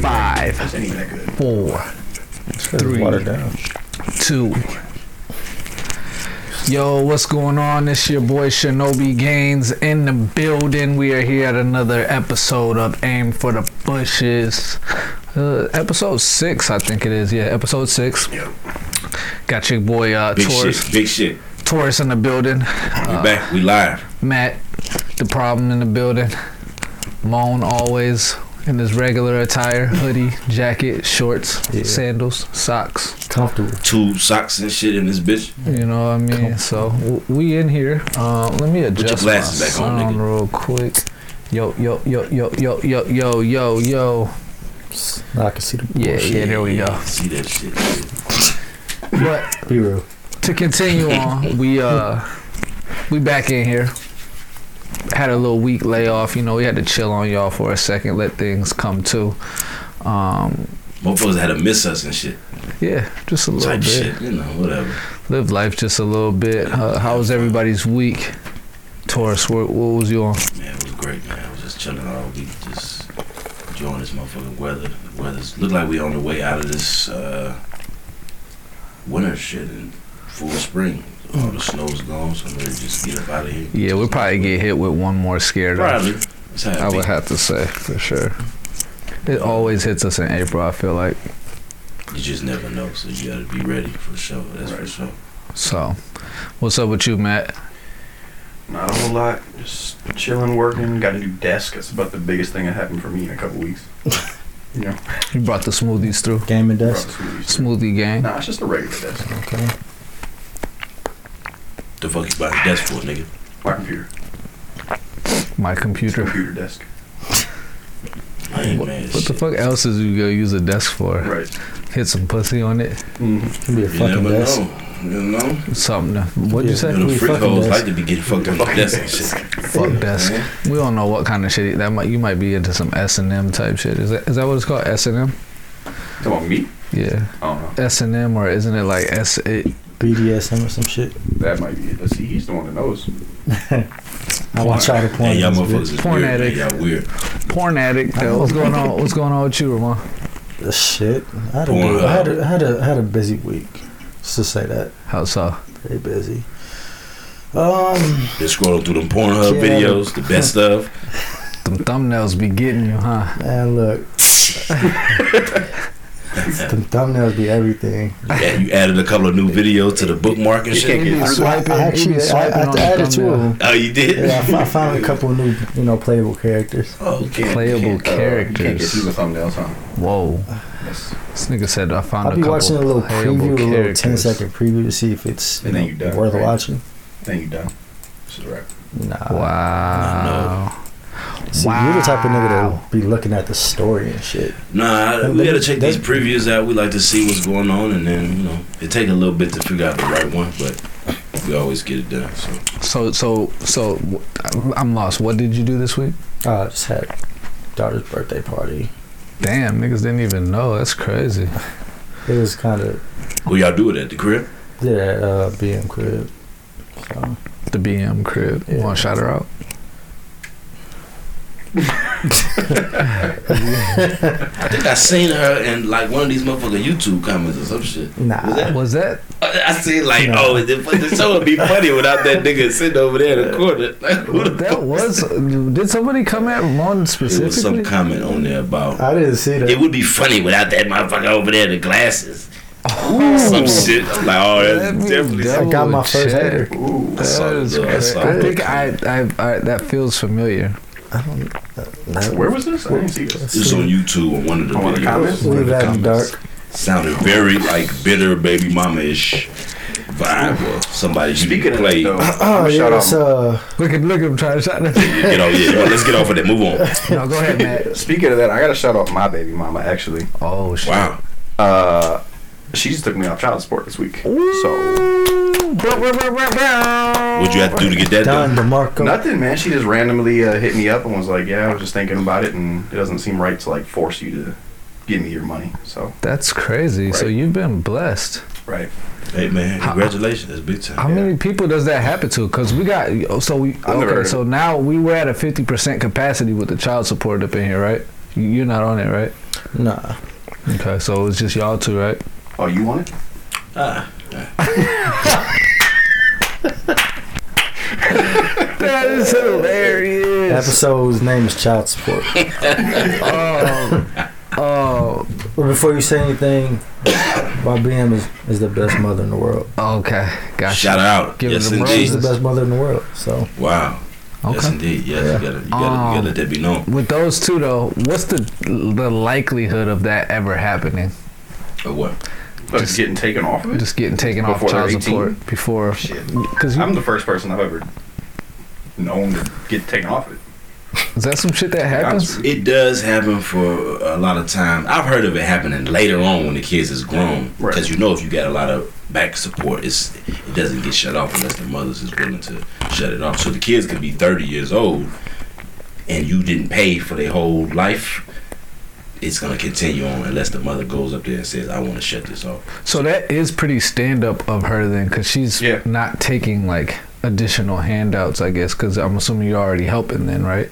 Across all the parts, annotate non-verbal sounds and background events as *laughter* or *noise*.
This ain't that good. four, Three. Watered down. two. Yo, what's going on? It's your boy Shinobi Gaines in the building. We are here at another episode of Aim for the Bushes. Uh, episode six, I think it is. Yeah, episode six. Yep. Got your boy uh, Big Taurus. shit. Big shit. Taurus in the building. We back. We live. Matt, the problem in the building. Moan always in his regular attire, hoodie, jacket, shorts, Yeah. sandals, socks. Comfortable. Two socks and shit in this bitch. You know what I mean? So w- we in here. Uh, let me adjust glasses my back on, sound real quick. Yo, yo, yo, yo, yo, yo, yo, yo, yo. Now I can see the Yeah, yeah, there we go. See that shit. But Be real. to continue on, we uh we back in here. Had a little week layoff, you know, we had to chill on y'all for a second, let things come to. Um, Motherfuckers had to miss us and shit. Yeah, just a little Type bit. shit. You know, whatever. Live life just a little bit. Uh, how was everybody's week? Taurus, what, what was you on? Man, it was great, man. I was just chilling all week, just enjoying this motherfucking weather. The weather's look like we on the way out of this uh, winter shit and full spring. All the snow's gone, so I'm ready to just get up out of here. Yeah, we'll probably get hit with one more scare. though, Probably. That's how it I be. would have to say, for sure. It always hits us in April, I feel like. You just never know, so you gotta be ready for sure. That's for sure. So, what's up with you, Matt? Not a whole lot. Just chilling, working. Got a new desk. That's about the biggest thing that happened for me in a couple weeks. You know, You brought the smoothies through. Gaming brought desk. this with you. Smoothie gang. Nah, it's just a regular desk. Okay. The fuck you buying a desk for, nigga? My computer. My It's a computer. computer desk. Hey, What, man, what the shit. fuck else is you gonna use a desk for? Right. Hit some pussy on it? hmm It'd be a You fucking never desk. know. You know? Something. To, what'd you Yeah. say? You know, we freak fucking hoes desk. like to be getting fucked up on desk and shit. Fuck desk. Man. We don't know what kind of shit that might. You might be into some S and M type shit. Is that is that what it's called? S and M? Talking about me? Yeah, I don't know. S and M or isn't it like S? It, BDSM or some shit. That might be it. Let's see. He's the one that knows. I watch out the porn. Hey, y'all this motherfuckers is Porn weird, man. addict. Y'all weird. porn addict. Yo, what's going on? What's going on with you, Ramon? bitch. The shit. I had, a Porn good, I had hub. a, had a had a busy week. Let's just say that. How so? Very busy. Um, Been scrolling through them Pornhub Yeah. videos, the best stuff. Them thumbnails be getting you, huh? *laughs* man, look, the thumbnails be everything. Yeah, you added a couple of new videos to the bookmark and You shit. can't get Maybe. through Swipe that. I, Swiping, I actually, you be I, I swiping had on to the add it to them. Oh, you did? Yeah, I, fi- I found a couple new, you know, playable characters. Okay. Playable Uh, you can't get through characters. the thumbnails, huh? Whoa, Yes. this nigga said I found. I'll be a couple watching a little playable preview, a little 10 characters. second preview to see if it's you And then know, you done, worth right? watching. Then you done. This is a wrap. Nah. Wow. See, you're the type of nigga that'll be looking at the story and shit. Nah, I- Let we me- gotta check these let- previews out. We like to see what's going on, and then you know it take a little bit to figure out the right one, but we always get it done. So So so so, w- I'm lost. What did you do this week? Oh, I just had daughter's birthday party. Damn, niggas didn't even know. That's crazy. It was kind of well, y'all do it at the crib. yeah, uh, BM crib. So The BM crib. You Yeah. want to shout her out? I think I seen her in like one of these motherfucking YouTube comments or some shit. nah, Was that- Was that? I I seen like, No. oh, the, the show would be funny without that nigga sitting over there in the corner. Like, who the That was. Did somebody come at Ramon There was some specifically? comment on there about I didn't see that. It would be funny without that motherfucker over there in the glasses. Some shit. I'm like, oh, Let that's me definitely. double I got my first check. hater. Ooh. I saw That the is little- I crazy. saw I the think I, I, I that feels familiar. I don't. Uh, Where was this? I didn't see this. It was on YouTube on one of the On one of the videos. comments? One of Leave the that in the comments. dark. Sounded very like bitter baby mama ish vibe of somebody you Speaking of play. that, though, Oh I'ma yeah, shout out- it's uh, Look at look at him trying to shout. That. Get off, yeah, well, let's get off of that. Move *laughs* on. No, go ahead, Matt. Speaking of that, I gotta shout out my baby mama. Actually, Oh shit! Wow. uh, she just took me off child support this week. So What'd you have to do to get that Don done? DeMarco. nothing, man. She just randomly uh, hit me up and was like, "Yeah, I was just thinking about it, and it doesn't seem right to like force you to give me your money." So That's crazy. So Right. you've been blessed. right, Hey man, congratulations. That's big time. How many people does that happen to? Because we got oh, so we never heard okay. of So now we were at a fifty percent capacity with the child support up in here, right? You- You're not on it, right? Nah, Okay, so it's just y'all two, right? Oh, you want it? Ah, That is hilarious. Episode's name is *laughs* Child Support. oh, *laughs* oh, Well, before you say anything, YBM is, is the best mother in the world. Oh, okay, gotcha. shout out. Give it yes, them She's indeed. the roses. best mother in the world. So Wow. Yes, Okay. indeed. Yes, you gotta, you gotta, Um, you gotta let that be known. With those two though, what's the the likelihood of that ever happening? Or what? But Just- getting taken off of it. Just getting taken off Before they're child 18? support before, Shit. because I'm the first person I've ever known to get taken off it. is that some shit that happens? It does happen for a lot of time. I've heard of it happening later on when the kids is grown, Right. because you know if you got a lot of back support, it's it doesn't get shut off unless the mothers is willing to shut it off. So the kids could be 30 years old, and you didn't pay for their whole life. It's gonna continue on unless the mother goes up there and says, "I want to shut this off." So that is pretty stand up of her then, because she's Yeah. not taking like additional handouts, I guess, because I'm assuming you're already helping then, right?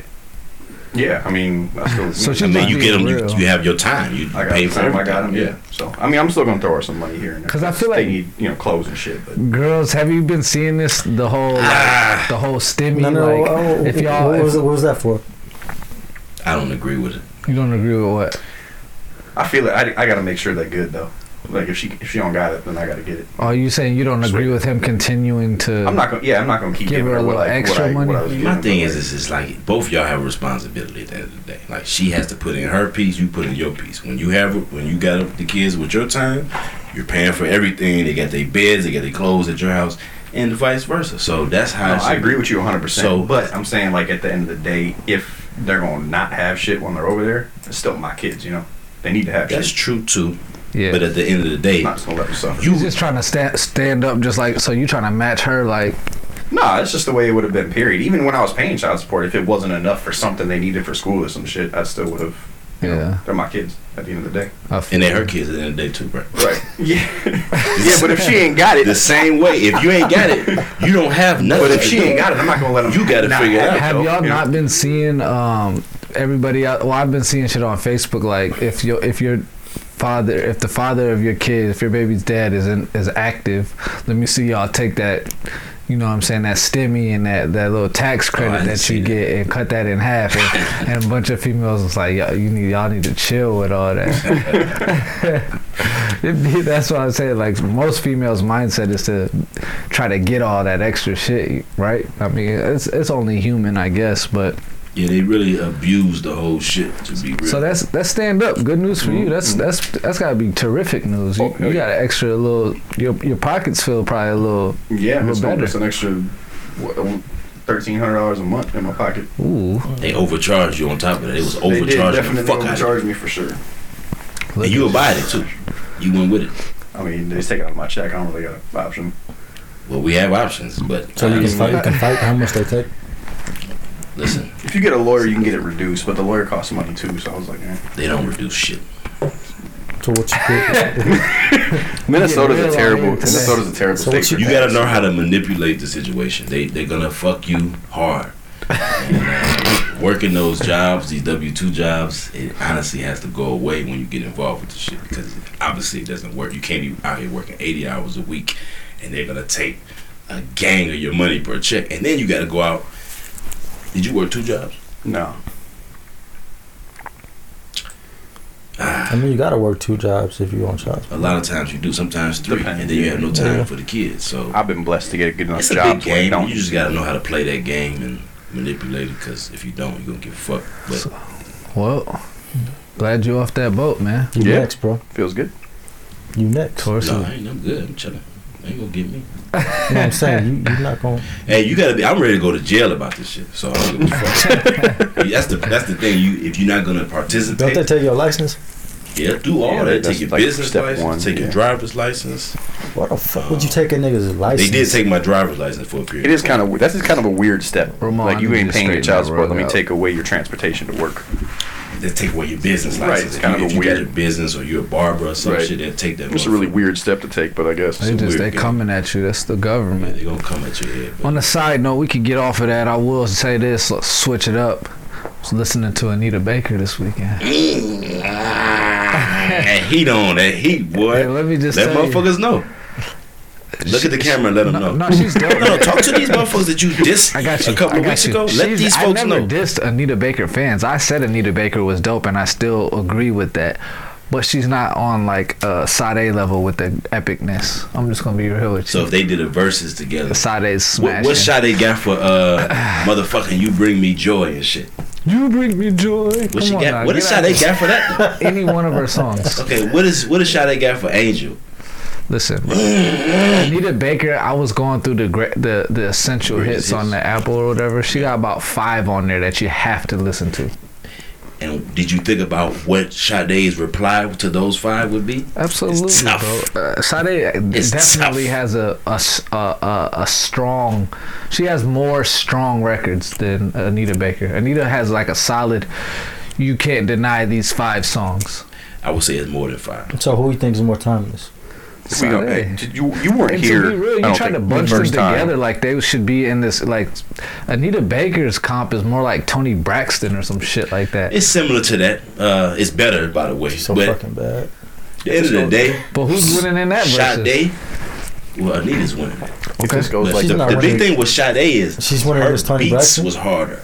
Yeah, I mean, I still. So I she- mean, you being get them. You, real. you have your time. You, you I got pay him. for them. I got him. Yeah. So I mean, I'm still gonna throw her some money here and there 'Cause I feel they like- need you know clothes and shit. But Girls, have you been seeing this the whole Ah, Ah. like, the whole stimmy? no, no. like, oh, if y'all, what, if- was, it- what was that for? I don't agree with it. you don't agree with what? I feel like I, I gotta make sure they're good though. Like if she if she don't got it, then I gotta get it. Are Oh, you saying you don't agree Sweet. with him continuing to? I'm not gonna. Yeah, I'm not gonna keep Uh, Give giving her her a what, little like, extra what I, money? What I was I mean, giving my her, thing but, is, is, is like both y'all have a responsibility at the end of the day. Like she has to put in her piece, you put in your piece. When you have, when you got the kids with your time, you're paying for everything. They got their beds, they got their clothes at your house, and vice versa. So that's how. No, it should I agree be. with you 100. So- percent But I'm saying like at the end of the day, if they're gonna not have shit when they're over there, it's still my kids. You know, they need to have That's shit. true too. Yeah. But at the end of the day, I'm not just gonna let them suffer. you you just trying to stand stand up, just like so. You trying to match her, like Nah, it's just the way it would have been. Period. Even when I was paying child support, if it wasn't enough for something they needed for school or some shit, I still would have. You Yeah. know, they're my kids at the end of the day. a and they her kids at the end of the day too, bro. *laughs* Right. Yeah. yeah, but if she ain't got it, The same way, if you ain't got it, you don't have nothing. but if she ain't got it, I'm not gonna let them. You gotta figure it out, Have y'all not been seeing um, everybody? Out, well, I've been seeing shit on Facebook. Like if your if your father, if the father of your kid, if your baby's dad isn't is active, let me see y'all take that. You know what I'm saying? That stimmy and that, that little tax credit didn't that see you that. get and cut that in half. And, and a bunch of females was like, y'all, you need, y'all need to chill with all that. *laughs* It- That's what I'm saying. Like, most females' mindset is to try to get all that extra shit, right? I mean, it's it's only human, I guess. But Yeah, they really abuse the whole shit. To be real, so that's that's stand up. Good news for Mm-hmm. you. That's that's that's gotta be terrific news. You, Oh, hell you got an extra little. Your your pockets feel probably a little. Yeah, We're it's better. just an extra um, thirteen hundred dollars a month in my pocket. Ooh, they overcharge you on top of that. It was They did overcharging the definitely fuck out of you, overcharge me for sure. and you abide it too. You went with it. I mean, they just take it out of my check. I don't really got an option. Well, we have options, but So you can honestly, fight. You can fight. How much they take? listen, If you get a lawyer, you can get it reduced, but the lawyer costs money too. So I was like, eh. they don't reduce shit. So what you *laughs* get? Minnesota's real a out terrible. here today. Minnesota's a terrible So state. what you- for You that. gotta know how to manipulate the situation. They they're gonna fuck you hard. And, uh, working those jobs, these W two jobs, it honestly has to go away when you get involved with the shit because obviously it doesn't work. You can't be out here working eighty hours a week, and they're gonna take a gang of your money per check, and then you gotta go out. Did you work two jobs? No, I mean, you gotta work two jobs if you want child. support. A lot of times you do, sometimes three, Depends. and then you have no time Yeah. for the kids. So I've been blessed to get a good enough It's a job. big game. You just gotta know how to play that game and manipulate it. Because if you don't, you're gonna get fucked. But Well, glad you off that boat, man. You Yeah. next, bro. feels good. You next. You Torso. no, I ain't. I'm good. I'm chilling. They Ain't gonna get me. know what I'm saying? You, you're not gonna. Hey, you gotta be. I'm ready to go to jail about this shit. So I don't give *laughs* a fuck. that's the that's the thing. You if you're not gonna Don't they participate, take your license? yeah, do all Yeah, that. that's Take your like business step license. one, take your yeah. driver's license. Why the fuck would you take a nigga's license? They did take my driver's license for a period. It is kind of that's just kind of a weird step. Ramon, I like you need you ain't to paying your straighten child that support. Let rug me out. take away your transportation to work. They take away your business Right, license. it's If kind you- of if you weird. got a business or you're a barber or some Right. shit, they'll take that. It's a really motherfucker. weird step to take, but I guess They It's a just they weird game. coming at you. That's the Yeah, government. They gonna come at your head. *laughs* but- On a side note, we could get off of that. I will say this. Let's switch it up. I was listening to Anita Baker this weekend. that heat on, that heat, Hey, boy. let me just Let tell you. *laughs* motherfuckers know. Look at the camera and let them no, know. No, *laughs* she's dope. No, no, talk to these motherfuckers that you dissed I got you. a couple I of got weeks you. ago. Let She's- these I folks never know. dissed Anita Baker fans. I said Anita Baker was dope, and I still agree with that. But she's not on like uh, Sade level with the epicness. I'm just gonna be real with So you. if they did a verses together, Sade's what, smashing. what shot they got for *sighs* uh, motherfucking "You Bring Me Joy" and shit? You bring me joy. Come What she on got? now, what get is out shot they got for *laughs* that? of- Any one of her songs. *laughs* Okay, what is what is shot they got for Angel? Listen, bro. Anita Baker. I was going through the gra- the the essential Greatest hits on hits. the Apple or whatever. She got about five on there that you have to listen to. And did you think about what Sade's reply to those five would be? Absolutely, It's tough. bro. Uh, Sade It's definitely tough. has a a, s- a- a- a strong. She has more strong records than Anita Baker. Anita has like a solid. You can't deny these five songs. I would say it's more than five. So who you think is more timeless? We don't, Sade. hey, did you you weren't And here. to be real, I you don't trying to think, bunch them first time. together like they should be in this. Like Anita Baker's comp is more like Tony Braxton or some shit like that. It's similar to that. Uh, it's better, by the way. She's so but at fucking bad. the end of the day, But who's winning in that versus? Sade, well, Anita's winning. it. If this goes But like She's this, the, not the big winning. thing with Sade is She's winning her against Toni beats Braxton? was harder.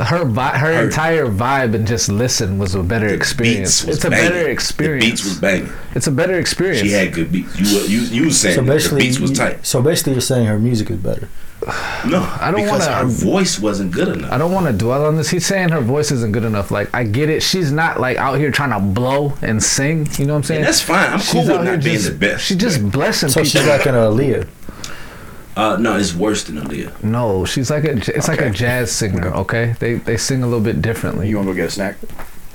Her vi- her Her- entire vibe and just listen was a better The experience. beats was It's a banging. better The beats was experience. banging. It's a better experience. She had good beats. You were, you, you was saying So that the basically, beats was tight. so basically, you're saying her music is better. No, I don't because wanna- her voice wasn't good enough. I don't want to dwell on this. He's saying her voice isn't good enough. Like I get it. She's not like out here trying to blow and sing. You know what I'm saying? And that's fine. I'm She's cool out with here not being just- the best. She just blessing So people. she's like an Aaliyah. uh, no, it's worse than Aaliyah. no, she's like a. j- It's like a Okay. jazz singer. Okay, they they sing a little bit differently. you want to go get a snack?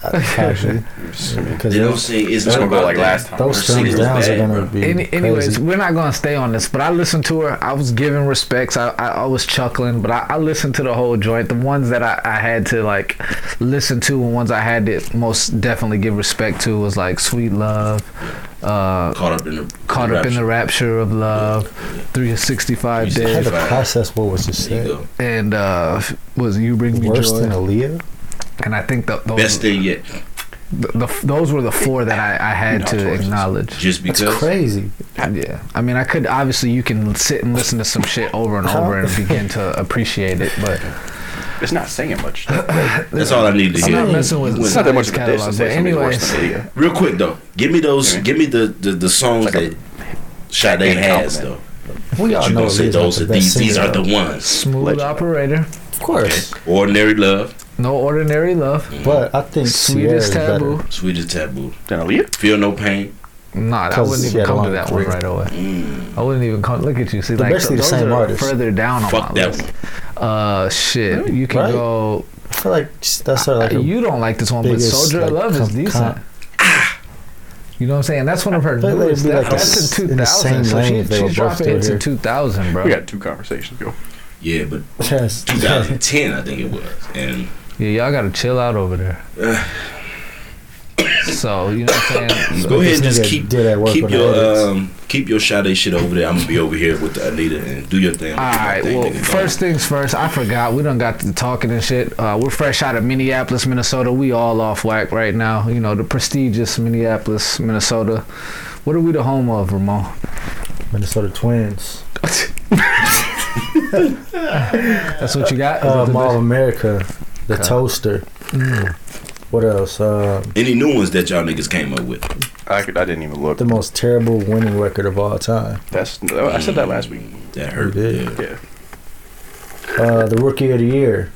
*laughs* Actually, because They don't those, sing. It's It's not gonna go about like that. last time. her those singing turns was downs bad, are gonna bro. be Any, anyways, crazy. we're not gonna stay on this, but I listened to her. I was giving respects. I, I, I was chuckling, but I, I listened to the whole joint. The ones that I, I had to like listen to, and ones I had to most definitely give respect to was like "Sweet Love," uh, Caught up in the "Caught Up in the Rapture of Love," "365 I had Days," to Right. process what was just There you said. go. and uh, was "You Bring Me Worse than Joy." Aaliyah. And I think that those Best thing yet. the, the, those were the four that I, I had You know, to choices. acknowledge. Just That's because. crazy. Yeah, I mean, I could obviously you can sit and listen to some shit over and over *laughs* and begin to appreciate it, but *laughs* It's not saying much. That's all I need to I'm hear. not messing with It's not that much of a Sony's dish to catalog, say but somebody's worse anyways, than Lydia. Real quick though, give me those. Yeah. Give me the the, the songs Like a- that Sade Like a has though. compliment. We all You know gonna say Aaliyah's not those the are best these? singer. These are the ones. smooth Legend. operator, Of course, Ordinary love, no ordinary love, but I think Sierra's sweetest better. taboo. sweetest taboo. Than Aaliyah? Feel no pain. Nah, I Cause wouldn't she even had come to along that with one three. right away. Mm, I wouldn't even come. Look at you, see, They're like basically the those same are artist. further down on fuck my that list. one. Uh, shit, you can Right. go. uh, I feel like that's sort of like a you don't like this one, but biggest, Soldier like, Love is com- decent. Ah! com- You know what I'm saying? That's one of her But they'd newest. be that- like this- that's in in the 2000. same So lane she, if they were she's both dropping still hits in here. 2000, bro. We Yeah, got two conversations. Go. Yeah, *laughs* but Yes. 2010 I think it was, and y'all gotta chill out over there. *coughs* so you know what I'm saying? go ahead this and just nigga keep did that work keep on the your edits. um keep your Sade shit over there. I'm gonna be over here with the Anita and do your thing. All right. Thing, Well, nigga, go. first things first. I forgot. We done got to talking and shit. Uh, we're fresh out of Minneapolis, Minnesota. We all off whack right now. You know the prestigious Minneapolis, Minnesota. What are we the home of, Ramon? Minnesota Twins. That's what you got. Is that Uh, the Mall of best- America, the Okay. Mm. toaster. What else? Uh, Any new ones that y'all niggas came up with? I, could, I didn't even look. the most terrible winning record of all time. That's no, I said that last week. That hurt. You did. Yeah. Yeah, Uh, the Rookie of the Year.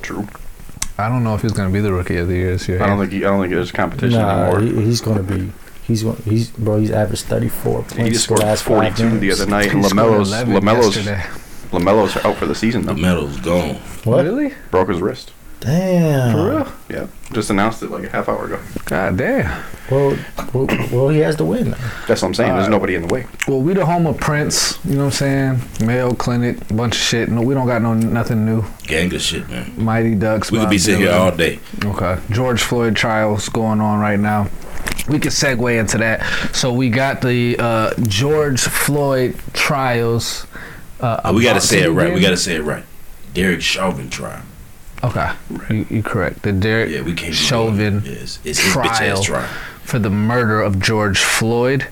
true. I don't know if he's gonna be the rookie of the year this year. I don't think he, I don't think there's competition nah, anymore. he, he's gonna be. He's going. He's bro. He's averaged thirty four points. He just the scored last five 42 the games. other night, and He scored Lamelo's 11 Lamelo's yesterday. Lamelo's out for the season The though. medal's gone. What? Really? Broke his wrist. Damn. For real? Yeah, just announced it like a half hour ago. God damn. Well, well, well, he has to win. now. That's what I'm saying. There's Uh, nobody in the way. Well, we the home of Prince. You know what I'm saying? Mayo Clinic, bunch of shit. No, we don't got no nothing new. Gang of shit, man. Mighty Ducks. We could be Bob sitting here Dylan. all day. Okay. George Floyd trials going on right now. We could segue into that. So we got the uh, George Floyd trials. Uh, Uh, we gotta about say it right. We begin. gotta say it right. Derek Chauvin trial. Okay. You, you correct. The Derek Yeah, we can't. be Chauvin doing it. Yes, it's his bitch trial. ass trial. for the murder of George Floyd.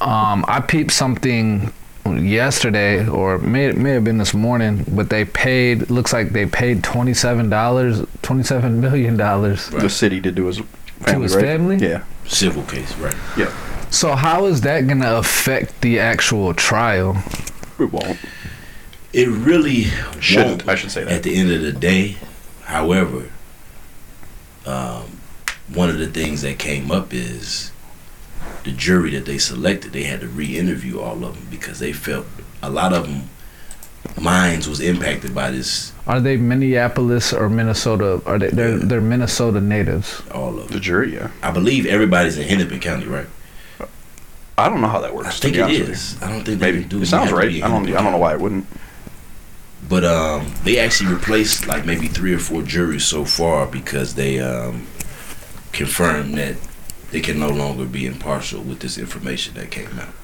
Um, I peeped something yesterday, or may may have been this morning, but they paid. Looks like they paid twenty seven dollars, twenty seven million dollars Right. The city to do his to family, his right? family. Yeah. Civil case, right? So how is that gonna affect the actual trial? It won't. It really Shouldn't. won't I should say that. at the end of the day. However, um, one of the things that came up is the jury that they selected. They had to re-interview all of them because they felt a lot of them minds was impacted by this. Are they Minneapolis or Minnesota? Are they they're, they're Minnesota natives? All of The them. jury, yeah. I believe everybody's in Hennepin County, right? I don't know how that I works. to think be it honest with you. is. I don't think they Maybe can do. it sounds you have to right. be in I don't. Hennepin I don't know why it wouldn't. But um, they actually replaced like maybe three or four juries so far because they um, confirmed that they can no longer be impartial with this information that came out.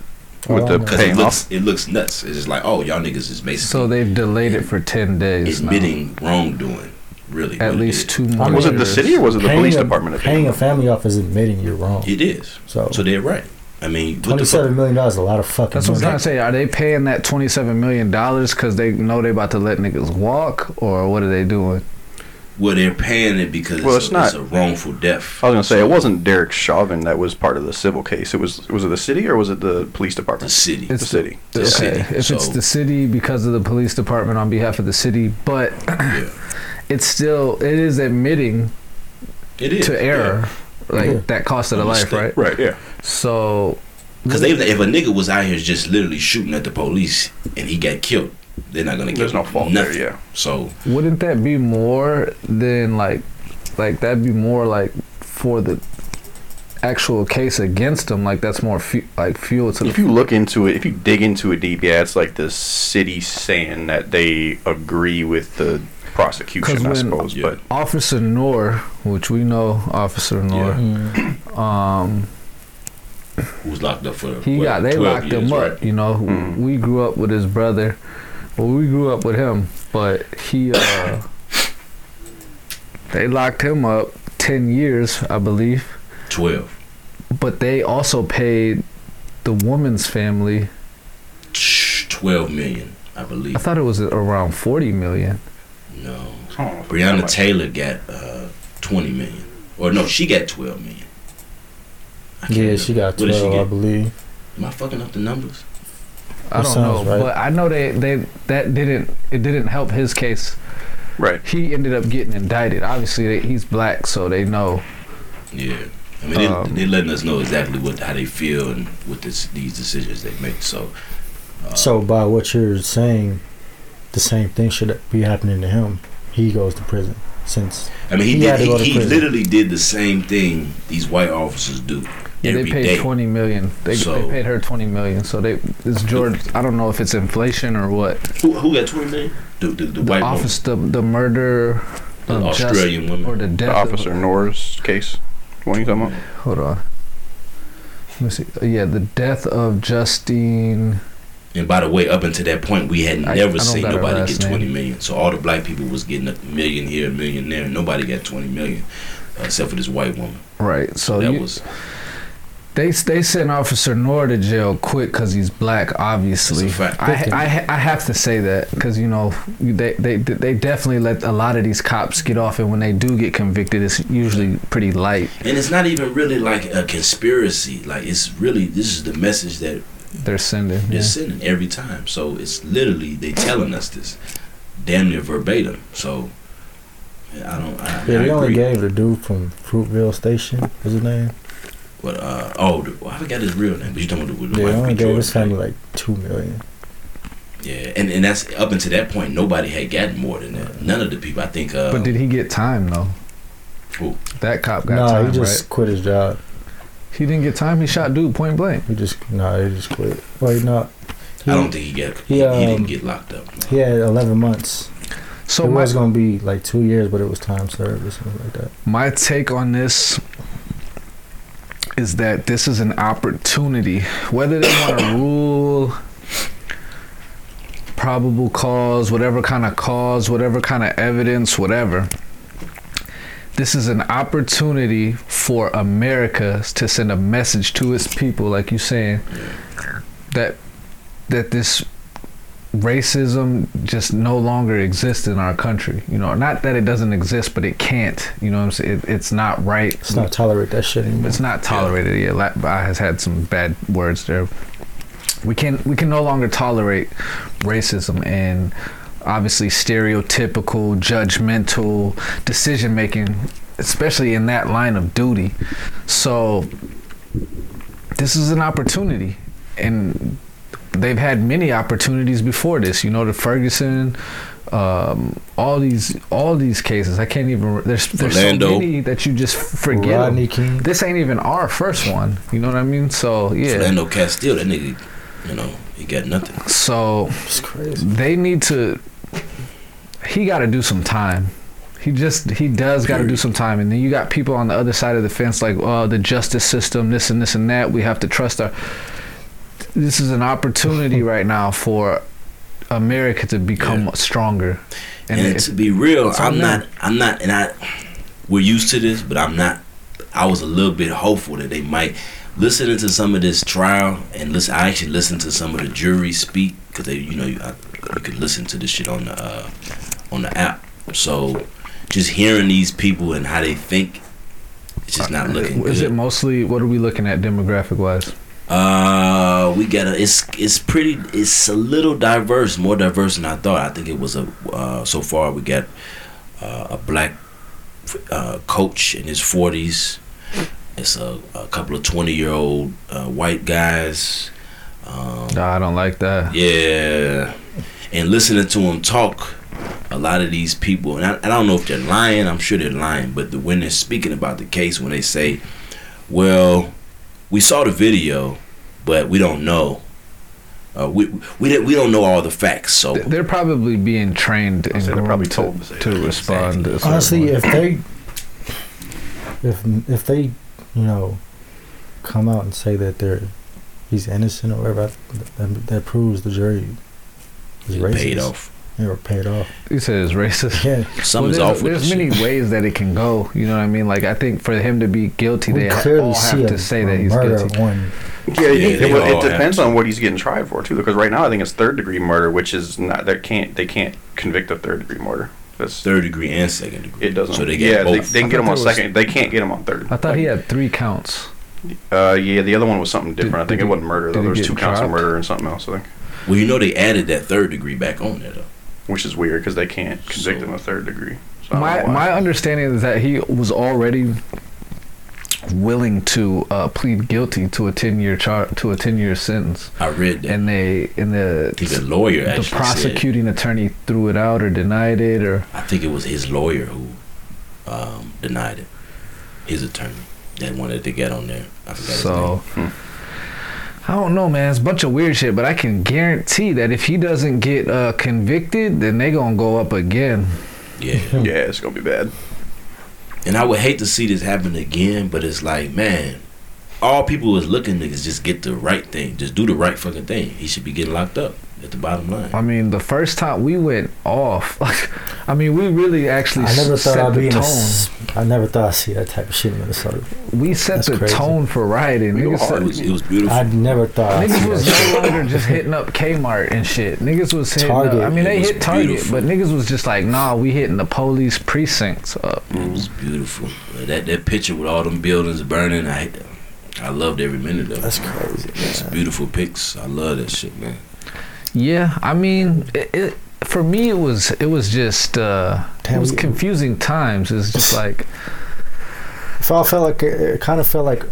With the Because Paying it looks it looks nuts. It's just like oh y'all niggas is So basically they've delayed it for ten days. now. admitting wrongdoing. Really, at what it least is. two more. I mean, Was it the years. city or was it the Paying police a- department? that Paying paid a family off is admitting you're wrong. It is. So, Oh. So they're right. I mean, what the twenty-seven fuck? million dollars is a lot of fucking. That's what I'm money. trying to say. Are they paying that twenty-seven million dollars because they know they about to let niggas walk, or what are they doing? Well, they're paying it because Well, it's, it's a, not- it's a wrongful death. Oh. I was gonna say it wasn't Derek Chauvin that was part of the civil case. It was was it the city or was it the police The department? city. The city. The okay. city. If it's So- the city because of the police department on behalf of the city, but yeah. it's still it is admitting It is to error, like Yeah. that cost of the life, Understand. right? Right. Yeah. So Because they, if a nigga was out here just literally shooting at the police and he got killed, they're not gonna There's give no fault nothing. there. Yeah. So wouldn't that be more than like like that'd be more like for the actual case against them? Like that's more fu- like fuel to the If you look into it, if you dig into it deep, yeah, it's like the city saying that they agree with the prosecution, 'Cause I when- suppose. Yeah. But Officer Noor, which we know Officer Noor, Mm. um, who was locked up for? he what, got they 12 locked years, him up. right? You know, Mm. we grew up with his brother. Well, we grew up with him, but he uh, they locked him up ten years, I believe. Twelve. But they also paid the woman's family. Shh, Twelve million, I I believe. thought it was around forty million. No, I don't know if it was that Breonna much. Taylor got uh, twenty million, or no, she got twelve million. I can't Yeah, she got remember. What did she twelve, I get? believe. Am I fucking up the numbers? I don't That know, sounds right. but I know they, they that didn't it didn't help his case. Right. He ended up getting indicted. Obviously, they, he's black, so they know Yeah. I mean, they, Um, they're letting us know exactly what how they feel and what this, these decisions they make. So, uh, So by what you're saying, the same thing should be happening to him. He goes to prison since I mean, he, He had did. to go to He, he prison. literally did the same thing these white officers do Yeah, every they day. paid twenty million. They, So- they paid her twenty million. So they it's George. I don't know if it's inflation or what. Who, who got twenty million? The, the, the, The, white office, the the murder, woman, the of Jess- Australian or woman. the death. The of- officer Norris case. What are you talking about? hold on. Let me see. Yeah, the death of Justine. And by the way, up until that point, we had I- I never don't seen got her nobody last get name. twenty million. So all the black people was getting a million here, a million there. Nobody got twenty million, uh, except for this white woman. Right. So that you- was they they sent Officer Nor to jail quick because he's black. Obviously, It's a fact. I, I I have to say that because you know they, they they definitely let a lot of these cops get off, and when they do get convicted, it's usually pretty light. and it's not even really like a conspiracy. Like it's really this is the message that They're sending. they're yeah. sending every time. So it's literally they telling us this, damn near verbatim. So I don't. I, yeah, I they only agree. gave the dude from Fruitville Station was his name. But uh, oh, the, I forgot his real name. But you talking about the, the Yeah, they white only Pete gave Jordan, his right? family like two million. Yeah, and, and that's up until that point, nobody had gotten more than that. None of the people, I think. Uh, But did he get time though? Who? That cop got Nah, time, he just quit his job. right? He didn't get time. He shot dude point blank. He just nah, he just quit. Wait, no, he, I don't think he got. He, Yeah, he didn't um, get locked up. he had eleven months. So it my, was gonna be like two years, but it was time served or something like that. my take on this is that this is an opportunity. Whether they want to *coughs* rule probable cause, whatever kind of cause, whatever kind of evidence, whatever. This is an opportunity for America to send a message to its people, like you saying, that that this racism just no longer exists in our country. You know, not that it doesn't exist, but it can't. You know what I'm saying? It, it's not right. Let's not tolerate that shit anymore. Mm. It's not tolerated yet. La- I has had some bad words there. We can we can no longer tolerate racism and obviously stereotypical, judgmental decision making, especially in that line of duty. So this is an opportunity, and they've had many opportunities before this. You know, the Ferguson. Um, all these, all these cases, I can't even. re- There's, there's so Orlando. many that you just forget. 'em Rodney King. this ain't even our first one. You know what I mean? So yeah. Fernando Castillo, that nigga, you know, he got nothing. So It's crazy. they need to. He got to do some time. He just he does got to do some time, and then you got people on the other side of the fence like, oh, the justice system, this and this and that. We have to trust our. This is an opportunity right now for America to become stronger, And, and it, to be real, it's on I'm them. not. I'm not. And I, we're used to this, but I'm not. I was a little bit hopeful that they might listening to some of this trial and listen. I actually listened to some of the jury speak because they, you know, you, I, you can listen to this shit on the uh, on the app. So just hearing these people and how they think, it's just not looking. Uh, is good. it mostly what are we looking at demographic wise? Uh, we got a. It's it's pretty. It's a little diverse, more diverse than I thought. I think it was a. Uh, so far, we got uh, a black uh, coach in his forties. It's a, a couple of twenty year old uh, white guys. Um, Nah, I don't like that. yeah, and listening to him talk, a lot of these people, and I, I don't know if they're lying. I'm sure they're lying, but the, when they're speaking about the case, when they say, "Well, we saw the video, but we don't know. Uh, we we didn't- we don't know all the facts." So Th- They're probably being trained I'd and say they're groomed probably to, told to say to that. respond. to a certain Honestly, way. if they, if if they, you know, come out and say that they're he's innocent or whatever, I- that, that proves the jury is it racist. paid off. They were *laughs* paid off. you said it's racist. Yeah, Something's Well, off there's with there's this many shit. ways that it can go. You know what I mean? Like I think for him to be guilty, we they ha- clearly all see have a, to say a that he's murder guilty. of one. Yeah, Yeah, it, they well, all it have depends to. on what he's getting tried for too. Because right now, I think it's third degree murder, which is not they can't they can't convict of third degree murder. That's third degree and second degree. it doesn't. So they get yeah, they, both. they I can thought get him on there was- second. They can't get him on third. I thought he had three counts. Uh, yeah, the other one was something different. I did think it he- wasn't murder. Though. did he There was get two counts of dropped? murder and something else. I think, well, you know they added that third degree back on there though. which is weird because they can't convict So- him of third degree. So I My don't know why. my understanding is that he was already willing to uh, plead guilty to a ten year char- to a ten year sentence, I read that. and they in the Even lawyer the actually said- prosecuting attorney threw it out or denied it or I think it was his lawyer who um, denied it. His attorney, that one that they got on there. I forgot So his name. I don't know, man. It's a bunch of weird shit, but I can guarantee that if he doesn't get uh, convicted, then they gonna go up again. name. Yeah, yeah, it's gonna be bad. and I would hate to see this happen again, but it's like, man, all people is looking to is just get the right thing, just do the right fucking thing. He should be getting locked up. At the bottom line, I mean, the first time we went off, *laughs* I mean, we really actually I never s- thought set I'd the be in a. tone. s- I never thought I'd see that type of shit in Minnesota. we set That's the crazy. tone for rioting. We Niggas, all- it said- was it was beautiful. I never thought I'd see niggas was that shit. no longer just hitting up Kmart and shit. Niggas was hitting. Up, Target. I mean, It they was hit Target, beautiful. but niggas was just like, nah, we hitting the police precincts Uh, up. it was beautiful. Uh, That that picture with all them buildings burning, I I loved every minute of it. That's crazy. It's beautiful pics. I love that shit, man. Yeah, I mean, it, it for me it was it was just uh, it Damn, was we- confusing times. It's just like It felt, felt like it, it kind of felt like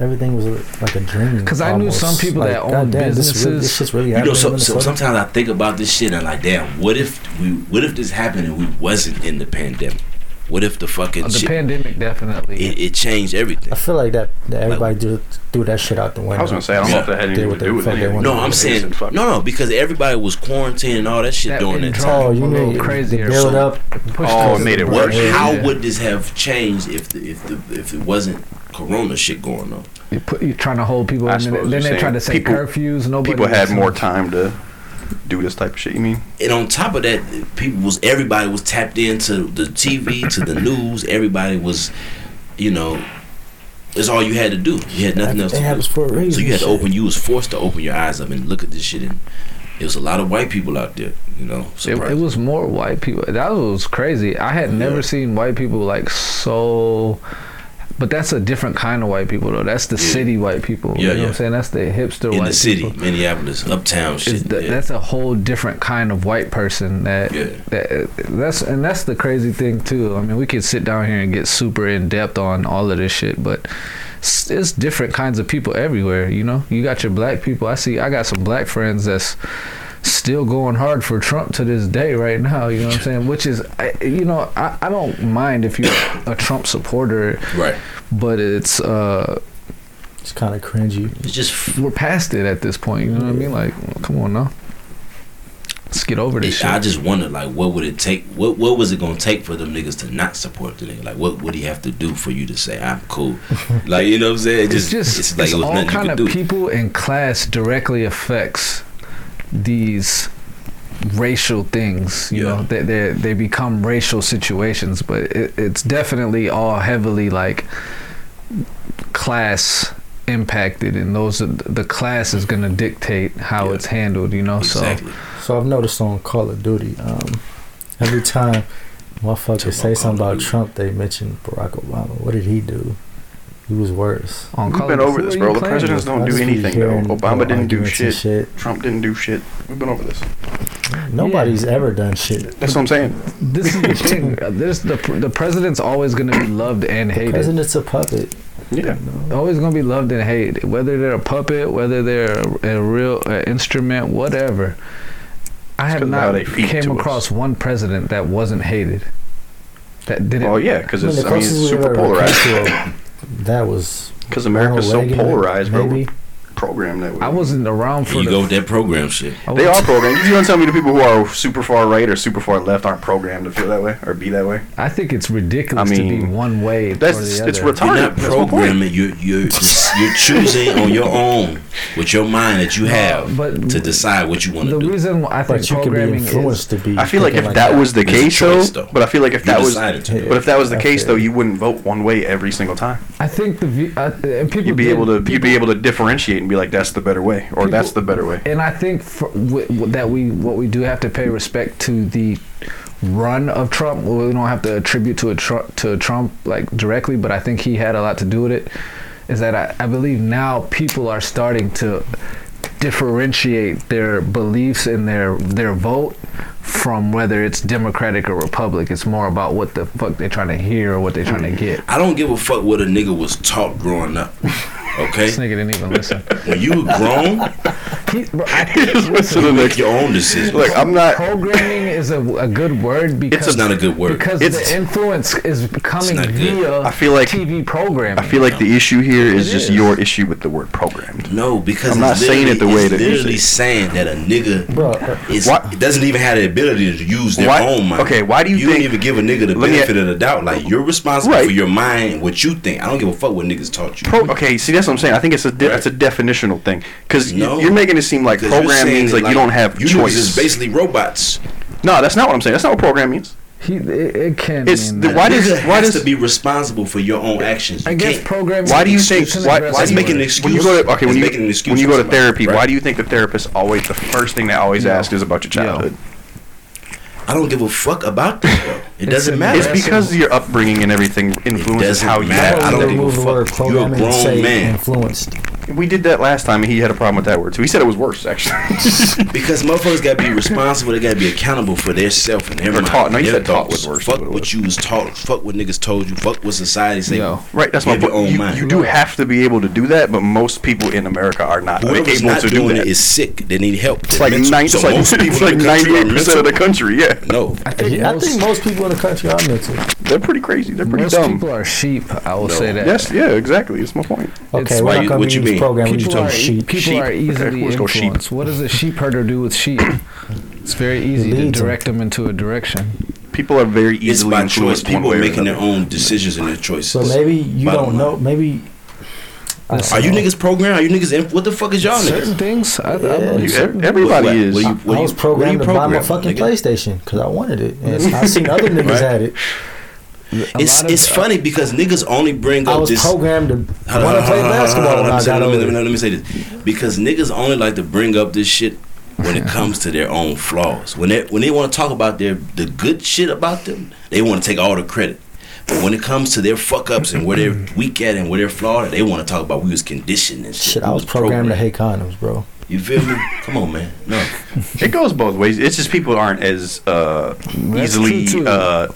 everything was like a dream. 'Cause I knew some almost. people that own goddamn, This, really, businesses. this shit's really You know, happening in so, so Minnesota. sometimes I think about this shit and like, damn, what if we, what if this happened and we wasn't in the pandemic? What if the fucking uh, the shit, pandemic definitely. it, it changed everything? I feel like that, that everybody just threw that shit out the window. I was gonna say I don't know if that had Did anything what to the do with fuck they anything. wanted. No, I'm They saying said, no, fuck it. no, because everybody was quarantined and all that shit That during that been time. Oh, A you little mean crazier. the build up? pushed Oh, us made it to the What? worse. brink. How Yeah. would this have changed if the, if the, if it wasn't Corona shit going on? you put, you're trying to hold people? I in and suppose then you're they tried saying to say people- curfews. Nobody People had listened. more time to do this type of shit. You mean? and on top of that, people was everybody was tapped into the TV, to the news. Everybody was, you know, it's all you had to do. You had nothing else Everything to do. happens for a reason. So you had to shit. open. You was forced to open your eyes up and look at this shit. And it was a lot of white people out there. You know, It, it surprised. was more white people. That was crazy. I had Yeah. never seen white people like so. But that's a different kind of white people though. That's the Yeah. city white people. Yeah, you know yeah. what I'm saying? That's the hipster in white the city, people. Minneapolis, uptown It's shit. the, yeah. That's a whole different kind of white person that yeah. that that's and that's the crazy thing too. I mean, we could sit down here and get super in depth on all of this shit, but it's, it's different kinds of people everywhere. You know, you got your black people. I see. I got some black friends that's still going hard for Trump to this day right now. You know what I'm saying? Which is, I, you know, I, I don't mind if you're a Trump supporter, Right. but it's uh It's kind of cringy. It's just. we're past it at this point. You know what I mean? Like, come on now, let's get over this It, shit. I just wonder, like, what would it take? What What was it gonna take for them niggas to not support the nigga? Like, what would he have to do for you to say I'm *laughs* cool? like, you know what I'm saying? It it's just, just it's like it's it was all nothing you kind could of do. people and class directly affects these racial things you Yeah. know they, they they become racial situations but it, it's definitely all heavily like class impacted and those are, the class is going to dictate how Yeah. it's handled you know so exactly. So I've noticed on Call of Duty, um, every time Talking motherfuckers say about something Call of about Duty. Trump, they mention Barack Obama. What did he do? He was worse. on We've Call been of over Duty, this, who are bro. you The claiming? presidents don't I do just keep anything, hearing though. Obama didn't do arguments and shit. Trump didn't do shit. We've been over this. shit. Nobody's ever done shit. That's what I'm saying. this *laughs* is the thing this the pr- the president's always going to be loved and hated President's a puppet. Yeah. you know? always gonna be loved and hated, whether they're a puppet, whether they're a, a real uh instrument, whatever. I It's have 'cause of how not they feed came to us. across one president that wasn't hated. That didn't. Well, Oh, yeah, because I mean, it's, the I mean, it's closest we've ever super come polarized. to a- That was Because America's so Ronald Reagan, polarized, bro. We're maybe. programmed that way. I wasn't around for You the. go with that program shit. I They was- are programmed. You gonna tell me the people who are super far right or super far left aren't programmed to feel that way or be that way? I think it's ridiculous I to be mean, one way or That's the it's other. You're retarded. not That's my point. programming. You're *laughs* you're just- you're choosing on your own with your mind that you have but to decide what you want the to do. reason why I think but you can be programming is influenced to be. I feel like thinking if that was the It's a case, though, choice, though. but I feel like if You that was, decided to. do but it. if that was the I case, feel though, you. you wouldn't vote one way every single time. I think the view I, and people You'd be did- able to you'd people- be able to differentiate and be like, that's the better way, or that's the better way. and I think for, w- w- that we what we do have to pay respect to the run of Trump. We don't have to attribute to a Trump to Trump like directly, but I think he had a lot to do with it. Is that I, I believe now people are starting to differentiate their beliefs and their their vote from whether it's Democratic or Republic. It's more about what the fuck they're trying to hear or what they're trying to get. I don't give a fuck what a nigga was taught *laughs* growing up. Okay, This nigga didn't even listen. when you *laughs* were grown, He, bro, I, Listen to make the- your own decision. Look, I'm not. programming is a, a good word because It's not a good word. Because It's- the influence is coming not good. via I feel like- TV programming. I feel like the issue here is It just is. your issue with the word programmed. No, because I'm it's not saying it the literally- way it's that you literally say it. saying that a nigga Bro, uh, is Why- doesn't even have the ability to use their Why- own mind. okay, why do you don't think- even give a nigga the Let me- benefit of the doubt? Like you're responsible Right. for your mind, and what you think. I don't give a fuck what niggas taught you. Pro- okay, see that's what I'm saying. I think it's a de- it's a definitional thing because No. you're making it seem like 'Cause you're program saying means that, like, you don't have you niggas is choice. basically robots. no, that's not what I'm saying. That's not what program means. he, it, it can. It's mean the that. why A does- nigga why has does- to be responsible for your own actions? You I guess can't- programming. Why do you is think? an Why, aggressive why That's do you- making an word. excuse. When you go to okay, when That's you making an excuse when you for go to somebody, therapy, right? why do you think the therapist always the first thing they always Yeah. ask is about your Yeah. childhood? I don't give a fuck about that. Though. It It's doesn't an matter. It's aggressive- because your upbringing and everything influences doesn't how you matter. act. I I don't don't give a remove the word fuck. You're a programming and grown say man. influenced. We did that last time, and he had a problem with that word, so he said it was worse actually. *laughs* Because motherfuckers gotta be responsible, they gotta be accountable for their self and their Or mind. taught. No, you their said taught thoughts. was worse Fuck than what it what was. you was taught. Fuck what niggas told you. Fuck what society say. Yo. right, that's my Give your point. own You, mind. you do have to be able to do that, but most people in America are not Whoever's able not to do doing that. it is sick. They need help. it's like nine, it's like, it's like ninety-eight percent of the country. Yeah, No, I think Yeah, I most, think most people in the country are mental. they're pretty crazy. They're pretty most dumb. people are sheep. I will No. say that. Yes, yeah, exactly. That's my point. Okay, why we're you- not going what to you mean? use programming. We just People are, talk sheep. sheep. people Sheep. are Okay, easily let's go sheep. influenced. What does a sheep herder do with sheep? It's very easy to leads 'em. direct them into a direction. People are very it's easily by choice. influenced. one People way are or making another. their own decisions and their choices. So maybe you Bottom don't know. Maybe Listen, Are you niggas programmed? Are you niggas? Inf- what the fuck is y'all niggas? certain things? I, I Yeah, believe you- certain What- everybody what- is. What, I, do you, what I do you- was what do you programmed to buy my program, fucking nigga? PlayStation because I wanted it, and I seen other *laughs* niggas Right. had it. things. A It's lot of- it's funny because niggas only bring I up was this. programmed to Hold on, want to hold *laughs* play on, hold on, hold basketball on, when I hold got on, Let me say- let me- older. let me say this because niggas only like to bring up this shit when it comes to their own flaws. When they when they want to talk about their the good shit about them, they want to take all the credit. But when it comes to their fuck ups and where they're Mm-hmm. weak at and where they're flawed, at, they want to talk about we was conditioned and shit. Shit, I We was programmed to hate condoms, bro. You feel me? Come on, man. No, It goes both ways. It's just people aren't as uh, That's easily. true, too. Uh,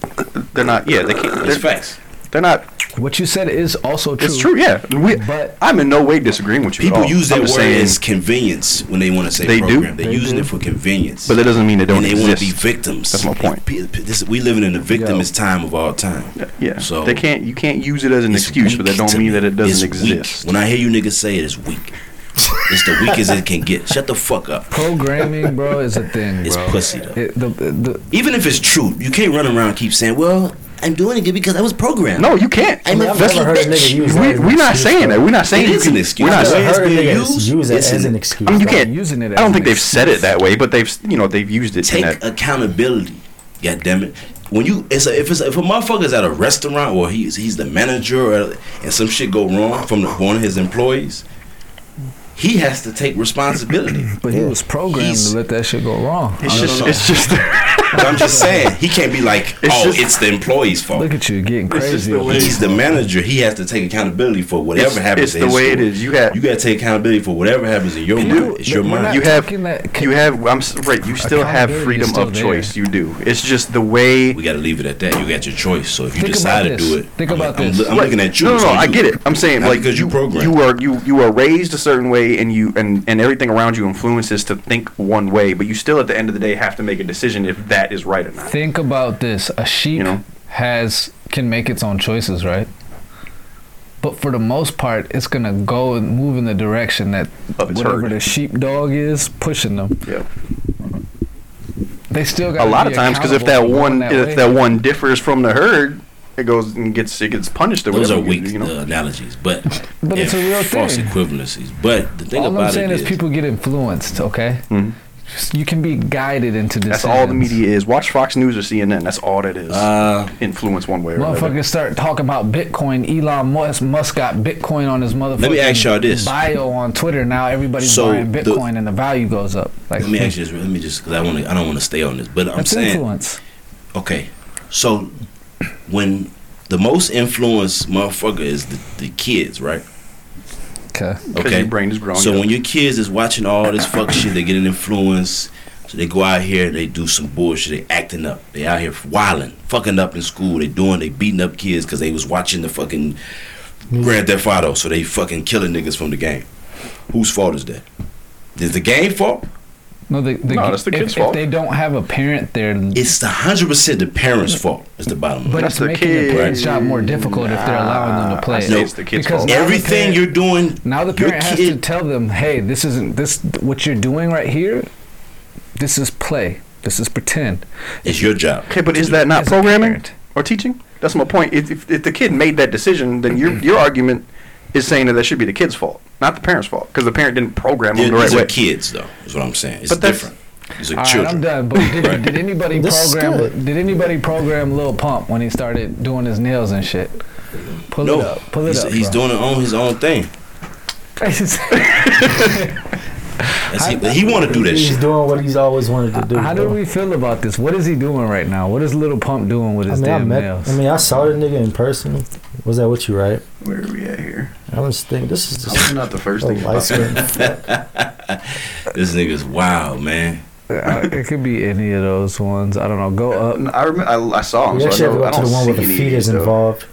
they're not. Yeah, they can't. it's They're, facts. they're not. what you said is also true. It's true. Yeah, we, But I'm in no way disagreeing with you. at People all. use Oh, I'm that word just as convenience when they want to say They do. program. They're They using do. it for convenience. but that doesn't mean they don't and they want exist. to be victims. That's my point. P- p- this- we living in a victimist time of all time. yeah, So- they can't. You can't use it as an It's excuse, but that weak don't to me. mean that it It's doesn't weak. exist. When I hear you niggas say it, it's weak. it's the weakest it can get. Shut the fuck up. programming, *laughs* bro, is a thing, It's bro. pussy though. It- the- the- Even if it's true, you can't run around and keep saying, "Well, I'm doing it because I was programmed." No, you can't. I'm I a mean, I've fucking never heard a nigga bitch. use we, that as an we're not excuse, saying bro. that. We're not saying It you is can- an excuse. We're not I've saying. heard I've heard a being nigga used, use, use it it's as an- an I excuse. mean, you bro. can't- using it. As I don't an think they've excuse. said it that way, but they've you know they've used it. in Take that. accountability. God damn it. When you it's a, if it's if a motherfucker's at a restaurant or he's he's the manager or, and some shit go wrong from the, one of his employees, he has to take responsibility. *clears throat* But he was programmed He's- to let that shit go wrong. It's No, no, just, no. *laughs* it's just, But I'm just saying he can't be like, It's oh, just- it's the employee's fault. Look at you getting It's just crazy. the over way- here. He's the manager. He has to take accountability for whatever it's, happens. it's to the his way it store. is. You have, You gotta take accountability for whatever happens in your mind. It's your We're not mind. You have- talking that- you have. I'm s- right. You still have Accountability is freedom still of there. choice. You do. It's just the way. we gotta leave it at that. You got your choice. So if you Think decide about to this. do it, Think I'm, about I'm, this. I'm looking at you. No, no, so no. I you- get it. I'm saying Not like because you programmed. you are you you are raised a certain way, and you and and everything around you influences to think one way. But you still, at the end of the day, have to make a decision if that is right or not. Think about this: a sheep You know? has can make its own choices, right? But for the most part, it's gonna go and move in the direction that Of its whatever herd. the sheep dog is pushing them. Yeah. They still got A lot of times, because if that one if that one differs from the herd, it goes and gets it gets punished or Those are whatever. you- weak You know. uh, analogies, but but it's a and real false thing. equivalencies. But the thing All about I'm saying it is, is, people get influenced. Okay, Mhm. you can be guided into this. That's all the media is. Watch Fox News or CNN. That's all that is. uh, Influence one way or another. Motherfuckers start talking about Bitcoin. Elon Musk, Musk got Bitcoin on his motherfucking Let me ask y'all this. bio on Twitter. Now everybody's So buying the- Bitcoin and the value goes up. Like let me ask you this. Let me just because I want to. I don't want to stay on this, but *laughs* I'm that's saying influence. Okay, so when the most influenced motherfucker is the, the kids, right? Okay. Because Okay. your brain is growing. So up. when your kids is watching all this fuck shit, they get an influence. So they go out here and they do some bullshit. They acting up. They out here wilding, fucking up in school. They doing, they beating up kids because they was watching the fucking Grand Theft Auto. So they fucking killing niggas from the game. Whose fault is that? Is the game fault? No, the, the, No, that's the if- kid's if, fault. they don't have a parent there, It's the hundred percent the parents' fault. It's the bottom line. but That's it's the making the kid. parents' job more difficult if they're allowing them Nah, to play. I it. say it's the kid's Because fault. now the Everything parent- you're doing, Now the your parent has to kid- tell them, "Hey, this isn't this what you're doing right here. This is play. This is pretend." is your job. okay, but to is do. that not As a programming parent. or teaching? That's my point. If, if, if the kid made that decision, then your your argument is saying that that should be the kid's fault, not the parent's fault, because the parent didn't program They're- them the right these way. are kids, though. Is what I'm saying. It's But that's- different. These are All right, I'm children. done. But did, Right. did anybody This is program? good. Did anybody program Lil Pump when he started doing his nails and shit? Pull no, it up. Pull it he's, up. he's doing it on his own thing. doing. That's he he want to do that he's shit. doing what he's always wanted to do. *laughs* How do bro. we feel about this? What is he doing right now? What is Little Pump doing with I his mean, I damn met. nails? I mean, I saw the nigga in person. Was that what you right? Where are we at here? I was thinking this is just Probably not the first a thing. light skin. This nigga's wild, man. I- Uh, it could be any of those ones. I don't know. Go up. I remember I, I saw him. We So I, actually have to know, I go to don't the one see where the any feet of is these, though. involved.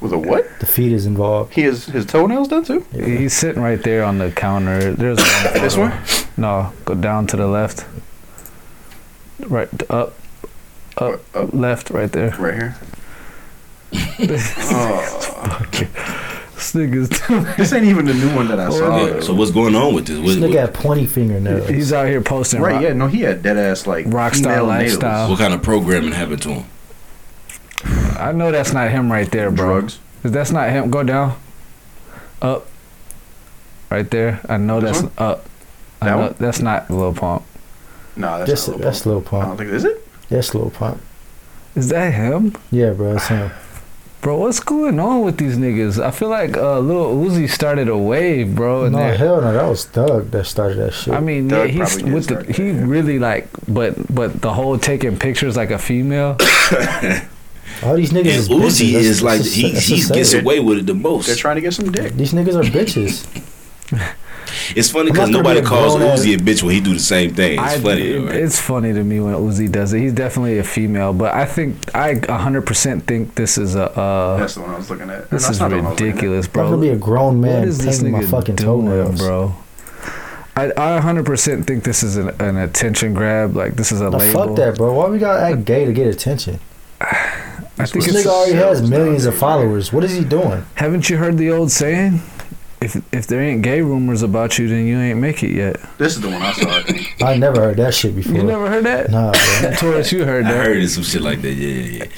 With a what? The feet is involved. He has his toenails done too. He's sitting right there on the counter. There's *coughs* one This photo. one? No, go down to the left. Right up, up, Up. left, right there. Right here. Oh, This nigga's doing this ain't even the new one that I saw. Yeah, so what's going on with this? This What, nigga what, had pointy *laughs* fingernails. He's out here posting Right, rock- yeah, no, he had dead ass like Rock star female nails. lifestyle. what kind of programming happened to him? I know that's not him right there, bro. Drugs. That's not him. Go down. Up. right there. I know This that's up. I That know- one? That's not Lil Pump. No, that's That's not Lil that's Pump. Lil I don't Pump. think is it. That's Lil Pump. Is that him? Yeah, bro. That's him. Bro, what's going on with these niggas? I feel like uh, Lil Uzi started a wave, bro. And no, they're- hell no. That was Thug that started that shit. I mean, Doug yeah, he's probably did with the start that, he yeah. really like, but but the whole taking pictures like a female. All these niggas And is bitches. Uzi That's- is like that's he, that's he gets insane. away with it the most. They're trying to get some dick. These niggas are bitches. It's funny I'm because not gonna nobody be a calls grown-ass- Uzi a bitch when he do the same thing. It's I- funny. it- though, right? It's funny to me when Uzi does it. He's definitely a female, but I think I 100% think this is a. Uh, That's the one I was looking at. this no, that's is not the one I was looking at. ridiculous, I'm bro. gonna be a grown what man is this painting my nigga fucking doing, toenails. bro? I, I 100% think this is an, an attention grab. Like this is a Now, label. fuck that, bro. Why we gotta act gay to get attention? I think This it's, nigga already sales has millions of nowadays, followers. What is he doing? haven't you heard the old saying? If if there ain't gay rumors about you, then you ain't make it yet. This is the one I saw. I think. I never heard that shit before. You never heard that? Nah, *laughs* bro. Taurus, you heard *laughs* I that. heard it some shit like that. Yeah, yeah. yeah.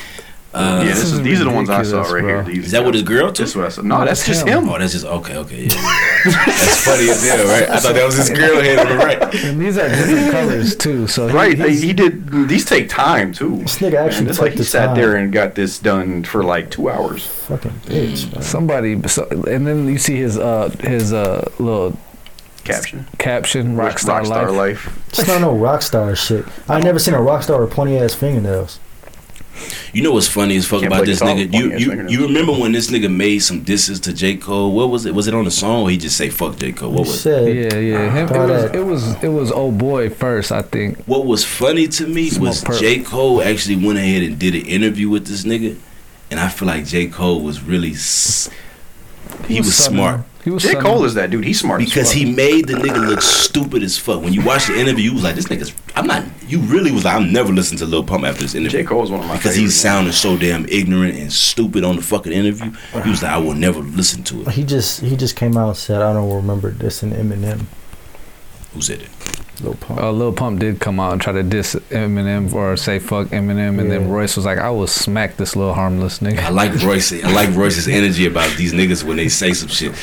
Uh, yeah, this is is, these are the ones I saw ridiculous, right here. bro. These Is that what his girl took? That's what I saw. No, No, that's it's just him. him. Oh, that's just okay. Okay, yeah. yeah. that's funny as hell, right? I thought that was his girl head on the right. And these are *laughs* different colors too. So he- Right, he's- he did. These take time too. This nigga actually it's like took he the sat time. there and got this done for like two hours. fucking bitch. bro. somebody so, and then you see his uh his uh little Caption: caption rockstar, Rockstar life. life. It's not no rock star shit. I never seen a rock star with pointy ass fingernails. You know what's funny as fuck Can't about play this guitar nigga? with funny You ass you fingernails. you remember when this nigga made some disses to J Cole? What was it? Was it on the song? Or he just say fuck J Cole. What He was said, yeah yeah him, it Thought was that- it was it was old boy first I think What was funny to me Smoke was perp. J Cole actually went ahead and did an interview with this nigga, and I feel like J Cole was really s- he was sunning- smart. he was J sunning- Cole is that dude. He's smart as because fuck. he made the nigga look stupid as fuck. When you watch the interview, you was like, "This nigga's." I'm not. You really was like, "I'm never listening to Lil Pump after this interview." J Cole is one of my because he favorites. sounded so damn ignorant and stupid on the fucking interview. He was like, "I will never listen to it." he just he just came out and said, I don't remember this in Eminem. Who said it? Lil Pump. Uh, Lil Pump did come out and try to diss Eminem or say fuck Eminem, and then Yeah. Royce was like, "I will smack this little harmless nigga." *laughs* I like Royce. I like Royce's energy about these niggas when they say some shit.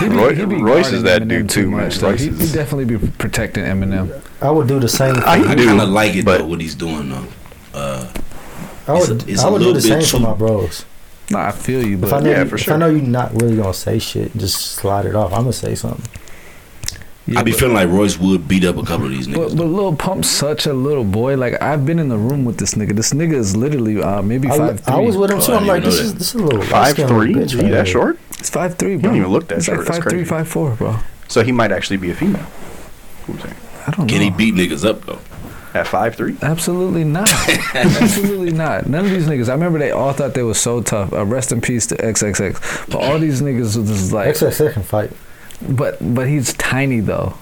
He be- Roy- he be Royce guarding is that Eminem dude too, man. much, though. Royce He is- he definitely be protecting Eminem. I would do the same thing. I I do, kind of like it but- though what he's doing though. Uh, I It's would, a- it's I a would do little the bit same too- for my bros. Nah, I feel you, If I but know, yeah, you, for if sure. I know you're not really gonna say shit, just slide it off. I'm gonna say something. yeah, I be but- feeling like Royce would beat up a couple of these niggas. But, but Lil Pump's such a little boy. Like I've been in the room with this nigga. This nigga is literally uh, maybe I, five three. I was with him Oh, too. I I'm didn't like, know this that. is this is a little five light-skinned little three. bitch Gee, right that here. short? it's five three, He bro. don't even look that it's short. like That's five three, crazy. five four, bro. So he might actually be a female. I'm saying. I don't Can know. he beat niggas up though? At five three. Absolutely *laughs* not. Absolutely not. None of these niggas. I remember they all thought they was so tough. Uh, rest in peace to XXX. But all these niggas was just like, XXX can fight. but but he's tiny though.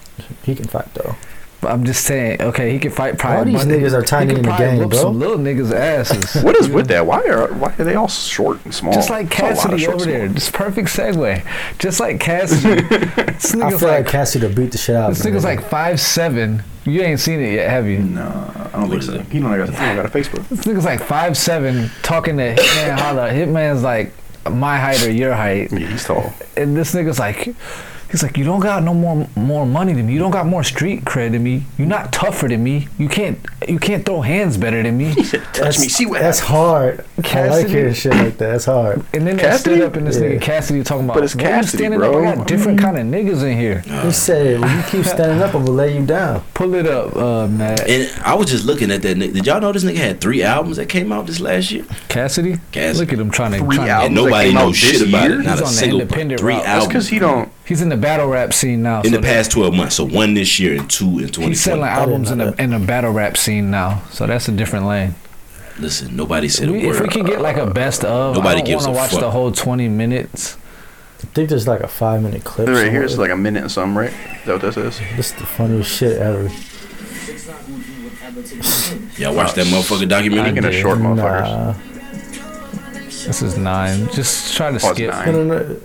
He can fight though. But I'm just saying, okay, he could fight probably. All these but niggas are he tiny could in the probably game, whoop bro. Some little niggas' asses. *laughs* What is You with know? that? Why are why are they all short and small? Just like There's Oh, a lot of Cassidy short over there. small- Just perfect segue. Just like *laughs* Cassidy. this I nigga's feel like, like, Cassidy to beat the shit out of this him. nigga's like five seven. You ain't seen it yet, have you? No, I don't What think is so. it? He don't got. He don't got a Facebook. This nigga's like five seven, talking to Hitman Holla. Hitman's like my height or your height, *laughs* Yeah, he's tall. and this nigga's like. He's like, you don't got no more more money than me. You don't got more street cred than me. You're not tougher than me. You can't you can't throw hands better than me. Touch me, see what That's hard. I like Cassidy? hearing shit like that. That's hard. And then Cassidy? they stood up and this Yeah. nigga Cassidy talking about. But it's "Why you Cassidy, standing bro. Up? I got different kind of niggas in here. He said, "When you *laughs* keep standing up, I'm gonna lay you down." Pull it up, uh, Matt. And I was just looking at that nigga. Did y'all know this nigga had three albums that came out this last year? Cassidy? Cassidy. Look at him trying to. Three trying to- albums. and that nobody came out knows shit this about year? it. Not He's a on the single, independent three route. That's albums because he don't. He's in the battle rap scene now. in so the past twelve months. So one this year and two in twenty He's selling twenty. albums in know the in the battle rap scene now, so that's a different lane. Listen, nobody said We- a if we word. can get like a best of, Nobody I don't gives want to a watch fuck. the whole twenty minutes. I think there's like a five minute clip. Right here, it's somewhere. like a minute and something, right? Is that what this is? this is the funniest shit ever. Y'all watch that motherfucker documentary? Speaking of did. short motherfuckers. Nah. This is nine. Just try to Oh, it's skip. nine. No, no, no.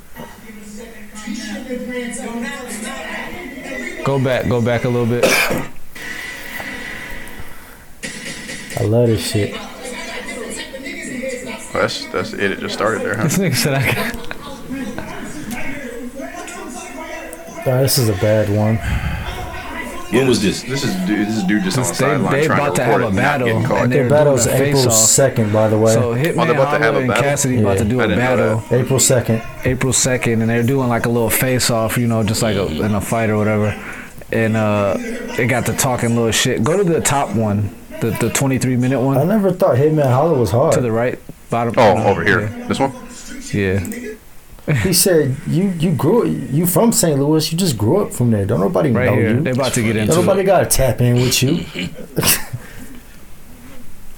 Go back. Go back a little bit. I love this shit. That's that's it. It just started there, huh? this nigga said I. Got, Ah, this is a bad one. When was this? This is dude, this is dude just on the Since they- sideline they trying about to to record have it, a not getting battle, caught. and Their They're battle's doing a April face-off. 2nd, by the way. So Hitman Oh, they're about to have Oliver a and battle? Cassidy Yeah. about to do I a didn't know battle April 2nd. April second, and they're doing like a little face off, you know, just like a, Mm. in a fight or whatever. And uh, they got the talking little shit. Go to the top one, the the twenty three minute I one never thought Hitman Holler was hard. to the right, bottom. Oh, over here. This one? Yeah. yeah. He said, "You you grew you from St. Louis. You just grew up from there. Don't nobody Right know here. Oh, you. They're about to get Don't into nobody it. got to tap in with you.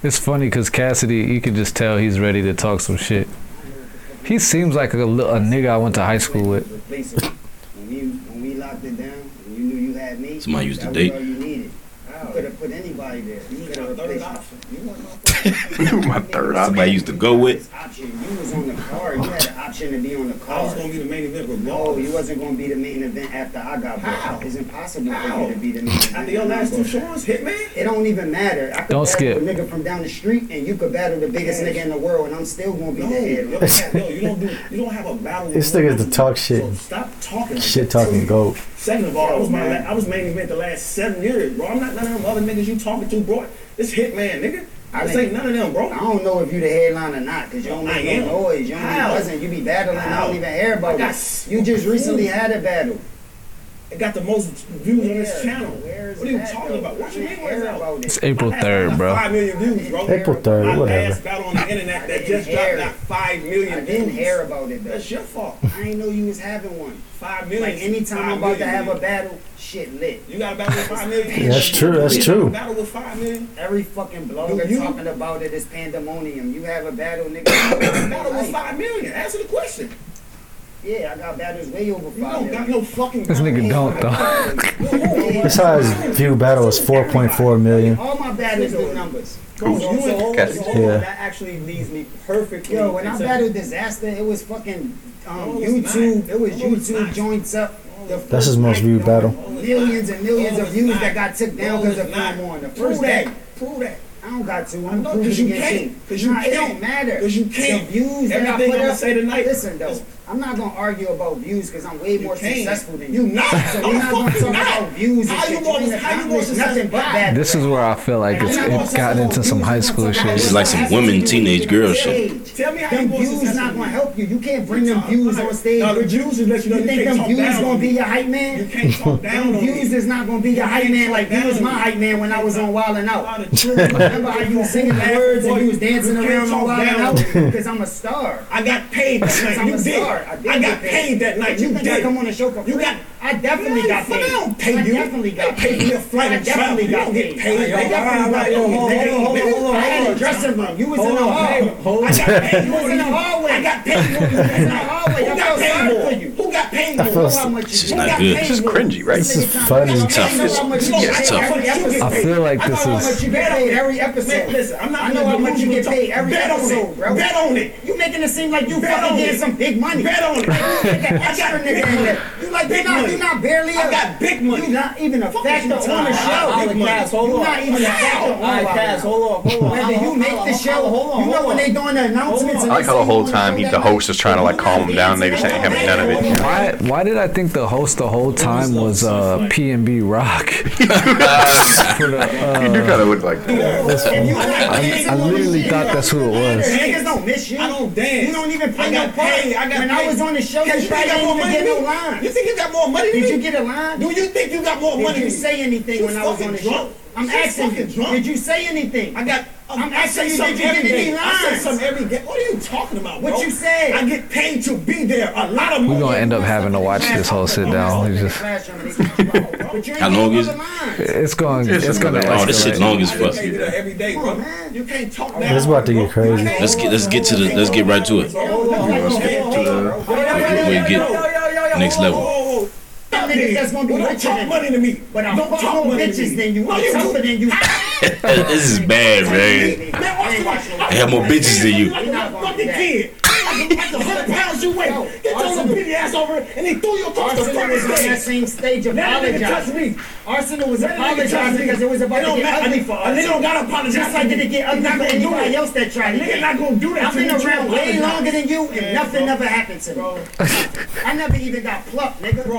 It's funny because Cassidy, you can just tell he's ready to talk some shit. He seems like a, li- a nigga I went to high school with. When we, when we locked it down, when you knew you had me. Somebody used to that date. was all you needed. You could have put anybody there. You could have replaced You weren't my *laughs* My third Somebody option. used to go with. option. You was on the card. You had an option to be on the card. I was gonna be the main event. No, you wasn't gonna be the main event after I got booked. It's impossible for you to be the main event. After your last two shows, Hitman. It don't even matter. I could Don't battle skip. a nigga from down the street, and you could battle the biggest nigga in the world, and I'm still gonna be *laughs* the head. No, you don't do. You don't have a battle. This nigga's the talk shit, Stop talking. shit talking goat. Second of all, I was my la- I was main event the last seven years, bro. I'm not none of them other niggas you talking to, bro. This hitman, nigga. I I this think- ain't none of them, bro. I don't know if you the headline or not, cause you don't I make am. no noise. You don't be How? buzzing. You be battling. I How? don't even hear about I got it. You just recently screwed. had a battle. It got the most views on this Where? channel. Where is What are you that, talking though? about? Watch your I didn't name hear out. about it. It's April third, bro. Five million views, bro. April third, My whatever. last battle on the internet I that didn't just hear dropped it. got five I million didn't views. hear about it though. That's your fault. I didn't know you was having one. Five million. Like anytime I'm Five about to million have a views. battle, shit lit. You got a battle with five million. That's true, that's You got a true. Battle with five million. Every fucking blogger You- you- talking about it is pandemonium. You have a battle, nigga. Battle with five million. Answer the question. Yeah, I got battles way over You five. don't got million. no fucking. This nigga don't though. This how his view battle is 4.4 million. All my battles do numbers. Bro, you and all Catch it. Yeah. that actually leads me perfectly. Yo, when I into- battled disaster, it was fucking um, No, it was YouTube. not. It was No, it was YouTube not. joints up. The That's first his most night, viewed yo, battle. Millions and millions No, of it's views not. that got took No, down because it's of Prime not. on the Prove first that. day. Prove that. I don't got to. I'm No, proof 'cause you against can't. 'Cause you Nah, it don't can't. matter. 'Cause you can't. The views that I Everything put I'ma up- say tonight Listen though, is- I'm not gonna argue about views because I'm way more can't. successful than You not. So we're not No, gonna fuck talk you not. about views and How shit. you more- You're gonna how you more accomplish nothing successful? but bad. This is where I feel like it's it got into some high school This is shit. like some women, teenage girl shit. Tell me how them you more views successful not than gonna me. help you. You can't bring them views on stage. No, the views is let you know You you think can't them talk views down gonna on be me. your hype You man? can't *laughs* talk down Them on views me. is not gonna be your hype man like you was my hype man when I was on Wild and Out. Remember how you was singing the words and you was dancing around on Wild and Out? Because I'm a star. I got paid that night. I'm You a did. star. I I, did got get paid. paid that night. You, You think did. I come on the show for You free? got. I definitely No, got but paid. I don't pay I you. definitely got They pay paid. for your flight I and travel. definitely You got don't get paid. paid. I Yo, definitely all got right, paid. yo, hold on, Nigga, hold on, nigga, hold on, I had hold a on. dressing room. You was Hold in the on, hallway. hold on, hold I got on. paid. You was in the hallway. I got paid more. You was in the hallway. I Who got felt paid sorry for more? you. Who got paid I more? feel Who s- got paid This is more? not Who got good. paid This is more? cringy, right? This is I funny. don't know how much you It's get paid tough. every I episode. feel like this I know is how much you get paid every episode. Man, listen, I'm not. I know how much you get paid every Bet on episode, it. bro. Bet on it. You making it seem like you Bet fucking on getting it. some big money. *laughs* Bet on it. I Extra got nigga in there. You like you're big not, money. you not barely. I a- got big money. You not even a Fuck factor you on talking the about. show. Big money. you not even a factor on the show. hold on, hold Whether you make the show, you know when they doing the announcements. on. and I like how they the say whole you on time he, show the that night, host is trying to like calm him down. They just ain't having none of it. Why why did I think the host the whole time was uh P and B Rock? For the, uh, You do kind of look like that. If you like dancing I on the literally shit, thought you that's who it don't- was. Niggas don't miss you. I don't dance. You don't even play I no got part. paid. I got when I paid. was on the show, you Cause you probably think I didn't got more even money get than no me? line. You think you got more money than Did you me? get a line? Do you think you got more money Did than you me? say anything You when I was on fucking the drunk? show? I'm You asking you. fucking drunk? Did you say anything? I got. I'm asking you, something did you get every any day. I say lines? something every day. What are you talking about? What bro? you said? I get paid to be there. A lot of We're money. gonna end up having to watch this whole sit down. It's just How How long is it? it's going It's it's gonna another- Oh, this shit escalate. long as I get fuck. paid to do that every day, Come on, bro. man. You can't talk down. It's about to get crazy. Let's get let's get to the let's get right to it. Let's get to the- We'll get next level. *laughs* Them niggas that's gonna be Don't richer talk than money to me. But I'm don't fuck talk more money to bitches me. than you. No, I'm you Ah! tougher don't. than you. This is bad, man. Man, watch the- I have more bitches than you. Like a fucking kid. Like a- like a hundred pounds was you waiting? Get your little bitty ass over here, and they threw you across the Arsenal was fucking on that stage. same stage Now they can touch apologizing. me. Arsenal was Let a nigga touch apologizing me. because it was They about don't to get matter. ugly for And they us. don't gotta apologize. Just like it did get ugly Not for gonna do anybody it. else that tried to Nigga get not gonna do that. I've to been you. You around way apologize. longer than you, and nothing ever happened to me. I never even got plucked, nigga. *laughs* Bro,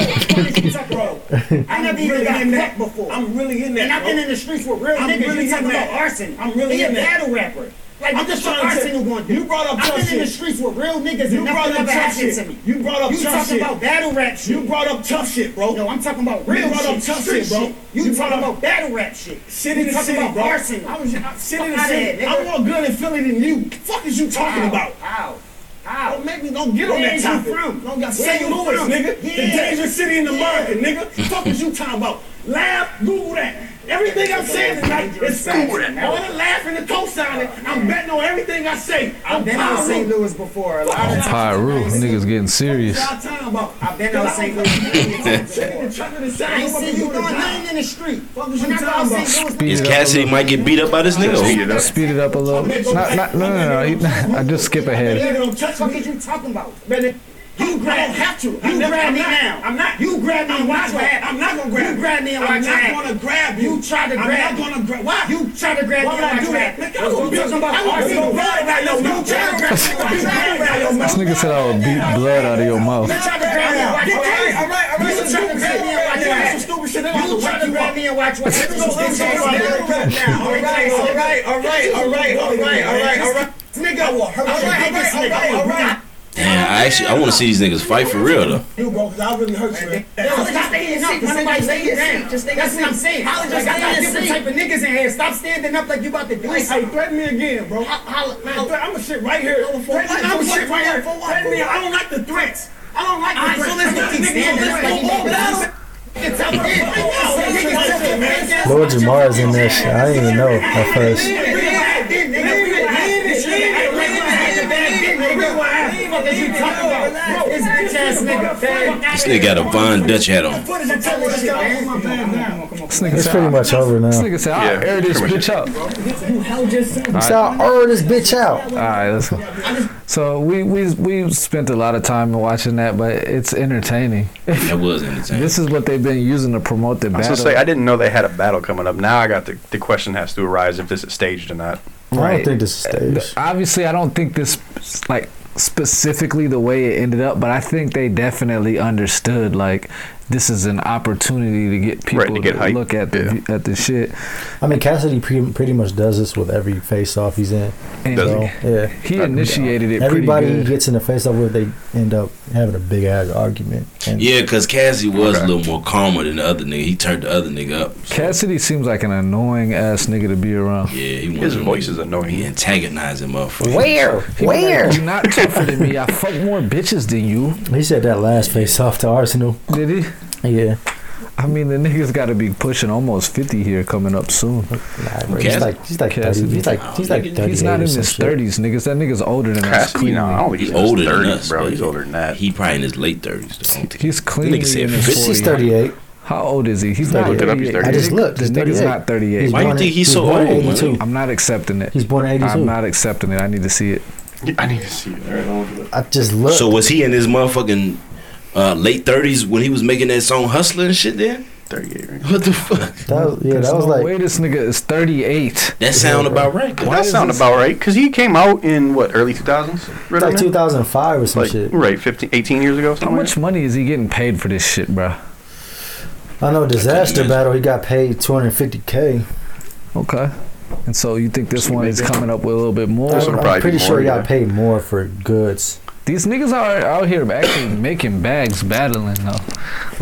bro. I never even really got in that. plucked before. I'm really in that. and I've been bro. in the streets with real I'm niggas. really you talking in about that. Arsenal? I'm really he in a that. battle rapper. Like I'm what the just fuck trying to say- Arsenal going to do? You brought up I've tough been in the shit. streets with real niggas, and You brought nothing up ever tough happened shit. to me. You brought up You tough talking shit. about battle rap shit? You brought up tough shit, bro. No, I'm talking about real You brought shit. up tough street shit, bro. You, You brought talking up- about battle rap shit. Shit you in the talking city, about bro. arson. I was I'm shit in the Fuck outta city. here, nigga. I'm more good in Philly than you. Fuck is you talking Ow, about? Ow. Ow. Don't make me. Don't get on Where that is you topic. from? Don't got Where St. you Louis, from? nigga. The Yeah. dangerous city in America, nigga. Fuck is you talking about? Laugh. Google that. Everything I'm saying tonight is Google facts. that. All the laughing and co-signing. I'm betting on everything I say. I'm I've been in St. Pyro. Louis before. A lot On of times. Pyro, niggas getting serious. Y'all talking about? I've been in St. Louis Sitting and before. trying to decide I ain't what seen to you do doing tonight. nothing in the street. Fuck is you When I go talking to St. about? Louis, Speed Is it up. Cassidy might get beat up by this nigga? Speed it or- up. Speed it up a little. Not, not, no, no, no, no. *laughs* I just skip ahead. Nigga, don't touch fuck me. is you talking about? Man, You grab, I don't have to. You I never- grab I'm me not, now. I'm not. You grab me I'm and watch not what gonna- happens. I'm not gonna grab You grab me and I'm watch what not happens. gonna grab you. You try to I'm grab not me. gonna grab. Why? You try to grab Why me would I and do watch that? what Nigga, I happens. would be You talking about I would be Arsenal? blood out your You mouth. try to grab me and watch You what grab me out your happens. mouth. This nigga said I would beat blood out of your mouth. You try to grab me and watch what happens. All right, all You right, let's try do to this. grab me and watch Yeah, what some happens. stupid shit. You They gonna try whack to you grab up. me and watch what happens. Let's This go, let's go, nigga let's go. right now. All right, all right, all right, all right, all right, all right, all right. Nigga, I will hurt you. This nigga, I will knock Damn, I actually I want to see these niggas fight for real though. You, bro, 'cause I really hurt you. man. No, stop standing up. Somebody lay you down. Just That's what I'm saying. Holla, just like, I got different type of niggas in here. Stop standing up like you about to do Hey, something. threaten me again, bro. Holla, I'm holla. gonna sit right here. I'm what? gonna For what? sit right here. For what? Threaten me. For what? I don't like the threats. I don't like All right, the so threats. let's not keep standing up like you about to do something. Lord Jamar's in that shit. I didn't even know at first. This nigga got a Von Dutch hat on. What is it telling us, man? This nigga It's said, pretty I- much over this now. nigga said, I'll Yeah, air this pretty much bitch up. So I ordered this bitch out. All right, let's go. So we we we spent a lot of time watching that, but it's entertaining. That was entertaining. This is what they've been using to promote the I was battle. gonna say I didn't know they had a battle coming up. Now I got the the question has to arise if this is staged or not. I Right. don't think this is staged. Obviously, I don't think this like specifically the way it ended up, but I think they definitely understood like this is an opportunity to get people Right, to get hype. look at the at the shit. I mean, Cassidy pre- pretty much does this with every face off he's in. And Does So, he, yeah. he initiated it Everybody he pretty good. gets in a face off with, they end up having a big ass argument. And Yeah, because Cassie was Okay. a little more calmer than the other nigga. He turned the other nigga up. so- Cassidy seems like an annoying ass nigga to be around. Yeah, he His wasn't- voice is annoying. He antagonizing motherfucker. He be like, You're not tougher than me. I fuck more bitches than you. He said that last face off to Arsenal. Did he? Yeah. I mean, the nigga's got to be pushing almost 50 here coming up soon. Nah, bro, Cassidy? he's like he's like Cassidy? 30, he's like he's like He's thirty. He's not in his 30s, niggas. That nigga's older than us. Cassidy, no, I Cleanly. don't think He's he's, in older his 30s, than us, bro. but He's he- older than that. He probably in his late thirties. though. *laughs* He's cleanly Nigga said in his 50. He's 40s. thirty eight. How old is he? He's I not looked it 38. up, he's 38. I just looked. The He's nigga's 38. not 38. He's Why you born think in- he's so born in old, man? 82. I'm not accepting it. He's born in eighty I'm two. not accepting it. I need to see it. I need to see it. I just looked. So was he in his motherfucking uh, late thirties when he was making that song "Hustler" and shit? Then *laughs* 38. Right? what the fuck? that was, yeah, There's that was no like way this nigga is 38. That sound about right. though. Why That is sound this- about right because he came out in what early 2000s, it's Ritter like Man? two thousand five or some Like, shit. right, 15, 18 years ago. How Something much money is he getting paid for this shit, bruh? I know disaster imagine. battle. He got paid two hundred fifty k. Okay. And so you think this So one is maybe- coming up with a little bit more? That's what I'm probably pretty more, sure he yeah. got paid more for goods. These niggas are out here actually making bags battling though.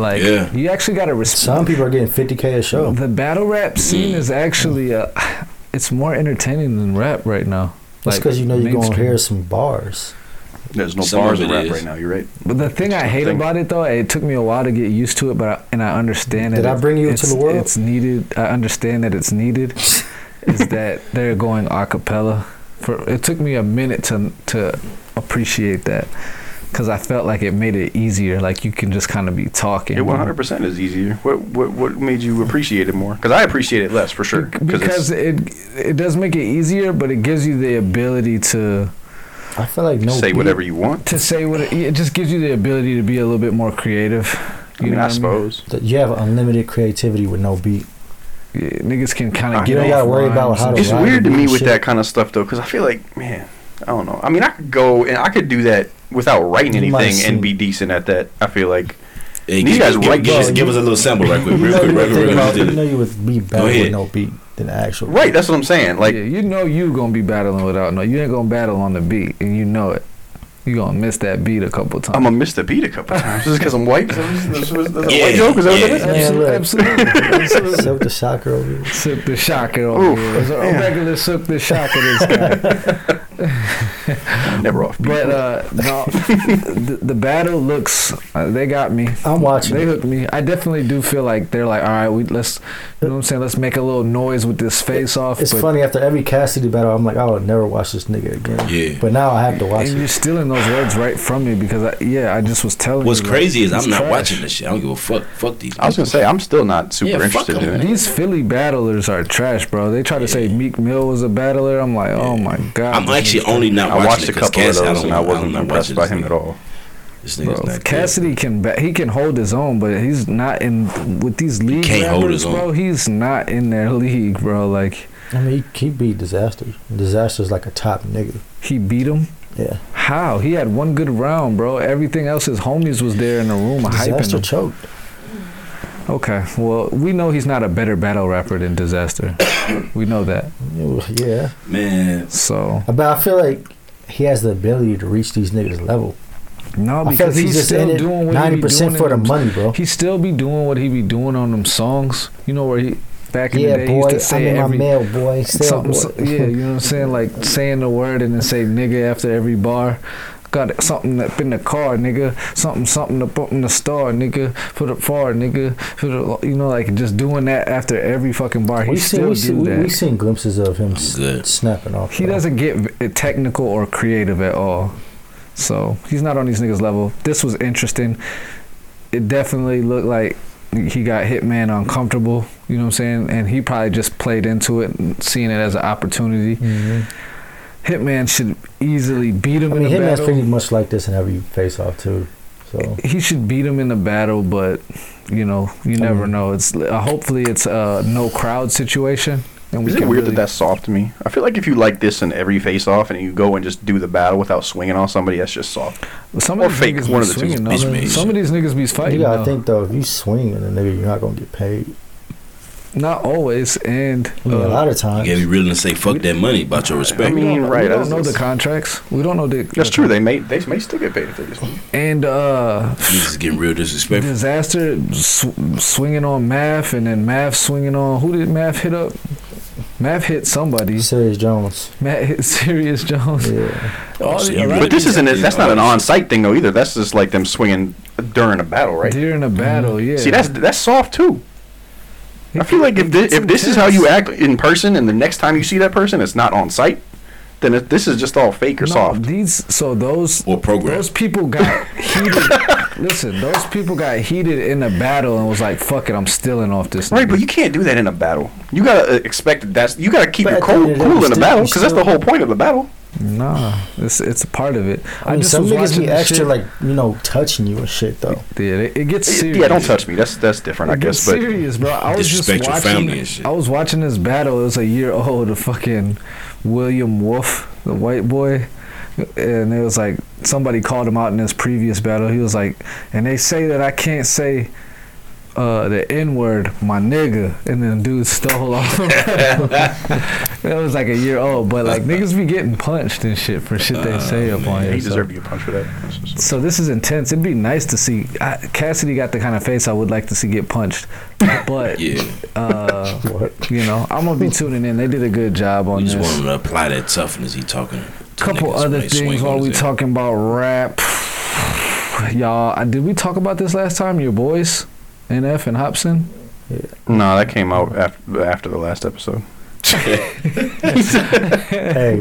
Like Yeah. you actually gotta respect Some people are getting fifty k a show. the battle rap scene is actually uh, it's more entertaining than rap right now. That's because you know you're gonna mainstream. hear some bars. like There's no Some bars of in it rap is. right now. You're right. But the thing I hate Thing. about it though, it took me a while to get used to it, but I, and I understand Did that I bring you it's- into the world? It's needed. I understand that it's *laughs* needed. is that they're going a cappella? For it took me a minute to to appreciate that because I felt like it made it easier. Like you can just kind of be talking. It 100 percent is easier. What what what made you appreciate it more? Because I appreciate it less for sure. Because it's- it it does make it easier, but it gives you the ability to I feel like no. say beat- whatever you want. to say what it, it just gives you the ability to be a little bit more creative. I mean, know I what suppose. that You have unlimited creativity with no beat. Yeah, niggas can kind I of get. don't off gotta worry about rhymes how and to It's rhyme weird to and me do with shit. that kind of stuff though, because I feel like, man, I don't know. I mean, I could go and I could do that without writing You might anything and see. be decent at that. I feel like Hey, These give- guys give- right- give, us- give us a little sample right quick, You *laughs* real know, quick, you right quick, think real about- quick. you Just know did you would be better ahead. with no beat than the actual. right. That's what I'm saying. Like yeah, you know you gonna be battling without no. You ain't gonna battle on the beat, and you know it. You gonna miss that beat a couple times. I'm gonna miss the beat a couple times just because I'm white. That's that's- that's a Yeah, white joke. Is that what yeah. that is? Man, Absolutely, look. *laughs* absolutely. absolutely. Except the shocker over here. Sook the shocker over Oof, here. It's a regular sook the shocker this *laughs* guy. Never off beat. But uh, no, the, the battle looks. Uh, they got me. I'm watching. They it. hooked me. I definitely do feel like they're like, all right, we let's. You know what I'm saying? Let's make a little noise with this face off. It's but- funny after every Cassidy battle, I'm like, I would never watch this nigga again. Yeah. But now I have to watch And you're it. stealing those words right from me because I, yeah, I just was telling What's you. crazy is it's I'm not trash. watching this shit. I don't give a fuck. Fuck these. I was gonna niggas. say I'm still not super Yeah, fuck interested in 'em. it. These Philly battlers are trash, bro. They try to say Meek Mill was a battler. I'm like, oh my god. I'm this actually nigga- only not I watched watching a it 'cause couple of Cassidy- those don't and I want- wasn't don't impressed by watch this him nigga. at all. This Bro, nigga's not Cassidy can ba- he can hold his own, but he's not in with these league can't hold rappers, his own. bro. He's not in their league, bro. Like I mean, he, he beat Disaster. Disaster's like a top nigga. he beat him. Yeah. How he had one good round, bro. Everything else, his homies was there in the room hyping Disaster him. choked. Okay, well we know he's not a better battle rapper than *coughs* Disaster. we know that. Yeah. good. Man, So But I feel like he has the ability to reach these niggas' level. no, I feel because like he's he's, just in still it doing what he be 90% doing for the in them- money, *laughs* bro. He still be doing what he be doing on them songs. You know where he back in the Yeah, day he used boy. to I say mean, my every male boy. Sale something. boy. so- yeah, you know what I'm saying? Like saying the word and then say nigga after every bar. Got it- something up in the car, nigga. Something, something up up in the star, nigga. For the far, nigga. For the, you know, like just doing that after every fucking bar. He *laughs* we seen, still we, do seen, we, that. we seen glimpses of him s- good. snapping off. He bro. doesn't get v- technical or creative at all. So he's not on these niggas' level. This was interesting. It definitely looked like he got Hitman uncomfortable, you know what I'm saying? And he probably just played into it and seeing it as an opportunity. Mhm. Hitman should easily beat him I mean, in a Hitman's battle. pretty much like this in every face off, too. So. he should beat him in a battle, but you know, you never mean- know. It's uh, hopefully it's a no crowd situation, and we Is it can weird really- that that's soft to me? I feel like if you like this in every face off and you go and just do the battle without swinging on somebody, that's just soft. some or of these fake, niggas one be of the two. swinging, though. Bitch made Some of these shit. niggas be fighting. you gotta though. think though, if you swing at a nigga, you're not gonna get paid. Not always, and I mean, uh, a lot of You times. gotta be willing to say fuck that money about your respect. I we mean, don't- right, We that's- don't know the contracts. We don't know the. That's true. They may they may still get paid if they just want. And uh, Niggas is getting real disrespectful. disaster sw- swinging on Math, and then Math swinging on who did Math hit up? Math hit somebody. Serious Jones. Matt hit *laughs* Sirius Jones. Yeah. All So the- you a lot really of But this Yeah, isn't. A, yeah. that's not an on-site thing though either. That's just like them swinging during a battle, right? During a battle, Mm-hmm. yeah. See, that's that's soft too. I feel like if this, if this is how you act in person, and the next time you see that person, it's not on site, then it, this is just all fake or No, soft. These so those Or program. Those people got heated. *laughs* Listen, those people got heated in a battle and was like, "Fuck it, I'm stealing off this." Right, nigga." but you can't do that in a battle. You gotta uh, expect that that's you gotta keep But your at the end of cool, the day, cool you in a still- battle you because that's the still- whole point of the battle. Nah, it's it's a part of it. I mean, some was niggas watching be this extra shit. like you know touching you and shit though. yeah, it, it gets serious. Yeah, don't touch me. That's that's different, I It gets guess. But serious, bro. I was just Disrespect your family watching. and shit. I was watching this battle. It was a year old. The fucking William Wolf, the white boy, and it was like somebody called him out in his previous battle. He was like, and they say that I can't say. Uh, the N word, my nigga, and then dude stole off. *laughs* that was like a year old, but like niggas be getting punched and shit for shit they say up on yeah, here. Uh, he so- deserved to get punched for that. so this is intense. It'd be nice to see. I, Cassidy got the kind of face I would like to see get punched, but *laughs* Yeah, uh, *laughs* What? you know, I'm gonna be tuning in. They did a good job we on just this. want him to apply that toughness. He talking. to Couple niggas other when they things swing while on we his ass. talking about rap, *sighs* y'all. I, did we talk about this last time? Your boys, NF and Hobson. No, that came out after, after the last episode. hey,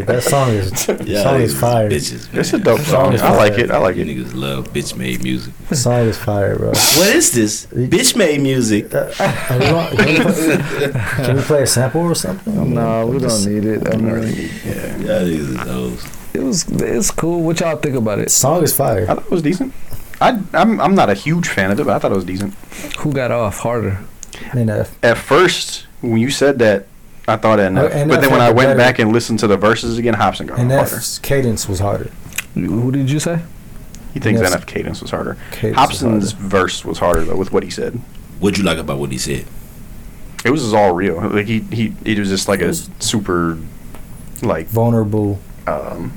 that song is Yeah, song niggas is is fire. Bitches, It's a man. dope song song. is I like fire. it. I like it. Niggas love bitch made music. Song is fire, bro. What is this? Bitch made music. Uh, uh, you want- can, we play, can Oh, we play a sample or something? I mean, No, we I'm don't just- need it. I mean, Yeah, niggas is those. it was it's cool. What y'all think about it? Song is I fire. thought it was decent. I, I'm, I'm not a huge fan of it, but I thought it was decent. Who got off harder? I mean, uh, At first, when you said that, I thought that, enough. and but that then when I felt went better. back and listened to the verses again, Hobson got and harder. that cadence was harder. Who did you say? He thinks that's- NF cadence was harder. Cadence was Hobson's verse was harder though, with what he said. What'd you like about what he said? It was just all real. Like he, he, it was just like a super, like Vulnerable. um.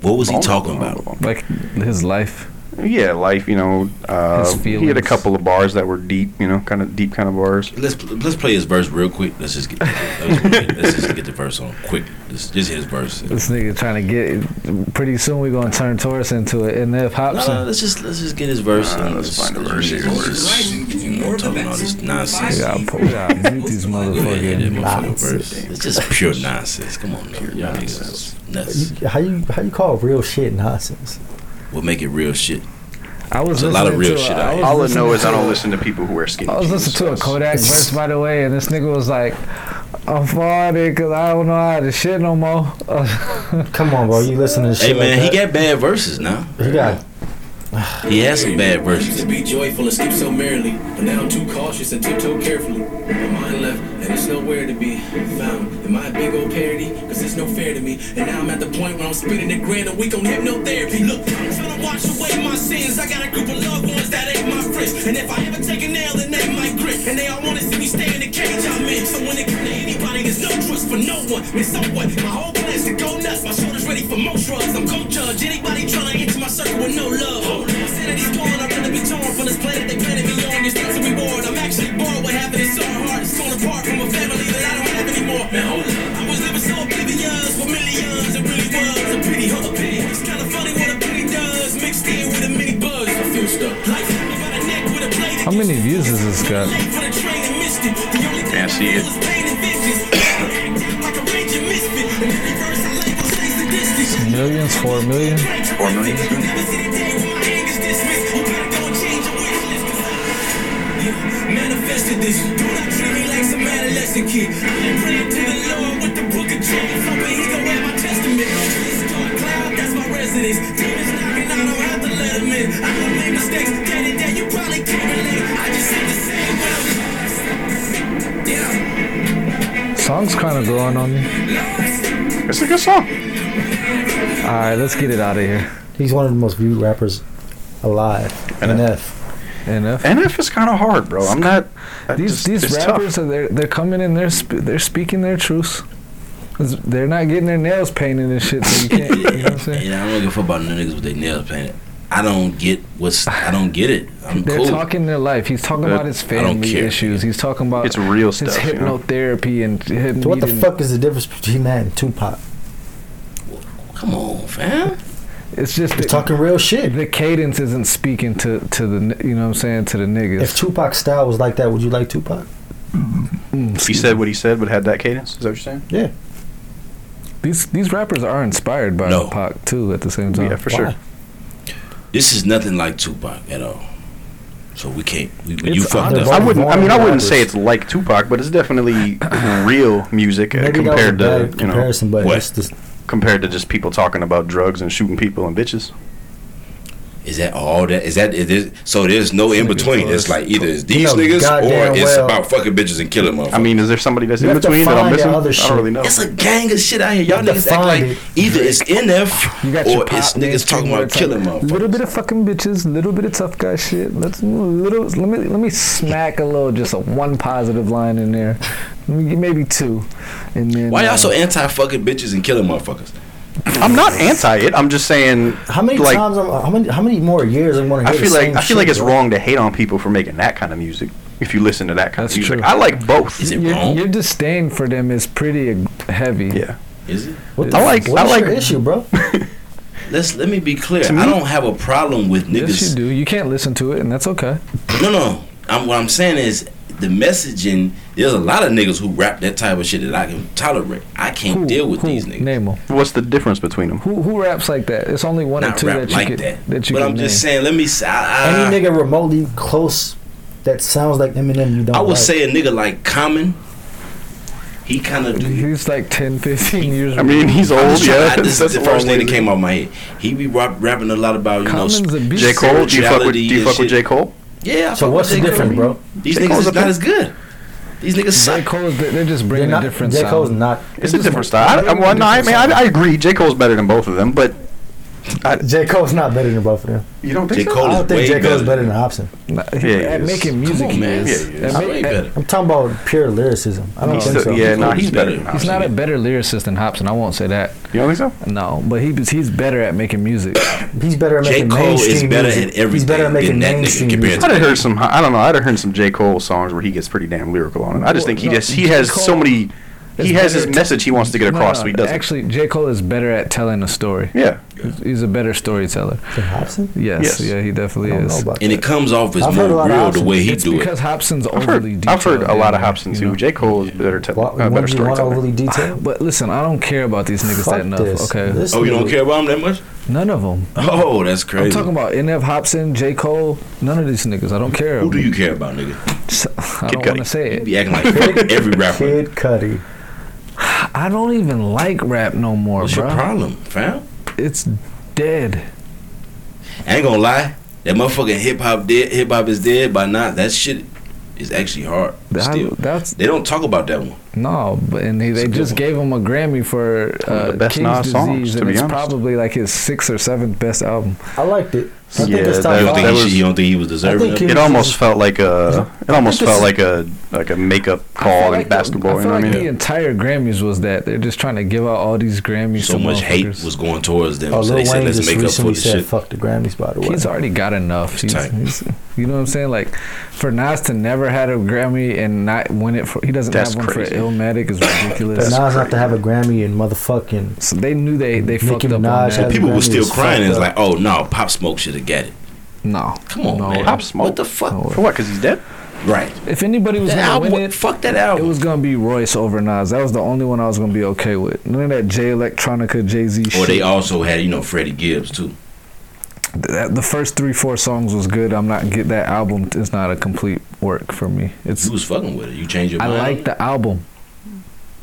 What was he vulnerable, talking about? vulnerable. Like his life. Yeah, life. You know, uh, His he had a feelings. couple of bars that were deep. You know, kind of deep kind of bars. Let's let's play his verse real quick. Let's just get let's, let's just get the verse on quick. Just, just his verse. No, This nigga trying to get. Pretty soon we gonna turn Taurus into an NF no, Hobson. let's just let's just get his verse. Uh, and let's find a verse here. let's- You know, talking all this nonsense. We gotta, pu- we gotta mute these Go ahead, hit that motherfucking. motherfucker nonsense. verse. It's just pure nonsense. Come on, pure y'all niggas is nuts. You, how you how you call real shit nonsense? We'll make it real shit. I was There's a lot of listening real to shit a- out here. All I listening know is to I a- don't listen to people who wear skinny I was jeans. listening to a so- Kodak verse, by the way, and this nigga was like, I'm farted because I don't know how to shit no more. *laughs* Come on, bro. You listen to Hey shit man, like he got bad verses now. that? He got He has some bad verses. To be joyful and skip so merrily, but now I'm too cautious and tiptoe carefully. My mind left, and it's nowhere to be found. Am I a big old parody? Cause it's no fair to me. And now I'm at the point where I'm spending a grand a week on hypnotherapy. Look, I'm trying to wash away my sins. I got a group of loved ones that ain't my friends. And if I ever take a nail, then they might grit. And they all wanna see me stay in the cage I'm in. So when it comes to anybody, there's no trust for no one. And so what? My whole plan's to go nuts. My shoulders ready for more drugs. I'm gon' judge anybody trying to enter my circle with no love. Sanity's gone, I'd rather be torn from this planet they planted me on. There's nothing to reward. I'm actually bored. What happened is so hard. It's torn apart from a family that I don't have anymore. Man, hold up. I was living so oblivious for millions. It really was a pity, huh? A pity. It's kinda funny what a pity does. Mixed in with a mini buzz. I feel stuck. Life hanging by the neck with a blade How many views has this got? Can't see it. Millions, four million? Four million. Manifested this. Do not treat me like some adolescent kid. I'm praying to the Lord with the book of James, hoping he can wear my testament. This dark cloud, that's my residence. Demons knocking, I don't have to let 'em in. I don't make mistakes. Day to day, you probably can't relate. I just ain't the same. when I'm- Yeah. Song's kind of growing on me. It's a good song. Alright, let's get it out of here. he's one of the most viewed rappers alive. NF. NF. NF is kind of hard, bro. I'm not. I These just- these it's rappers, are, they're, they're coming in, they're, sp- they're speaking their truths. It's- They're not getting their nails painted and shit, so you can't, you know what I'm saying? And I don't give a fuck about no niggas with their nails painted. I don't get what's. I don't get it. I'm They're cool. talking their life. He's talking That- about his I don't family care. issues. He's talking about It's real his stuff, you know? hypnotherapy and him So what the needing- fuck is the difference between that and Tupac? Come on, fam. It's just He's that talking real shit. the cadence isn't speaking to to the n- you know what I'm saying to the If niggas. Tupac's style was like that, would you like Tupac? Mm, tough. He said what he said, but had that cadence. Is that what you're saying? Yeah. These these rappers are inspired by No. Pac too at the same time. yeah, for Why? sure. This is nothing like Tupac at all. So we can't. We, you It's fucked honest. up. I wouldn't. I mean, I vulnerable wouldn't say rappers. it's like Tupac, but it's definitely *coughs* real music uh, Maybe that was a compared to bad you know comparison, but what? it's just compared to just people talking about drugs and shooting people and bitches. Is that all that? Is that? Is this, so there's no in between. It's like either it's these know niggas goddamn or it's well- about fucking bitches and killing motherfuckers. I mean, is there somebody that's You in have to between that I'm find the missing? other I shit. don't really know. it's a gang of shit out here. Y'all You have to niggas act like find it. either it's NF You got or your it's pop niggas talking about killing A motherfuckers. Little bit of fucking bitches, little bit of tough guy shit. Let's little let me let me smack a little just a one positive line in there, Maybe- maybe two, and then Why uh, y'all so anti fucking bitches and killing motherfuckers? I'm not anti it. I'm just saying. how many like, times? I'm, how many? How many more years I'm going to I hear feel the like same I feel like shit, it's bro? wrong to hate on people for making that kind of music. If you listen to that kind That's of music, true. I like both. Is it your, wrong? your disdain for them is pretty ag- heavy. Yeah. Is it? What I like- What's I like- your issue, bro? Let's let me be clear. To me- I don't have a problem with Yes, you niggas. do. You can't listen to it, and that's okay. No, no. I'm, what I'm saying is the messaging. There's a lot of niggas who rap that type of shit that I can tolerate. I can't deal with who, these niggas. Name 'em. What's the difference between them? Who who raps like that? It's only one or Not two rap that you like could that. that you could but I'm just name. saying. Let me. s- I, Uh, I, Any nigga remotely close that sounds like Eminem, you don't. I would like. say a nigga like Common. He kind of do. He's like 10, 15 years I mean, he's I'm old. just trying- Yeah, I- this is that's the a first long thing that way. came out of my head. He be rap, rapping a lot about you Collins know a sp- beast. J. Cole, do you fuck with, do you spirituality fuck with and J. Cole? shit. Yeah. I So fuck what's with the J. difference, Cole. bro? These J. niggas Cole's is up not there. as good. These niggas J. suck. Cole's, they- they're just They're bringing not, a different J. sound. Cole's not. It's a different style. I, I, well, no, I mean, I, I agree. J. Cole's better than both of them, but J. Cole's not better than both of them. you don't J. think so? Cole I is don't think way J. Cole's better. better than Hobson. Nah, he at is. making Come music, on, he man. is. Yeah, At he is. ma- Way at- better. I'm talking about pure lyricism. I don't He's think still- so. yeah, no, Cole's he's better. better. than He's Hobson. not a better lyricist than Hobson. I won't say that. You don't think so? No, but he was- he's better at making music. He's better at J. making Cole is mainstream better music. at everything He's better at than making that nigga mainstream compared music. to- I'd have heard some. I don't know. I'd have heard some J. Cole songs where he gets pretty damn lyrical on it. I just think he Well, no, just he J. has so Cole many. is He has his better- message he wants to get No, across, no, so he doesn't. Actually, J. Cole is better at telling a story. yeah, He's- He's a better storyteller. Than Hobson? Yes, Yes. yeah, he I definitely don't know is. about And that. it comes off as I've heard a more lot of real the options. way he it's do because it. Hobson's I've overly heard. detailed. I've heard a lot of and, Hobson you too. know. Ah, J. Cole is better. Te- Why- uh, wouldn't you better want *laughs* storyteller. overly detailed? But listen, I don't care about these niggas that enough. this. Okay, This Oh, you don't nigga- care about him that much? none of them. Oh, that's I'm crazy. talking about NF Hobson, J. Cole, none of these niggas. I don't care. Who do you care about, nigga? I Kid don't Cudi. want to say You it. be acting like fuck *laughs* every rapper. Kid Cudi. I don't even like rap no more, What's your bro. problem, fam? It's dead. I ain't gonna lie. That motherfucking hip hop dead. Hip hop is dead by now. That shit is actually hard. That- Still, that's they don't talk about that one. no, but and he, It's a they good just one. gave him a Grammy for One of uh, the best King's Nas Disease, songs, to and be it's honest. probably like his sixth or seventh best album. I liked it. I think Yeah, it's top that You don't was- think five. he, was- should- you don't think he was deserving of think it? he- It almost felt like a. It almost this felt is- like a like a makeup I feel call in like the- basketball. I You feel know what like I the mean? entire Grammys was that they're just trying to give out all these Grammys. So to much hate motherfuckers. was going towards them. Oh, so Lil they said, Wayne let's just make up for recently the said, shit. "Fuck the Grammys." By the way, He's already got enough. He's, tight. he's, you know what I'm saying? Like, for Nas to never had a Grammy and not win it for, he doesn't That's have one crazy. for Illmatic is But ridiculous. Nas have to have a Grammy and motherfucking. so they knew they they Nicki fucked up on Minaj that. had- People were Grammy still was crying. fucked It's up. like, oh no, Pop Smoke should have got it. no, Come on, no. man. Pop Smoke? What the fuck? No. For what? Because he's dead. Right. If anybody was That gonna album. win it, fuck that it album. was gonna be Royce over Nas. That was the only one I was gonna be okay with. None of that J Electronica, Jay Z or shit. *laughs* they also had you know Freddie Gibbs too. that, the first three four songs was good. I'm not get that album is not a complete work for me. It's You was fucking with it. You changed your I mind. like the album,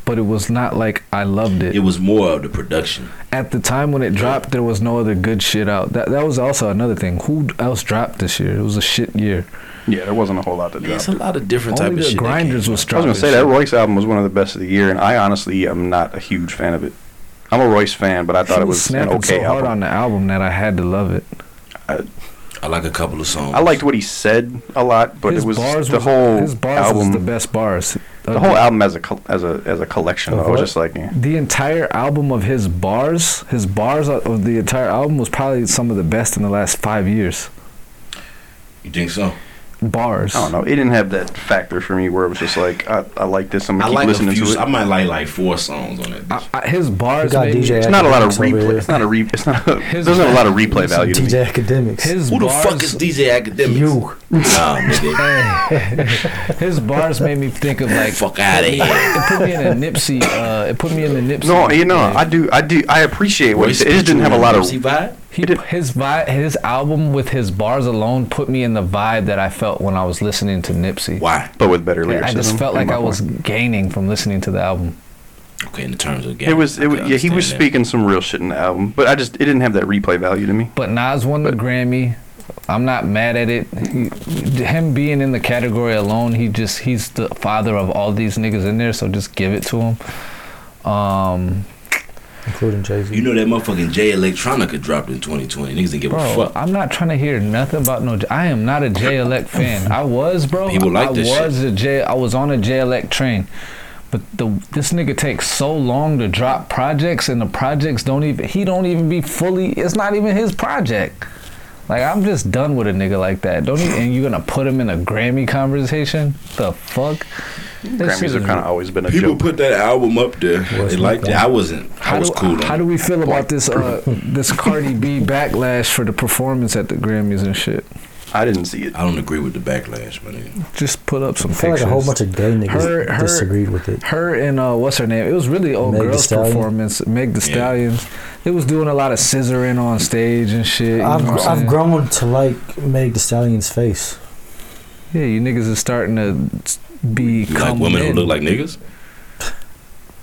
but it was not like I loved it. It was more of the production. At the time when it dropped, there was no other good shit out. That that was also another thing. Who else dropped this year? It was a shit year. Yeah, there wasn't a whole lot to drop. It's a lot of different type Only of the shit. that grinders was came out. I was dropping. gonna say that shit. Royce album was one of the best of the year, and I honestly am not a huge fan of it. I'm a Royce fan, but I thought He it was an snapping okay so hard album. on the album that I had to love it. I like a couple of songs. I liked what he said a lot, but his it was bars the was- whole his bars album. was the best bars. Uh, the whole album as a col- as a as a collection. Of I was what? just like, eh. the entire album of his bars, his bars of the entire album was probably some of the best in the last five years. You think so? Bars. I don't know. It didn't have that factor for me where it was just like, I, I like this. I'm I gonna keep like a listening to few. it. I might like like four songs on that. I, I, his bars. got made me- DJ it's not a lot of Academics over replay. here. It's not a re. It's not. A, His- there's not *laughs* a lot of replay Some value to me. DJ academics. His Who the bars, fuck is DJ Academics? you. Nah, *laughs* nigga. His bars made me think of like. fuck out of here. it put me in a Nipsey. Uh, it put me in the Nipsey. No, you know, thing. I do. I do. I appreciate what he said. It just didn't have a lot of. Nipsey vibe. He, his vibe, his album with his bars alone put me in the vibe that I felt when I was listening to Nipsey. Why? But with better I lyricism. just felt in like my I was point. gaining from listening to the album. Okay, in the terms of game. It was. I It was. can Yeah, he was understand speaking some real shit in the album, but I just it didn't have that replay value to me. But Nas won the Grammy. I'm not mad at it. He, him being in the category alone, he just he's the father of all these niggas in there. So just give it to him. Um, including Jay that. Z. You know that motherfucking J Electronica dropped in 2020. Niggas didn't give a bro, fuck. I'm not trying to hear nothing about no. J- I am not a J Elect fan. I was, bro. People like I this shit. was a J. I was on a J Elect train. But the this nigga takes so long to drop projects, and the projects don't even he don't even be fully. It's not even his project. Like I'm just done with a nigga like that. Don't you, and you gonna put him in a Grammy conversation? The fuck? This shit Grammys have is- kind of always been a joke. put that album up there. They liked it. I wasn't. I was do, cool. How on do it. we feel about this uh, this Cardi B backlash for the performance at the Grammys and shit? I didn't see it. I don't agree with the backlash, my nigga. Just put up some I feel pictures. like a whole bunch of gay niggas Her- her- disagreed with it. her and uh, what's her name? It was really old Meg Thee girls' Stallion? performance. Meg the Yeah. Stallion. It was doing a lot of scissoring on stage and shit. you I've, know what I'm I've saying? grown to like Meg The Stallion's face. Yeah, you niggas is starting to be You like women who look like niggas?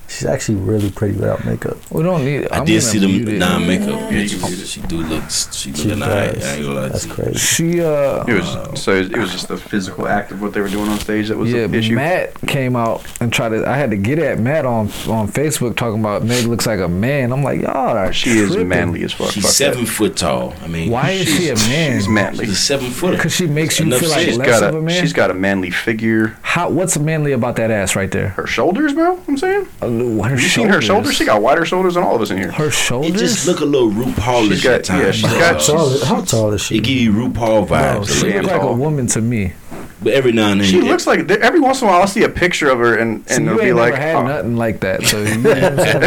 She's actually really pretty without makeup. We don't need. I I'm did gonna see mute them it. non makeup. Yeah, you She, can mute it. she do look. She She looking alright. I ain't gonna lie. does. That's to you. crazy. She uh. It was so it was just the physical act of what they were doing on stage that was yeah, the issue. Matt came out and tried to. I had to get at Matt on on Facebook talking about Meg looks like a man. I'm like, y'all are She is tripping. manly as fuck. She's fuck that. seven foot tall. I mean, Why is she a man? She's manly. She's a seven footer. Cause she makes you Enough feel like said. She's less got of a a man. she's got a manly figure. How? What's manly about that ass right there? Her shoulders, bro. I'm saying. Uh, Her Have you seen her shoulders? She got wider shoulders than all of us in here. her It shoulders. just look a little She's RuPaulish got- at times. yeah, she's you know? got- How tall, is, Oh, how tall is It she? give you RuPaul vibes. no, a Oh, she look little damn bit. like a tall. woman to me. but every now and then, She it- looks like every once in a while I'll see a picture of her and See, and you it'll ain't be never like had oh. nothing like that. So you,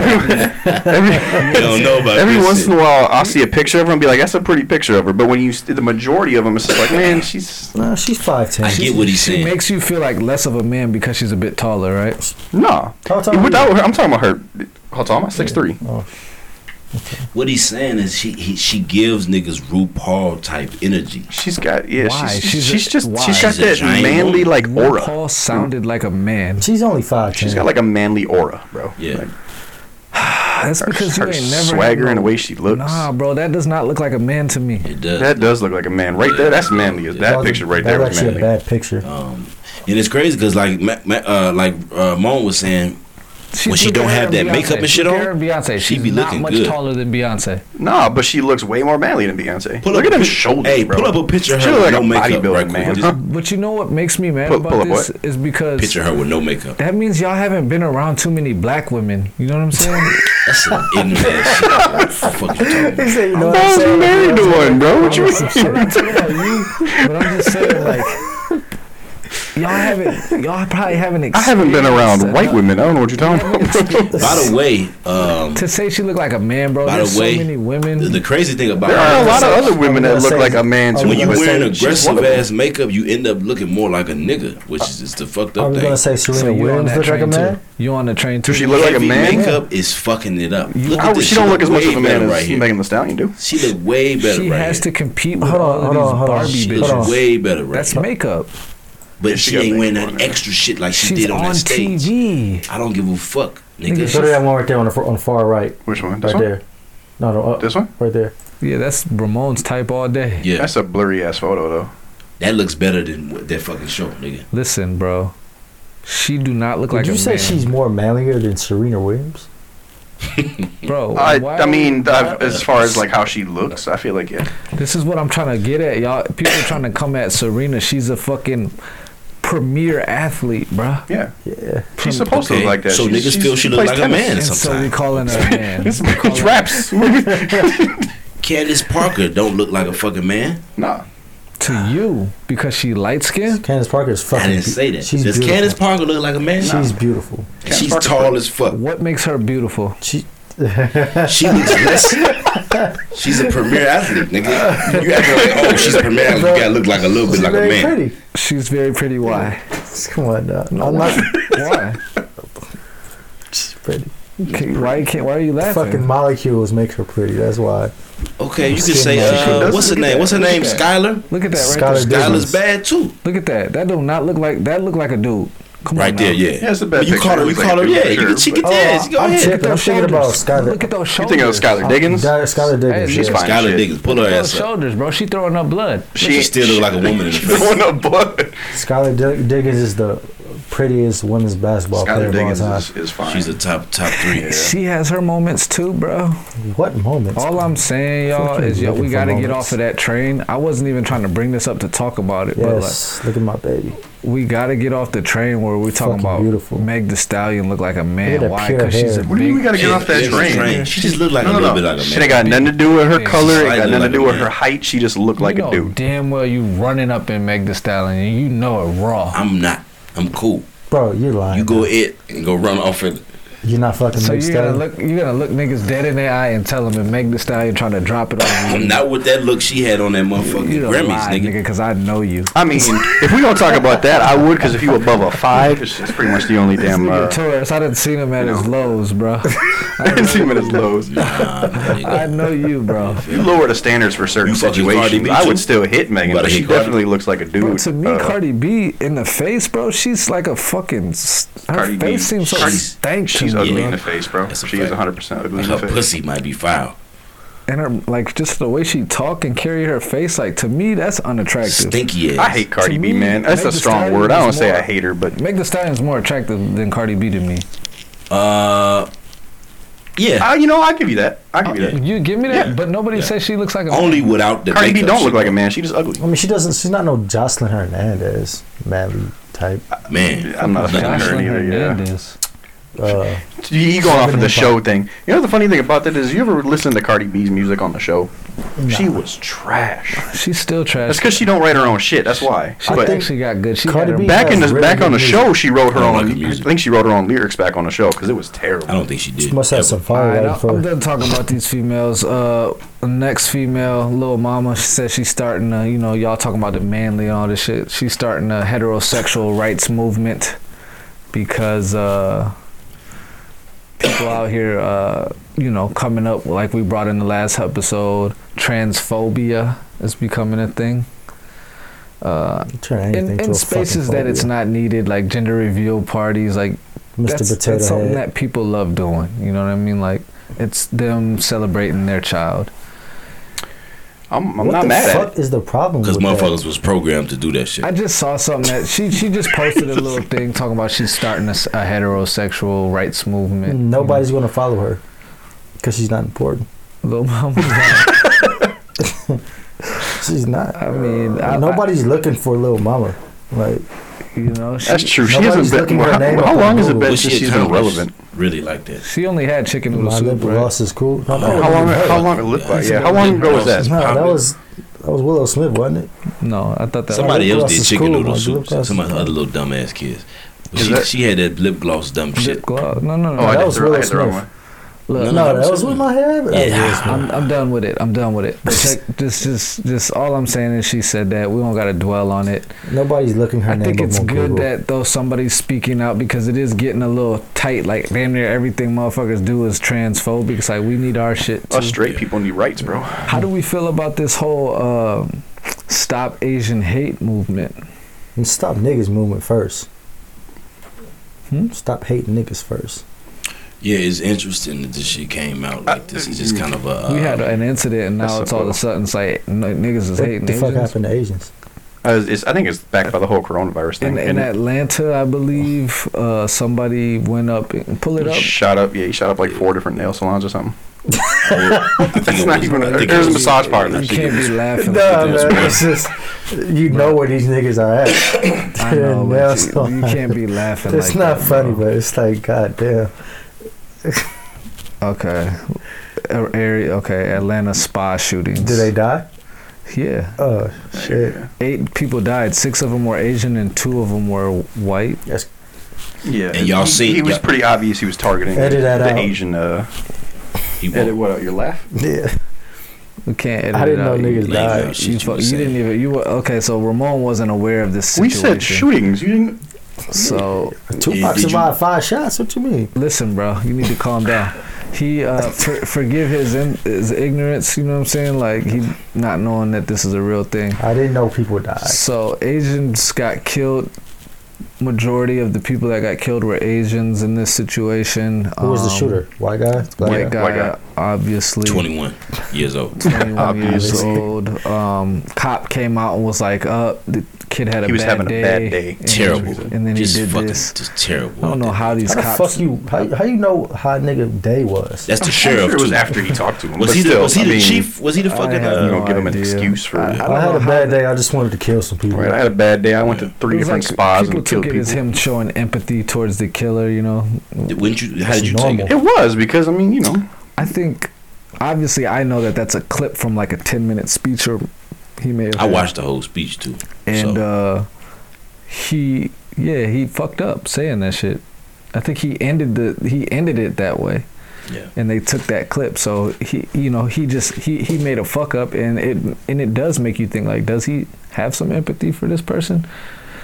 every, *laughs* you don't know about every this once shit. in a while I'll see a picture of her and be like that's a pretty picture of her. But when you see the majority of them, *laughs* it's just like man, she's Nah, she's five ten. I get what he's she saying. makes you feel like less of a man because she's a bit taller, right? nah. How tall are you? Without her, I'm talking about her. How tall am I? Six three. Oh, what he's saying is she he, she gives niggas RuPaul type energy. She's got yeah. Why? She's She's she's, a- just why? she's got She's a that giant manly woman. like aura. Paul sounded like a man. she's only five ten. She's got like a manly aura, bro. Yeah. Like, That's her because her you ain't never had swagger no- and the way she looks. Nah, bro, that does not look like a man to me. It does. That does look like a man right there. That's manly. That That was- picture right that there was was actually manly. a bad picture. Um, and it's crazy because like Ma- Ma- uh, like uh, Mon was saying, When she look don't at her have that Beyonce. makeup and shit Look at on, her Beyonce, she she's be not looking much good. taller than Beyonce. Nah, but she looks way more manly than Beyonce. Pull look up at a them pic- shoulders, hey, bro. pull up a picture of She her look with like no a makeup, right bodybuilding quick. man. Just- But you know what makes me mad Pull- about pull up this what? is because picture her with no makeup. that means y'all haven't been around too many black women. You know what I'm *laughs* saying? That's an ignorant ass shit. Fuck you talking about? you know I'm what I'm not saying? married to one, bro. Oh, What you I'm mean? sorry to tell you, but I'm just saying like y'all haven't y'all probably haven't. I haven't been experienced around white enough women. I don't know what you're talking about, bro. By the way, um, to say she looked like a man, bro. by There's the way, so many women. the, the crazy thing about There are a her lot of is other women that look like a man I too. was when you gonna wearing say she's one aggressive of them. ass makeup, you end up looking more like a nigga, which is just the fucked Are up we thing. gonna say Serena so you on Williams that looks like a train man? too? You on the train too? Does she look like a Heavy man? Makeup is fucking it up. Look I- at this she don't shit look as much way of a man better as right here. Megan Thee Stallion do. She look way better She right has to here. compete with Hold on, all hold of on, hold on. these She Barbie looks Hold on. bitches. way better right That's here. makeup. But She she, got ain't wearing makeup that on her. extra shit like she She's did on, on, that stage. TV. I don't give a fuck, nigga. Nigga, Go to that one right there on the, far- on the far right, Which one? This right one? there. No, no, up, This one? right there. Yeah, that's Ramon's type all day. yeah, That's a blurry ass photo though. that looks better than what that fucking show, nigga. Listen, bro. She do not look Would like you a say man. she's more manlier than Serena Williams? bro. I, why- I mean, why- I've, as far as like how she looks, I feel like yeah. this is what I'm trying to get at, y'all. People are trying to come at Serena. She's a fucking premier athlete, bro. Yeah, Yeah. she's supposed to Okay, look like that. so She's- niggas she's- feel she look plays like a tennis. man. And so we sometimes. calling *laughs* her a man. It's, We call it's her- raps. Candace Parker don't look like a fucking man. nah, to you because she light skinned. Candace Parker is I fucking. didn't be- say that. She's Does beautiful. Candace Parker look like a man? Nah. She's beautiful. And she's Candace tall Parker- as fuck. What makes her beautiful? She. She looks less. *laughs* She's a premier athlete, nigga. You act like, oh, she's a premier athlete. You gotta look like a little bit she's like a very man. pretty. She's very pretty. Why? Come on, now. I'm not. *laughs* Why? She's pretty. Can, why you can't? Why are you laughing? Fucking molecules make her pretty. That's why. Okay, you can Skinny say as fuck. uh, what's her Look name? at that. What's her name? Look at Skylar. look at that right Skylar there. Dick. Skylar's Business. bad too. Look at that. That do not look like that. Look like a dude. Come Right on there, now. yeah. Yeah, it's a bad But you picture. call her. You It looks call her. like a yeah, dude, you sure, can, she but- can dance. Oh, Go I'm ahead. tipping. Look at I'm those thinking about shoulders. Skylar- Look at those you shoulders. thinking of Skylar Diggins? Skylar, Skylar Diggins. Hey, She's she's fine. Skylar shit. Diggins, pull her Look at ass those up. shoulders, bro. She throwing up blood. She still look like a woman in the She's face. throwing up blood. Skylar Dig- Diggins is the prettiest women's basketball Skylar player Diggins of all time. is, is fine. She's a top top three. She has her moments too, bro. What moment? All I'm saying, y'all, Fucking is yo, we looking for gotta get moments. off of that train. I wasn't even trying to bring this up to talk about it, but like, Yes, look at my baby. we gotta get off the train where we're talking Fucking about beautiful. Meg the Stallion look like a Look man. at that Why? pure Because she's a hair. What do you mean we big. gotta get Yeah, off that there's a train? train. She just looked like no, a no, little no. bit like a man. She ain't got nothing to do with her Yeah, color. It slightly got nothing like to do a with man. her height. She just looked like you a know dude. Damn well, you running up in Meg the Stallion, and you know it raw. I'm not. I'm cool. Bro, you're lying. You go it and go run off it. You're not fucking so Meg you're gonna Stallion. look, you're gonna look niggas dead in their eye and tell them, and Meg the Stallion trying to drop it on I'm you. not with that look she had on that motherfucking you Grammys, lie, nigga. nigga, because I know you. I *laughs* mean, if we gonna talk about that, I would, because if you above a five, it's, it's pretty much the only damn. Nigga Uh, *laughs* Taurus, I done seen him at you his lows, bro. *laughs* I didn't see him at his lows. Nah, *laughs* nigga. I know you, bro. You lower the standards for certain You fucking Cardi situations. B, I would too. still hit Megan, Gotta but she hit Cardi. definitely looks like a dude. Bro, to me, Uh, Cardi B in the face, bro, she's like a fucking. s- Her Cardi B. face seems so Cardi- stank to She's ugly Yeah. in the face, bro. That's a She is fact. 100% ugly And in the her face. pussy might be foul. And her, like just the way she talk and carry her face, like to me, that's unattractive. Stinky ass. I hate Cardi To B, me, man. That's a Meg Thee strong Stallion word. I is don't say I more- hate her, but Meg Thee Stallion's more attractive than Cardi B to me. Uh, yeah. uh, you know, I'll give you that. I'll give you that. You give me that, Yeah. but nobody Yeah. says she looks like a. Only without the Cardi B makeup don't she- look like a man. She just ugly. I mean, she doesn't. She's not no Jocelyn Hernandez, madly type. man. I'm not a fan of her Jocelyn either. Yeah. Hernandez. Uh, You- You going off of Seven the show thing. You know the funny thing about that is, you ever listen to Cardi B's music on the show? She Nah. was trash. She's still That's trash. because she don't write her own shit. That's why. She But actually got good. She had Cardi her B- back in the Really back on the good show, she wrote her I don't own. like the I music. think she wrote her own lyrics back on the show because it was terrible. I don't think she did. she must have some All fire right, right, I'm- I'm for. done talking about these females. Uh, next female, little mama, she said she's starting to, you know, y'all talking about the manly and all this shit. She's starting a heterosexual rights movement because uh, people out here, uh, you know, coming up like we brought in the last episode, transphobia is becoming a thing. Uh, Turn anything in, to in a spaces that it's not needed, like gender reveal parties, like Mr. that's, Potato that's something Head. that people love doing. You know what I mean? Like it's them celebrating their child. I'm, I'm what not the mad fuck at it. is the problem Because with that? motherfuckers was programmed to do that shit. I just saw something that she she just *laughs* posted a little thing talking about she's starting a, s- a heterosexual rights movement. you know? *laughs* Nobody's gonna follow her because she's not important. Lil Mama. She's not. I mean, I, nobody. Nobody's looking for Lil Mama. Like you know, she, That's true. She Nobody's hasn't looking been. her How, name how up long on has it Google. been Wish since she she's had been told us relevant? Really like that. she only had chicken noodle my soup, lip right? loss is cool. No, no, How long? How long? That's Yeah. How about long it. ago was that? no, that Poppin'. was that was Willow Smith, wasn't it? No, I thought that. Somebody else lip gloss did is chicken cool, noodle like, soup. lip gloss Some is of the cool. other little dumbass kids. But Is she, that- she had that lip gloss dumb shit. Lip gloss. No, no, no. Oh, I that had was the I Willow had the wrong Smith. one. Look, No, No, no, that that was was Smith. with my hair. Yeah. I'm, I'm done with it. I'm done with it. Check, just, just, just. All I'm saying is, she said that. We don't gotta dwell on it. Nobody's looking her I name think up it's on good Google. that though somebody's speaking out because it is getting a little tight. Like damn near everything motherfuckers do is transphobic. It's like we need our shit. Too. Us straight people need rights, bro. How do we feel about this whole um, stop Asian hate movement? And stop niggas movement first. Hmm? Stop hating niggas first. Yeah, it's interesting that this shit came out like this. It's just kind of a. Uh, we had an incident and that's now a it's all of a little- sudden it's like n- niggas is What hating the fuck Asians. happened to *laughs* Asians? Uh, it's, I think it's backed by the whole coronavirus thing. In, in and Atlanta, I believe uh, somebody went up and pull it he up. shot up. Yeah, he shot up like four different nail salons *laughs* or something. I think That's it not was- even. I A, think it there's a was- massage parlor. You can't be *laughs* laughing. man, it's just you know where these niggas are at. I know, but you, you can't be laughing. It's like not that, funny, bro. but it's like goddamn. Okay. A- Area. Okay. Atlanta spa shootings. Do they die? Yeah. Oh shit! Eight people died. Six of them were Asian, and two of them were white. That's Yeah, And y'all he, seen- he was yeah. pretty obvious. He was targeting Edit that the out. Asian. Uh, He won't. edit what out? Your laugh? yeah. We can't edit I didn't it know out. You- niggas lame died. ass uh, shit You, you fu- was you saying. didn't even. You were okay. So Ramon wasn't aware of this We situation. said shootings. You didn't. So Yeah, Tupac did you- survived five shots. What you mean? listen, bro. You need to calm down. He uh, for, forgive his in, his ignorance. You know what I'm saying? Like he not knowing that this is a real thing. I didn't know people died. So Asians got killed. Majority of the people that got killed were Asians in this situation. Who was the Um, shooter? White guy? Black White Yeah, guy, white guy. obviously. *laughs* 21 years old. 21 years Obviously. old. Um, cop came out and was like, "Uh, the kid had a He was bad having day." a bad day. And- terrible. And then he just did fucking, this. Just terrible. I don't know how these How the cops. fuck you? How, how you know how nigga day was? That's the I'm sheriff. sure *laughs* it was too. after he talked to him. Was but he the, still, was he I the mean, chief? Was he the I fucking? have You Uh, don't give him an idea. excuse for. I- it. don't I, had know a how bad the- day. I just wanted to kill some people. Right, I had a bad day. I went to three It was different like spas people and killed took it people. as him showing empathy towards the killer. You know, wouldn't you? How did you normal. take it? It was because I mean, you know, I think obviously I know that that's a clip from like a 10 minute speech or he may have I had. watched the whole speech too. and so. uh he yeah he fucked up saying that shit I think he ended the he ended it that way Yeah. and they took that clip so he you know he just he he made a fuck up and it and it does make you think like does he have some empathy for this person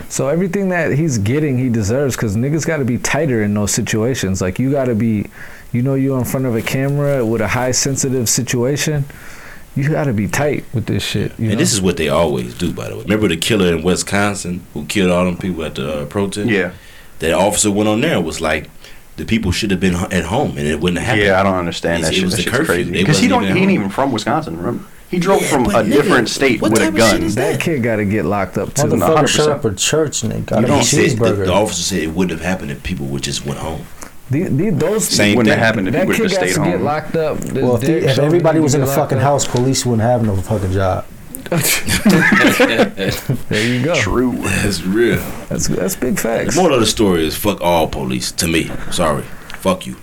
so everything that he's getting he deserves because niggas got to be tighter in those situations like you got to be you know you're in front of a camera with a high sensitive situation you got to be tight with this shit you and know? this is what they always do, by the way. Remember the killer in Wisconsin who killed all them people at the uh, protest? yeah. That officer went on there and was like, the people should have been h- at home and it wouldn't have happened. Yeah, I don't understand It's- that it shit. was That the shit's curfew. crazy. They Because he wasn't don't, even he ain't home. even from Wisconsin. Remember, he drove Yeah, from a but nigga, different state what with a type of shit gun. is That kid gotta get locked up too. the- Motherfucker 100%. shut up for church and they got You a don't say the, cheeseburger. the officer said it wouldn't have happened if people would just went home. The- the- those Same wouldn't have happened if he that would've kid just got stayed to Get home. locked up. This well, if, the, dick if showed everybody need to was in get the locked fucking up. house, police wouldn't have no fucking job. *laughs* *laughs* there you go. True. *laughs* That's real. That's that's big The facts. moral of the story is fuck all police. To me, sorry, fuck you.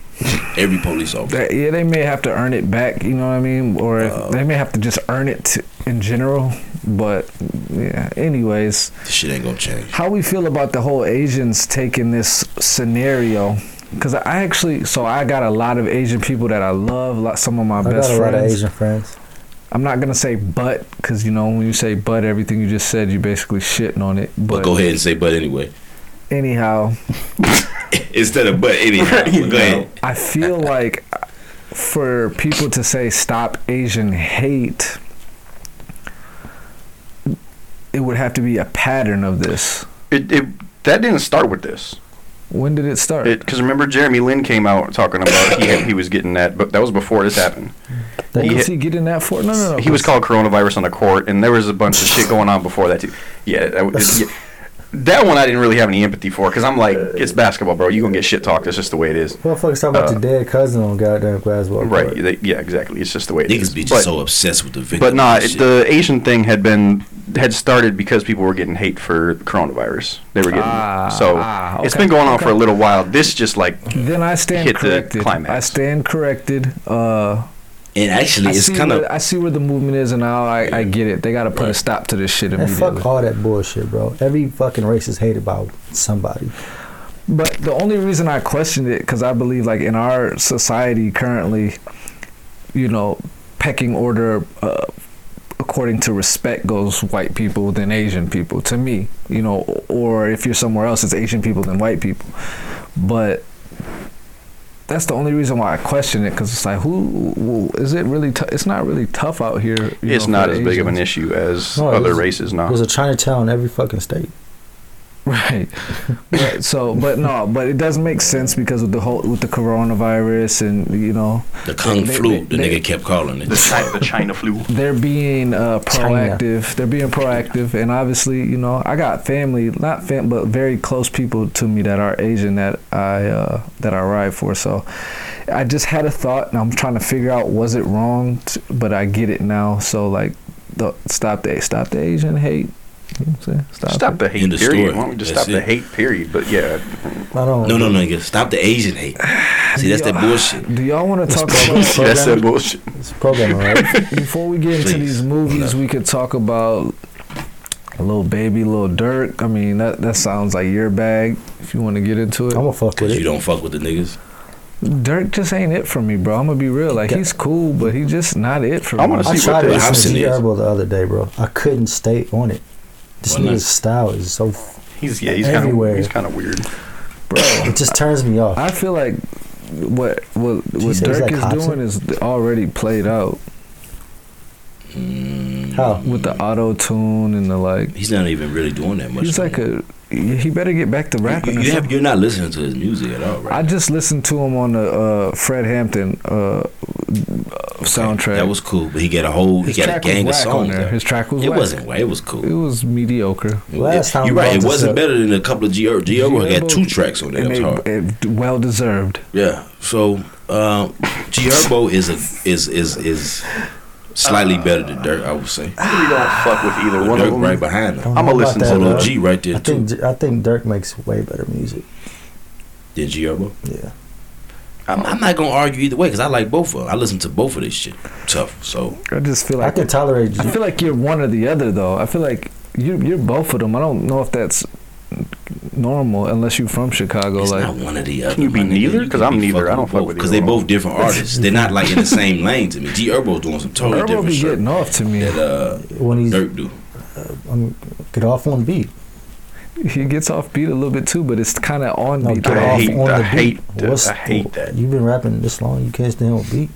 Every police officer. That- yeah, they may have to earn it back. You know what I mean? Or if- Uh, they may have to just earn it t- in general. But yeah. Anyways, This shit ain't gonna change. how we feel about the whole Asians taking this scenario? Because I actually, so I got a lot of Asian people that I love. Like some of my I got a best lot of friends. Asian friends. I'm not gonna say but, because you know when you say but, everything you just said, you basically shitting on it. But, But, go ahead and say but anyway. *laughs* anyhow, Instead of but anyhow. *laughs* but go ahead. I feel *laughs* like for people to say stop Asian hate, it would have to be a pattern of this. It, it that didn't start with this. When did it start? Because remember, Jeremy Lin came out talking about he had, he was getting that, but that was before this happened. what he was hit- he getting that for? No, no, no. He was called coronavirus on the court, and there was a bunch of shit going on before that too. Yeah, that, w- it- yeah. That one I didn't really have any empathy for because I'm like, it's basketball, bro. You gonna get shit talked. That's just the way it is. Motherfuckers talking about Uh, your dead cousin on goddamn Glasgow. Right? They, yeah, exactly. It's just the way it is. Niggas be just But- so obsessed with the victim. But nah, and it- shit. the Asian thing had been had started because people were getting hate for coronavirus. They were getting Ah, so ah, it's okay, been going on for a okay. little while. This just like Then I stand hit the corrected. climax. I stand corrected. Uh, and actually, I it's see kind where- of I see where the movement is, and now I, I get it. They got to put a Right. stop to this shit And immediately. fuck all that bullshit, bro. Every fucking race is hated by somebody. But the only reason I questioned it, because I believe, like in our society currently, you know, pecking order uh, according to respect goes white people then Asian people. To me, you know, or if you're somewhere else, it's Asian people then white people. But that's the only reason why I question it, because it's like, who who- is it really? T- it's not really tough out here. you it's know, not for as the big of an Asians. issue as No, it other is- races. No, There's a Chinatown in every fucking state. Right. But, so, but no, but it does make sense because of the whole with the coronavirus and you know. the kung they- flu. they- the they- nigga kept calling it. the China, the *laughs* China flu. they're being uh, China. proactive. They're being proactive, and obviously, you know, I got family, not fam, but very close people to me that are Asian that I uh, that I ride for. So, I just had a thought, and I'm trying to figure out was it wrong, t- but I get it now. So, like, the, stop the stop the Asian hate. You know what I'm saying? Stop, Stop it. the hate End of period. story. Why don't we just That's stop the it. hate period? But yeah, I don't. No, no, no, nigga. Stop the Asian hate. See, that's that bullshit. Do y'all want to talk about *laughs* that's that bullshit. It's *laughs* programming, right? before we get into Please, these hold movies, up. we could talk about Little Baby, Little Dirk. I mean, that that sounds like your bag. If you want to get into I'm it, gonna fuck with Cause you it. don't fuck with the niggas. Dirk just ain't it for me, bro. I'm gonna be real. Like he's cool, but he's just not it for I me. wanna I see tried what the to listen option to is. Herbal the other day, bro. I couldn't stay on it. This Why not? nigga's style is so. f- He's yeah, he's kind Everywhere. of he's kind of weird. It just turns me off. I feel like what what what Jesus, Dirk like is Hobson? doing is already played out How? with the auto tune and the like. He's not even really doing that much. He's like anymore. a he better get back to rapping. You, or you something. have, you're not listening to his music at all, right? I just listened to him on the uh, Fred Hampton uh, soundtrack. That was cool, but he got a whole he got a gang of whack on songs. there. out. His track was it whack. wasn't whack. It was cool. It was mediocre. Last time you're we right. brought It this wasn't up- better than a couple of Geo. Geo had two tracks on there. That And was they- hard. it- well deserved. Yeah. So um, G Herbo is a is is is slightly Uh, better than Dirk, I would say. Really don't fuck with either But one of Dirk them. right behind I don't him. I'ma know about listen to that, Solo bro. G right there I too. think I think Dirk makes way better music. Than G Herbo. Yeah. I'm, I'm not gonna argue either way because I like both of them. I listen to both of this shit. Tough. So I just feel I like can tolerate I you. feel like you're one or the other though. I feel like you're you're both of them. I don't know if that's normal unless you're from Chicago. it's like not one or the other. Can you be my nigga. neither? 'Cause can I'm be neither. fucking I don't fuck with Because either they one. both different *laughs* artists. They're not like in the same lane to me. G Herbo's doing some totally Herbo different be shit getting off to me. that uh, when he's Dirk do. um, get off on beat. He gets off beat a little bit too, but it's kind of on No, beat. get I off hate on that. the I beat. hate that. I hate that. You've been rapping this long, you can't stay on beat.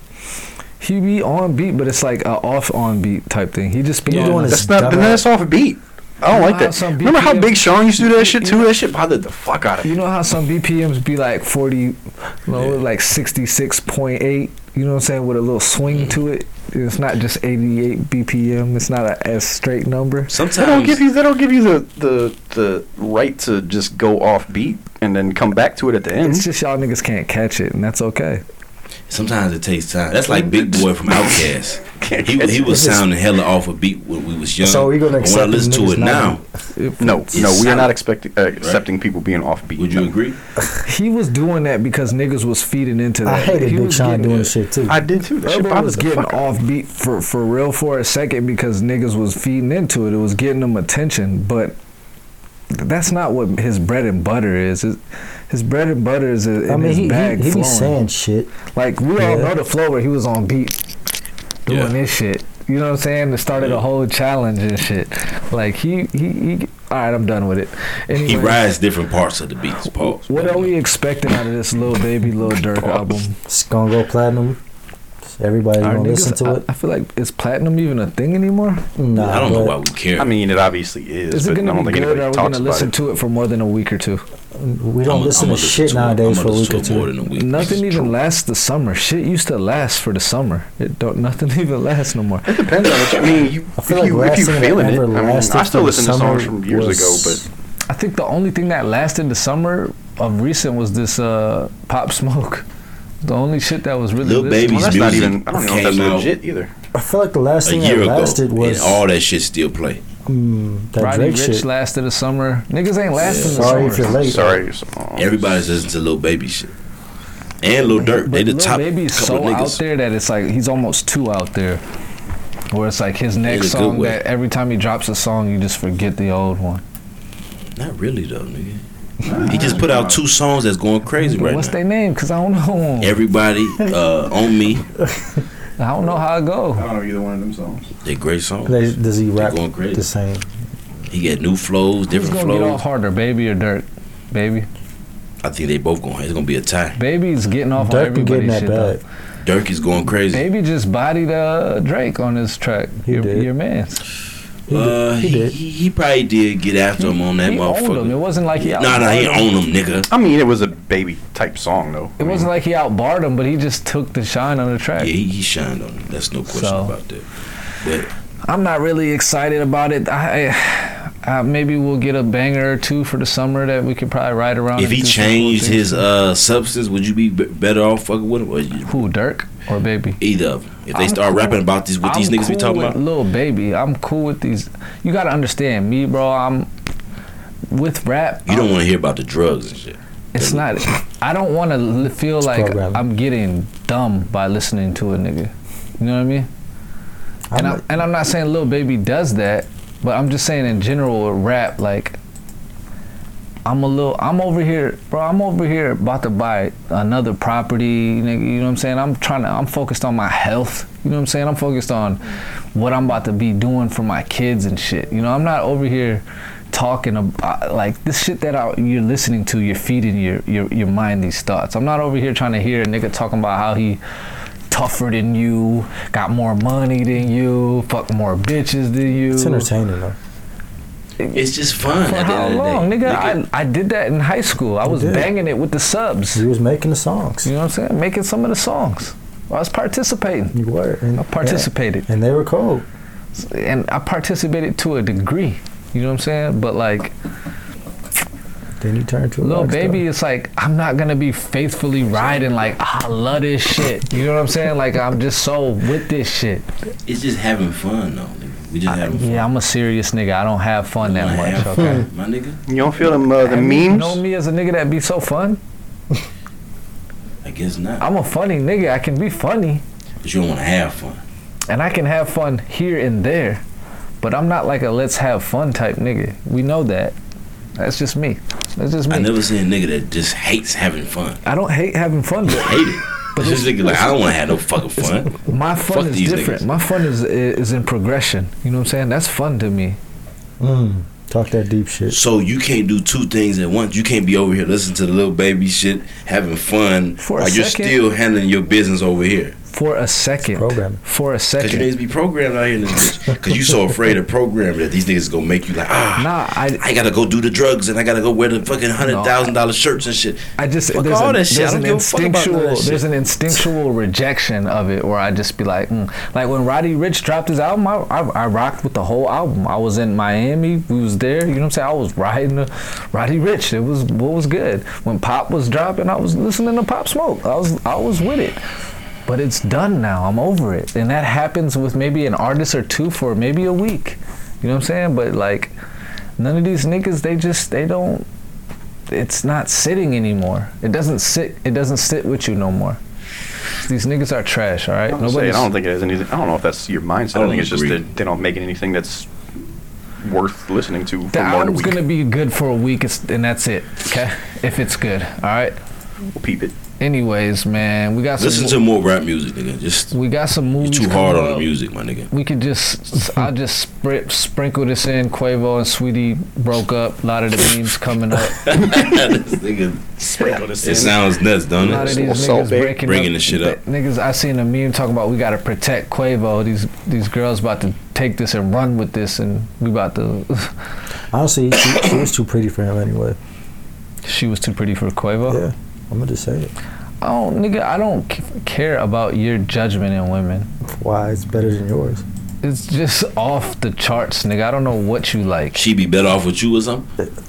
He be on beat, but it's like a off on beat type thing. He just be You on doing like- this That's not. Then dumbass- that's off beat. I don't You know like how that. some Remember how BPM Big Sean used to do that shit too? That shit bothered the fuck out of me. You know how some BPMs be like 40, low, like 66.8, you know what I'm saying, with a little Mm-hmm. swing to it? It's not just 88 BPM, it's not a as straight number. Mm-hmm. They don't give Sometimes you they don't give you the, the the right to just go off beat and then come back to it at the end. It's just y'all niggas can't catch it, and that's okay. sometimes it takes time. That's like Big Boy from Outkast. *laughs* Can't He, catch he it. was sounding hella off a beat when we was young. So we But gonna when I accept listen these to it niggas now? now, no it's no we are solid. not expecting uh, accepting people being off beat. would you No. agree? He was doing that because niggas was feeding into that. I hated he Big was Sean getting- doing shit too. I did too. That shit Urban bothered was the getting fuck out. off beat for, for real for a second because niggas was feeding into it. It was getting them attention, but that's not what his bread and butter is. His, his bread and butter is in I mean, his he, bag he, he be flowing. saying shit. like we all Yeah. know the flow where he was on beat doing Yeah. this shit. You know what I'm saying? It started a whole challenge and shit. Like he he, he all right, I'm done with it. Anyway, He rides different parts of the beats. Pause. What are we expecting out of this little baby little Dirk album? It's gonna go platinum. Everybody Our gonna listen niggas, to I, it. I feel like is platinum even a thing anymore? Nah, I don't know but- why we care. I mean, it obviously is, Is it but I gonna don't be think good? Or are anybody we gonna talks about listen it. to it for more than a week or two? We don't I'ma- listen I'ma to shit it- nowadays I'ma for a week listen or to it more two. than a week. Nothing It's even true. lasts the summer. Shit used to last for the summer. It don't. *laughs* Nothing even lasts no more. It depends on what you I mean. You, I if, feel like you, if last you thing that feeling it, ever I, mean, I lasted still for listen to songs summer from years was- ago, I think the only thing that lasted the summer of recent was this uh, Pop Smoke. The only shit that was really Lil listened- Baby's but well, that's not music even. I don't know if that's came out legit either. I feel like the last a thing that year lasted ago, was and all that shit still play. mm, that Roddy Drake Rich shit. lasted a summer. Niggas ain't lasting the Sorry summer. if you're late. Sorry, so, um, Everybody's listening to Lil Baby shit. And Lil Durk. They But the Lil top couple Baby's so of out niggas. there that it's like he's almost too out there. Where it's like his a next good song way. that every time he drops a song, you just forget the old one. Not really though, nigga. He just put out two songs that's going crazy right What's now. their name? Cause I don't know. Everybody uh, on me. I don't know how it go. I don't know either one of them songs. They great songs. They, does he rap going crazy. the same? He got new flows, Who's different gonna get off flows. harder, baby or Dirt? Baby, I think they both going. It's gonna be a tie. baby's getting off on Dirk be getting everybody's that shit. though. bag. Dirk is going crazy. Baby just bodied uh, Drake on his track. He your, did. your man. He did- uh, he he, did. he, he probably did get after him on that he owned him. It motherfucker. wasn't like he No, out. no, he owned him, nigga. I mean, it was a baby type song though. I It mean, wasn't like he outbarred him, but he just took the shine on the Yeah, track. he, he shined on him. That's no question So. about that. But I'm not really excited about it. I, I maybe we'll get a banger or two for the summer that we could probably ride around. if and he do some cool changed things. his uh, substance, would you be b- better off fucking with him? Or you, who Dirk or Baby. either of them. If they I'm start cool- rapping about these, what these I'm niggas be cool talking with about, Little baby, I'm cool with these. You gotta understand me, bro. I'm with rap. you don't want to hear about the drugs and shit. It's not. I don't want to feel It's like programming. I'm getting dumb by listening to a nigga. You know what I mean? I'm and, like, I'm, and I'm not saying Lil Baby does that, but I'm just saying in general with rap, like, I'm a little, I'm over here, bro, I'm over here about to buy another property, nigga, you know what I'm saying? I'm trying to, I'm focused on my health, you know what I'm saying? I'm focused on what I'm about to be doing for my kids and shit. You know, I'm not over here talking about, like, this shit that I, you're listening to, you're feeding your, your, your mind these thoughts. I'm not over here trying to hear a nigga talking about how he, tougher than you, got more money than you, fuck more bitches than you. it's entertaining though. It's just fun. For at the how end of the long, day. nigga? I, I did that in high school. I was did. banging it with the subs. He was making the songs. You know what I'm saying? Making some of the songs. I was participating. You were. And, I participated, yeah. and they were cold. and I participated to a degree. You know what I'm saying? But like, Then he turned to a little rock star. baby, it's like I'm not gonna be faithfully riding. Like I love this shit. You know what I'm saying? Like I'm just so with this shit. It's just having fun, though. Nigga. We just having fun. Yeah, I'm a serious nigga. I don't have fun that Wanna much. have Okay. fun, my nigga. You don't feel them uh, the Have You memes. know me as a nigga that be so fun? I guess not. I'm a funny nigga. I can be funny But you don't want to have fun. and I can have fun here and there, but I'm not like a let's have fun type nigga. We know that. That's just me. That's just me. I I, never seen a nigga that just hates having fun. don't hate having fun, *laughs* but Hate it. But this nigga like I don't want to have no fucking fun. my Fuck fun is these different. niggas. My fun is is in progression. You know what I'm saying? That's fun to me. Mm, talk that deep shit. So you can't do two things at once. You can't be over here listening to the little baby shit, having fun, For a while you're second. still handling your business over here. For for a second. Programming. For a Cause you second. niggas be programmed out here in *laughs* this bitch. Cause you so afraid of programming that these niggas gonna make you like ah. Nah, I I gotta go do the drugs and I gotta go wear the fucking hundred thousand dollar shirts and shit. I just Fuck there's, all an, that shit. I there's don't an give a fuck about none of instinctual that there's shit. an instinctual rejection of it where I just be like mm. like when Roddy Rich dropped his album I, I, I rocked with the whole album I was in Miami we was there you know what I'm saying I was riding the Roddy Rich it was what was good when Pop was dropping I was listening to Pop Smoke I was I was with it but it's done now I'm over it and that happens with maybe an artist or two for maybe a week you know what I'm saying but like none of these niggas they just they don't it's not sitting anymore. It doesn't sit. It doesn't sit with you no more. These niggas are trash. All right. I'm saying, I don't think it has anything. I don't know if that's your mindset. I, I think it's just agree. that they don't make anything that's worth listening to the for more than a album's week. gonna be good for a week, it's, and that's it. Okay. If it's good. All right. We'll peep it. Anyways, man, we got some. Listen to more rap music, nigga. Just we got some you're movies. too hard coming on the up. music, my nigga. We could just, I'll just spr- sprinkle this in. Quavo and Sweetie broke up. A lot of the memes coming up. *laughs* this nigga, Sprinkle this it sounds nuts, A don't lot of it? these Little salt niggas bae. breaking Bringing up, the shit up. th- Niggas, I seen a meme talking about we gotta protect Quavo. These these girls about to take this and run with this, and we about to. *laughs* Honestly, she, she was too pretty for him anyway. she was too pretty for Quavo. Yeah, I'm gonna just say it. I don't, nigga. I don't c- care about your judgment in women. Why it's better than yours? It's just off the charts, nigga. I don't know what you like. She be better off with you or something. Sounds,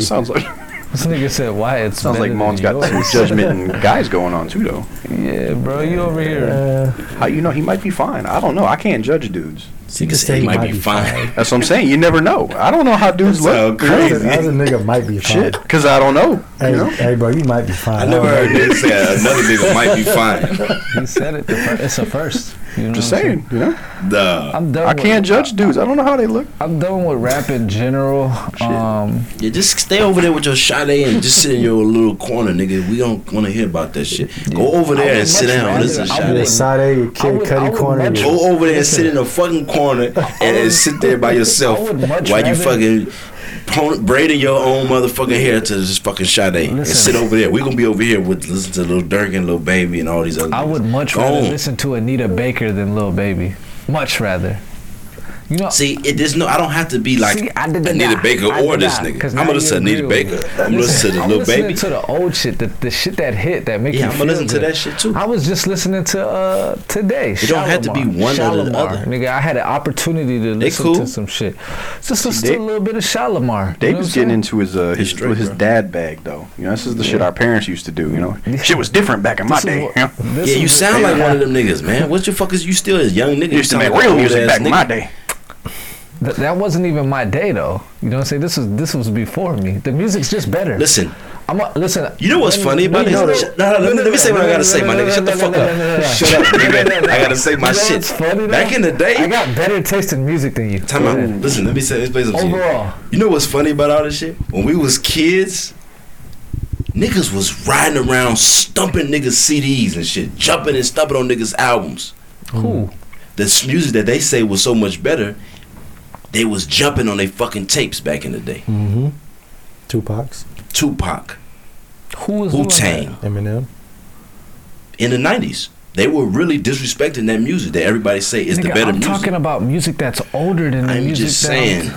Definitely. sounds like This nigga said why it's sounds like better Mon's than got some yours." *laughs* judgment and guys going on too, though. Yeah, bro. You over here? Yeah, How you know he might be fine? I don't know. I can't judge dudes. She could say he might be fine. *laughs* That's what I'm saying. You never know. I don't know how dudes look. as a, as a nigga might be fine. Shit, because I don't know. Hey, You know? hey, bro, you might be fine. I never don't know. heard this say another nigga might be *laughs* fine. He said it. The fir- it's a first. You know Just what I'm saying. saying. You know, Nah. I'm done. I with- can't judge dudes. I don't know how they look. I'm done with rap in general. Um, Yeah, just stay over there with your Sade and just sit in your little corner, nigga. We don't want to hear about that shit. Go over I there would and sit much down and rather- listen to I You Sade. would- the Sade, your I Kid would- I Cuddy would corner. much- you- Go over there and sit in a fucking *laughs* corner and, and sit there by yourself I would much while you rather- fucking pon- braiding your own motherfucking hair to this fucking Sade and Listen. sit over there. We gonna be over here with listen to Lil Durk and Lil Baby and all these other. I niggas. would much Go rather on. listen to Anita Baker than Lil Baby. Much rather. You know, See, it, there's no. I don't have to be like See, I did not. Anita Baker I or did this not, nigga. 'cause I'm now gonna listen to you Anita agree with Baker. I'm gonna listen to I'm Lil listening Baby. to the old shit, the, the shit that hit, that make Yeah, you I'm feel gonna listen to good. that shit too. I was just listening to uh today. It don't have to be one or the other. Nigga, I had an opportunity to listen cool. to some shit. Just listen They- to a little bit of Shalimar. You know what I'm David's getting saying? into his uh, his, straight, his bro. dad bag though. You know, this is the shit our parents used to do. You know, shit was different back in my This is day. what- you know? *laughs* this Yeah, is you what- sound like one of them niggas, man. What the fuck is you still a young nigga? They used to You make sound like real an music old-ass back in my nigga. day. Th- that wasn't even my day though. You know what I'm saying? This is this was before me. The music's just better. Listen, I'm a, listen. You know what's funny about this? No, no, No, no, let me- let me say what I gotta say, my nigga. Shut the fuck up. Shut up, nigga. I gotta say my You know shit. what's funny, Back though? in the day- I got better taste in music than you. Time out. Listen, let me say this. Play some Overall. You know what's funny about all this shit? When we was kids, niggas was riding around stumping niggas CDs and shit, jumping and stumping on niggas albums. Cool. This music that they say was so much better, they was jumping on their fucking tapes back in the day. Mm-hmm. Tupac's, Tupac, Who was Wu doing Tang, Eminem. in the nineties. They were really disrespecting that music that everybody say that? is the Nigga, better I'm music. talking about music that's older than the I'm music just that saying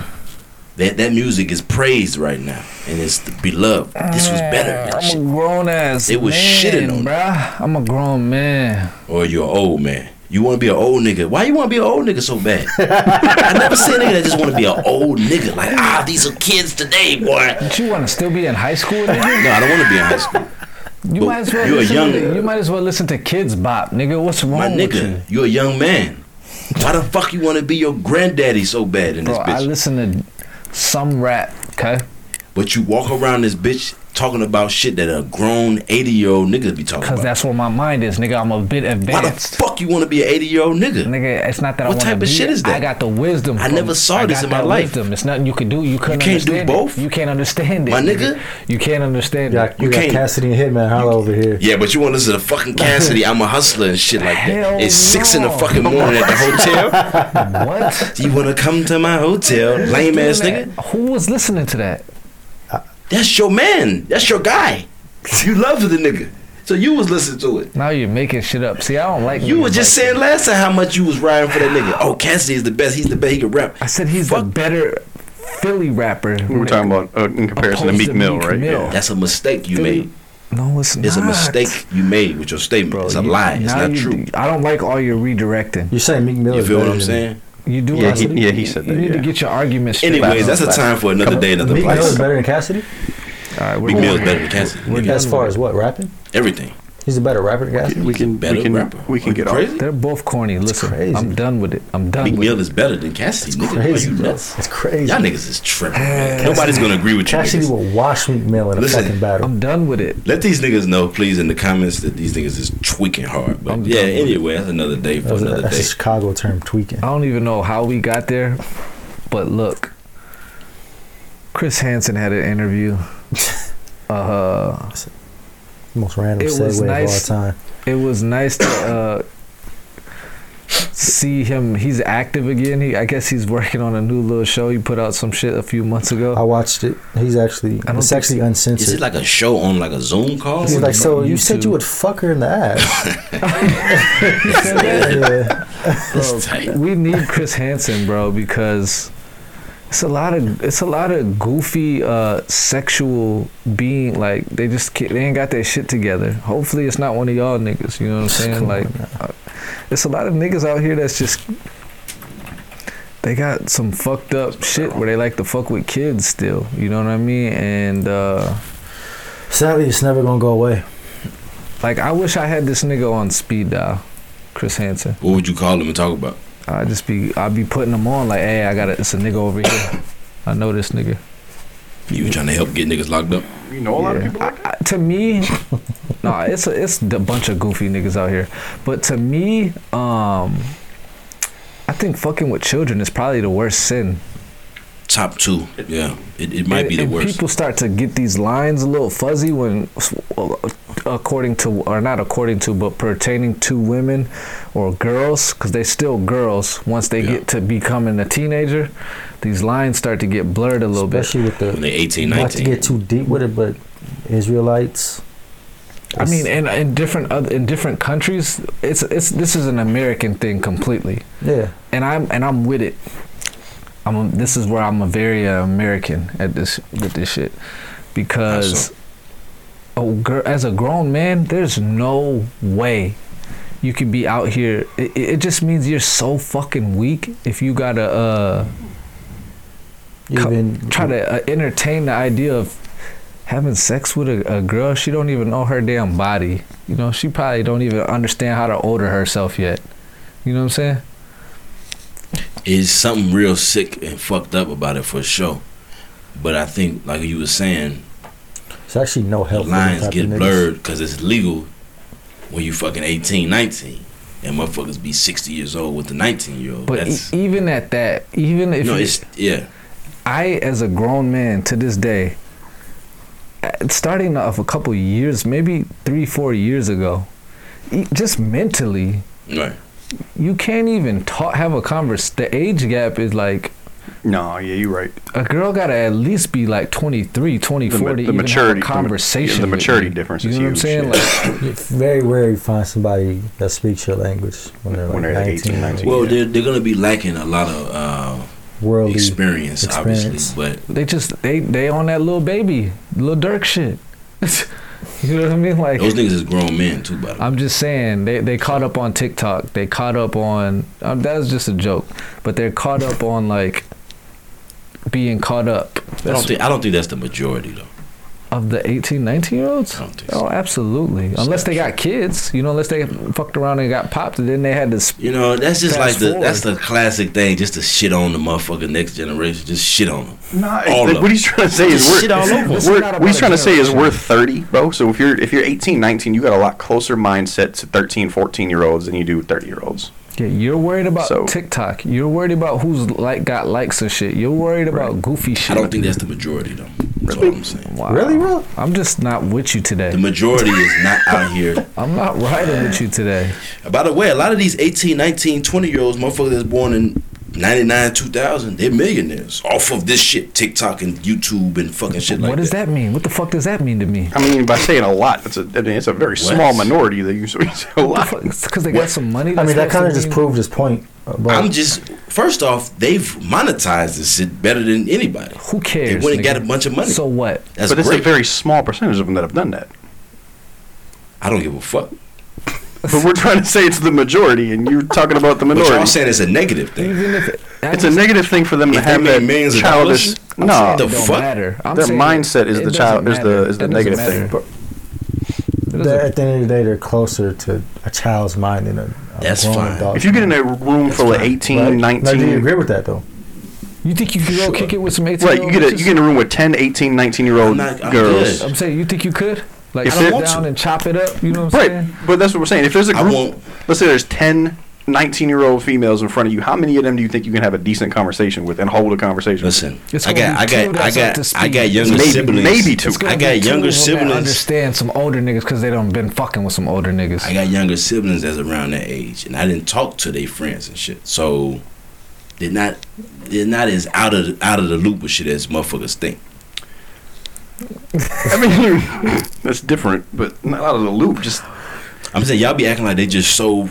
that that music is praised right now and it's beloved. This was better, than Uh, I'm shit. a grown ass. They was man, shitting on it. bruh. I'm a grown man. or you're an old man. You want to be an old nigga. Why you want to be an old nigga *laughs* so bad? I never seen a nigga that just want to be an old nigga. Like ah, these are kids today, boy. But you want to still be in high school, nigga? No, I don't want to be in high school. You But might as well. you're a listen young- To, you might as well listen to Kids Bop, nigga. What's wrong My with you? nigga, you're a young man. Why the fuck you want to be your granddaddy so bad in this Bro, I bitch? listen to some rap, okay? but you walk around this bitch talking about shit that a grown eighty year old nigga be talking Because about. that's where my mind is, nigga. I'm a bit Why the advanced. fuck you want to be an eighty year old nigga? Nigga, it's not that I What want type of shit is that? I got the wisdom. I from- never saw I this got in my that life. Wisdom. It's nothing you can do. You couldn't. can't do understand it. both? You can't understand it. My nigga? You can't understand You got, it. you You got can't- Cassidy and Hitman Hollow over here. Yeah, but you want to listen *laughs* to fucking Cassidy, I'm a hustler and shit like Hell that. It's six in the no. fucking morning *laughs* at the hotel. What? Do you want to come to my hotel, lame ass nigga? Who was listening to that? That's your man. That's your guy. You love the nigga. So you was listening to it. Now you're making shit up. See, I don't like You niggas was just Mm, like saying last time how much you was riding for that *sighs* nigga. Oh, Cassidy is the best. He's the best. He can rap. that. I said he's the Fuck. better Philly rapper. We were talking about uh, in comparison to Opposed Meek to Mill, Meek right? Mill. Yeah. That's a mistake you Philly- made. No, it's not. It's a mistake you made with your statement. it's a you- lie. It's now not you- true. I don't like all your redirecting. You say Meek Mill You is feel what better I'm than- saying? You do. Yeah, he- Cassidy. yeah, he said You that, need to yeah. get your arguments straight. Anyways, that's a time for another day, another Meek Mill is place. better than Cassidy? all right, we're Meek Mill is done. better than Cassidy. We're nigga. As done far with as it. what, rapping? Everything. He's a better rapper than Cassidy? We can Better we can rapper. we can Are you get off. crazy? they're both corny. Listen, crazy. I'm done with it. I'm done Meek with it. Mill is better than Cassidy. Nigga, Crazy, are you bro. nuts? It's crazy. Y'all niggas is tripping. man. Cassidy- Nobody's gonna agree with you Cassidy niggas. will wash Meek Mill in a Listen, fucking battle. I'm done with it. Let these niggas know, please, in the comments that these niggas is tweaking hard. But I'm yeah, done with anyway, that's another day for that's, a, another that's a day. Chicago term, tweaking. I don't even know how we got there, but look, Chris Hansen had an interview. Uh, Most random It was segue nice. of all time. it was nice to uh, see him. He's active again. He, I guess he's working on a new little show. He put out some shit a few months I ago. watched it. He's actually, don't it's think actually Is uncensored. it like a show on like a Zoom call? He's like, so you said you YouTube. would fuck her in the ass. *laughs* yeah. That's tight. We need Chris Hansen, bro, because it's a lot of it's a lot of goofy uh, sexual being. Like they just ca- they ain't got their shit together. Hopefully, it's not one of y'all niggas. You know what I'm saying? Come Like. uh, on now. It's a lot of niggas out here that's just they got some fucked up shit where they like to fuck with kids still. You know what I mean? And uh Sadly, it's never gonna go away. like I wish I had this nigga on speed dial, Chris Hansen. What would you call him and talk about? I just be I'd be putting him on like, hey, I got it's a nigga over here. I know this nigga. You were trying to help get niggas locked up. You know a lot of Yeah. people like that. I- to *laughs* me, nah, it's a, it's a bunch of goofy niggas out here. But to me, um, I think fucking with children is probably the worst sin. Top two. Yeah, it, it might and, be the and worst. People start to get these lines a little fuzzy when, according to or not according to, but pertaining to women or girls, because they still girls. Once they Yeah. get to becoming a teenager, these lines start to get blurred a little bit. Especially with when the they 18, not to 19. get too deep with it, but Israelites. I mean, in, in different other, in different countries, it's it's this is an American thing completely, yeah, and I'm and I'm with it. I'm a, this is where I'm a very uh, American at this with this shit because a gir- as a grown man, there's no way you could be out here. It, it it just means you're so fucking weak if you gotta uh, Co- even try to uh, entertain the idea of having sex with a, a girl. She don't even know her damn body. You know, she probably don't even understand how to order herself yet. You know what I'm saying? is something real sick and fucked up about it for sure. But I think, like you were saying, It's actually no the help. for them lines type get of niggas. blurred because it's legal when you fucking 18, 19. And motherfuckers be 60 years old with the 19 year old. But e- That's, even at that, even if no, you- it's, yeah. I, as a grown man to this day, at- starting off a couple years, maybe three, four years ago, e- just mentally, Right. you can't even talk, have a converse. The age gap is like No, yeah, you're right. a girl got to at least be like 23, 24 The ma- to the even have maturity- a the ma- yeah, conversation. the with maturity me. difference You is know what I'm huge, saying? yeah. Like, It's very rare you find somebody that speaks your language when they're like, When they're like 19, 18, 19. Well, Yeah. they're, they're going to be lacking a lot of uh, Worldly. experience, experience. obviously. But they just they they on that little baby, little Dirk shit. *laughs* you know what I mean? Like those niggas is grown men, too, by the way. I'm just saying they, they caught up on TikTok. They caught up on um, that was just a joke, but they're caught up on like being caught up I don't, think, I don't think that's the majority, though. of the 18, 19 year I olds. don't think so. Oh, absolutely. Unless they got kids, you know, unless they fucked around and got popped, and then they had this. You know, that's just Fast like the that's the classic thing, just to shit on the motherfucking next generation. Just shit on them. Nah, All like, of what he's trying to say is Just we're, shit all over. we're- This is not what he's about trying a to say is generation. we're 30, bro. So if you're if you're 18, 19, you got a lot closer mindset to 13, 14 year olds than you do 30 year olds. Yeah, you're worried about So- TikTok. You're worried about who's like got likes and shit. You're worried about goofy shit. I don't think that's the majority, though. That's all I'm saying. Wow. Really, bro? I'm just not with you The today. majority is not out here. I'm not riding with you today. By the way, a lot of these 18, 19, 20 year olds, motherfuckers that's born in 99, 2000, they're millionaires off of this shit, TikTok and YouTube and fucking *laughs* shit like what does that. mean? What the fuck does that mean to me? I mean, by saying a lot, that's a, I mean, it's a very small minority that you say a lot. Because they got some money. I that's mean, that supposed to kind of just mean- proved his point. uh, About, I'm just, first off, they've monetized this shit better than anybody. Who cares? They went and nigga? got a bunch of money. So what? That's but it's great. a very small percentage of them that have done that. I don't give a fuck. But we're trying to say it's the majority, and you're talking about the But y'all minority. saying it's a negative thing. Even if it, It's a negative thing for them to If they have made that millions of childish. dollars, I'm No, saying the it don't fuck? matter. I'm their saying mindset is it the doesn't child is matter. the is the That doesn't negative matter. thing. But It doesn't- they're- at the end of the day, they're closer to a child's mind than a, a That's grown fine. adult. if you get in a room full of 18, right? Now, do you 19, agree with that though? You think you could go Sure. kick it with some 18 right? You get a, you get in a room with 10, 18, 19 year I'm old not- I'm girls. good. I'm saying, you think you could? Like, If sit it- down and chop it up? You know what I'm Right, saying? but that's what we're saying. If there's a I group, won't- let's say there's 10 19 year old females in front of you, how many of them do you think you can have a decent conversation with and hold a conversation? with? Listen, It's I got, gonna I be two got, I that's up to got, I speed. got younger Maybe- siblings. maybe two. It's gonna I be got two younger of them that siblings. understand some older niggas because they done been fucking with some older niggas. I got younger siblings that's around that age, and I didn't talk to their friends and shit. So they're not they're not as out of out of the loop with shit as motherfuckers think. I mean, that's different, but not out of the loop. Just I'm saying y'all be acting like they just so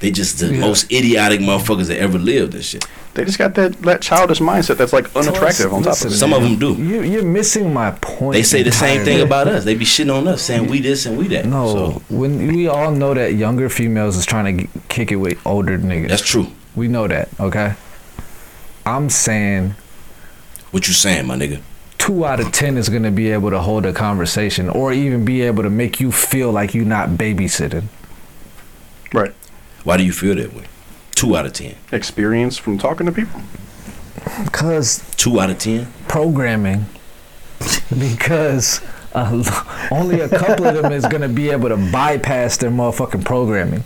they just the Yeah. most idiotic motherfuckers that ever lived and shit. they just got that, that childish mindset that's like unattractive on top of Listen, it. Some of them do. You, you're missing my point. They say the same thing entirely. about us. They be shitting on us, saying we this and we that. No, so, when we all know that younger females is trying to g- kick it with older niggas. that's true. we know that, okay? I'm saying What you saying, my nigga? two out of ten is gonna be able to hold a conversation or even be able to make you feel like you're not babysitting. Right. Why do you feel that way? Two out of ten. Experience from talking to people. Cause Two out of ten. programming *laughs* because uh, only a couple of them is going to be able to bypass their motherfucking programming.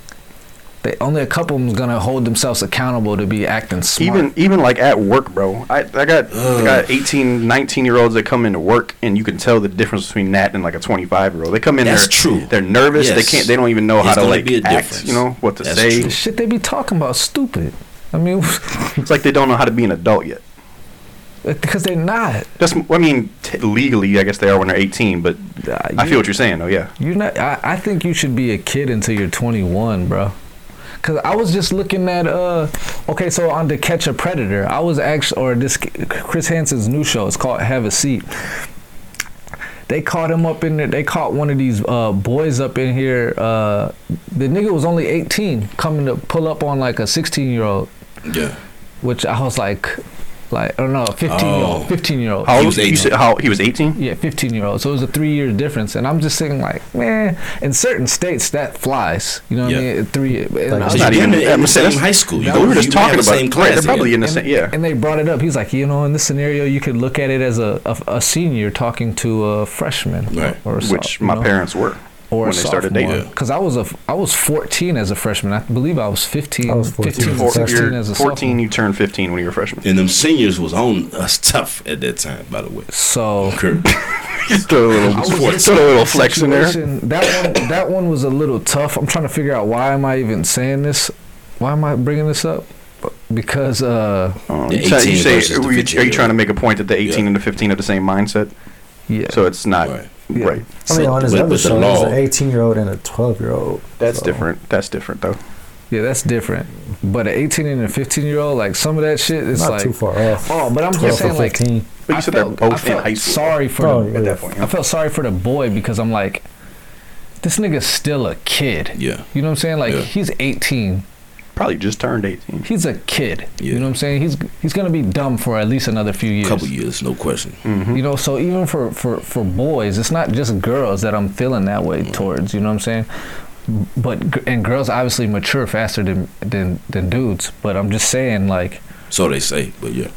They, only a couple of them is going to hold themselves accountable to be acting smart. Even even like at work, bro. I, I got I got 18, 19 year olds that come into work, and you can tell the difference between that and like a 25 year old. They come in That's there, true. They're nervous. They Yes. can't. They don't even know how It's to gonna like be a act. difference. You know what to That's say. true. the shit they be talking about stupid. I mean, *laughs* It's like they don't know how to be an adult yet. because they're not. That's I mean t- legally, I guess they are when they're 18. But Uh, I you- feel what you're saying, though. Yeah, You're not. I, I think you should be a kid until you're 21, bro. Cause I was just looking at uh, okay, so on the Catch a Predator, I was actually or this Chris Hansen's new show. It's called Have a Seat. They caught him up in there. They caught one of these uh, boys up in here. Uh, the nigga was only 18, coming to pull up on like a 16 year old, Yeah. which I was like, like I don't know, 15 year Oh. old, 15 year old. how He old was you 18. said? How he was 18? Yeah, 15 year old. So it was a three year difference. And I'm just saying, like, man, in certain states, that flies. You know what Yeah. I mean? Three. And, That's So not you even- been in I'm the saying same that's- high school. You we were go- just you talking have the about same it. Right, class. they're probably together. in the same. Yeah, and they brought it up. He's like, you know, in this scenario, you could look at it as a, a, a senior talking to a freshman. Right. Or, or so- which you my know, parents were or when they started dating. Because I, was a f- I was 14 as a freshman. I believe I was 15. I was 14 15 as a Four- 16 you're as a 14, sophomore. you turned 15 when you were a freshman. And them seniors was on us *laughs* tough at that time, by the way. So. Kurt. *laughs* Just throw a little, I was just looking throw a at little the flex in there. situation- That one, that one was a little tough. I'm trying to figure out why am I even saying this? Why am I bringing this up? Because uh, Oh, The you say- 18 you say- versus the were you- are you 15-year-old. trying to make a point that the 18 Yeah. and the 15 have the same mindset? yeah, So it's not Right. right. Yeah. I mean, So- on his but- other but the show, there's law- an 18 year old and a 12 year old. That's So, different. That's different though. yeah, that's different. But an 18 and a 15 year old, like some of that shit, it's Not like too far off. Oh, but I'm 12 just saying, or like, 15. But you I said felt, they're I both in felt high school sorry for Oh, the, yeah. at that point. I felt sorry for the boy because I'm like, this nigga's still a kid. Yeah. You know what I'm saying? Like Yeah. he's 18. Probably just turned 18. He's a kid. You Yeah. know what I'm saying? He's he's gonna be dumb for at least another few years. couple years, no question. Mm-hmm. You know, so even for, for, for boys, it's not just girls that I'm feeling that way Mm-hmm. towards. You know what I'm saying? But g- and girls obviously mature faster than than than dudes. But I'm just saying, like, So they say, but yeah.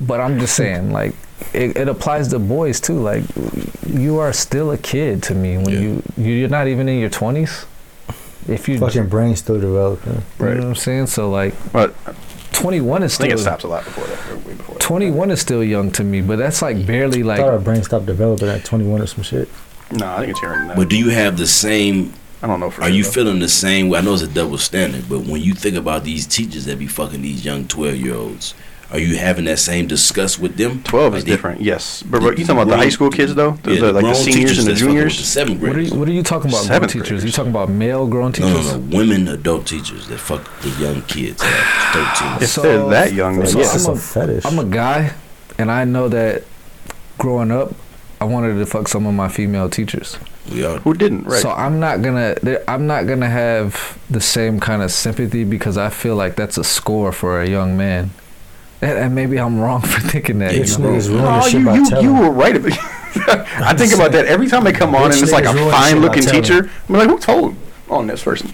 but I'm just *laughs* saying, like, it, it applies to boys too. Like, you are still a kid to me when Yeah. you you're not even in your 20s. If you, Fucking brain's still developing. you Right. know what I'm saying? So like, But 21 is I think it still stops a lot before that. or Way before that. 21 is still young to me, but that's like barely I like thought our brain stopped developing at 21 or some shit. No, I think it's younger than that. But do you have the same I don't know for Are sure, you though. feeling the same way? I know it's a double standard, but when you think about these teachers that be fucking these young twelve year olds, are you having that same discuss with them? 12 Like is they- different, yes. But, but you talking about the high school kids, though? The, Yeah, the- like the grown seniors teachers and the that's fucking with juniors? the seventh What are graders. you, what are you talking about? Grown Seventh teachers? graders. You talking about male grown no, teachers? no, no, women adult teachers that fuck the young kids at thirteen. If they're that young, then It's So yes. just I'm a a- fetish. I'm a guy, and I know that growing up, I wanted to fuck some of my female teachers. We are Who didn't, right? So I'm not gonna, there- I'm not gonna have the same kind of sympathy because I feel like that's a score for a young man. And, and maybe I'm wrong *laughs* for thinking that. Yeah, you Bitch you know? niggas ruin No, your shit Oh, you, by you, you telling. were right. about- *laughs* I think about that every time they come on and Bitch it's like niggas a ruin shit by fine looking telling. teacher. I'm like, who told on this person?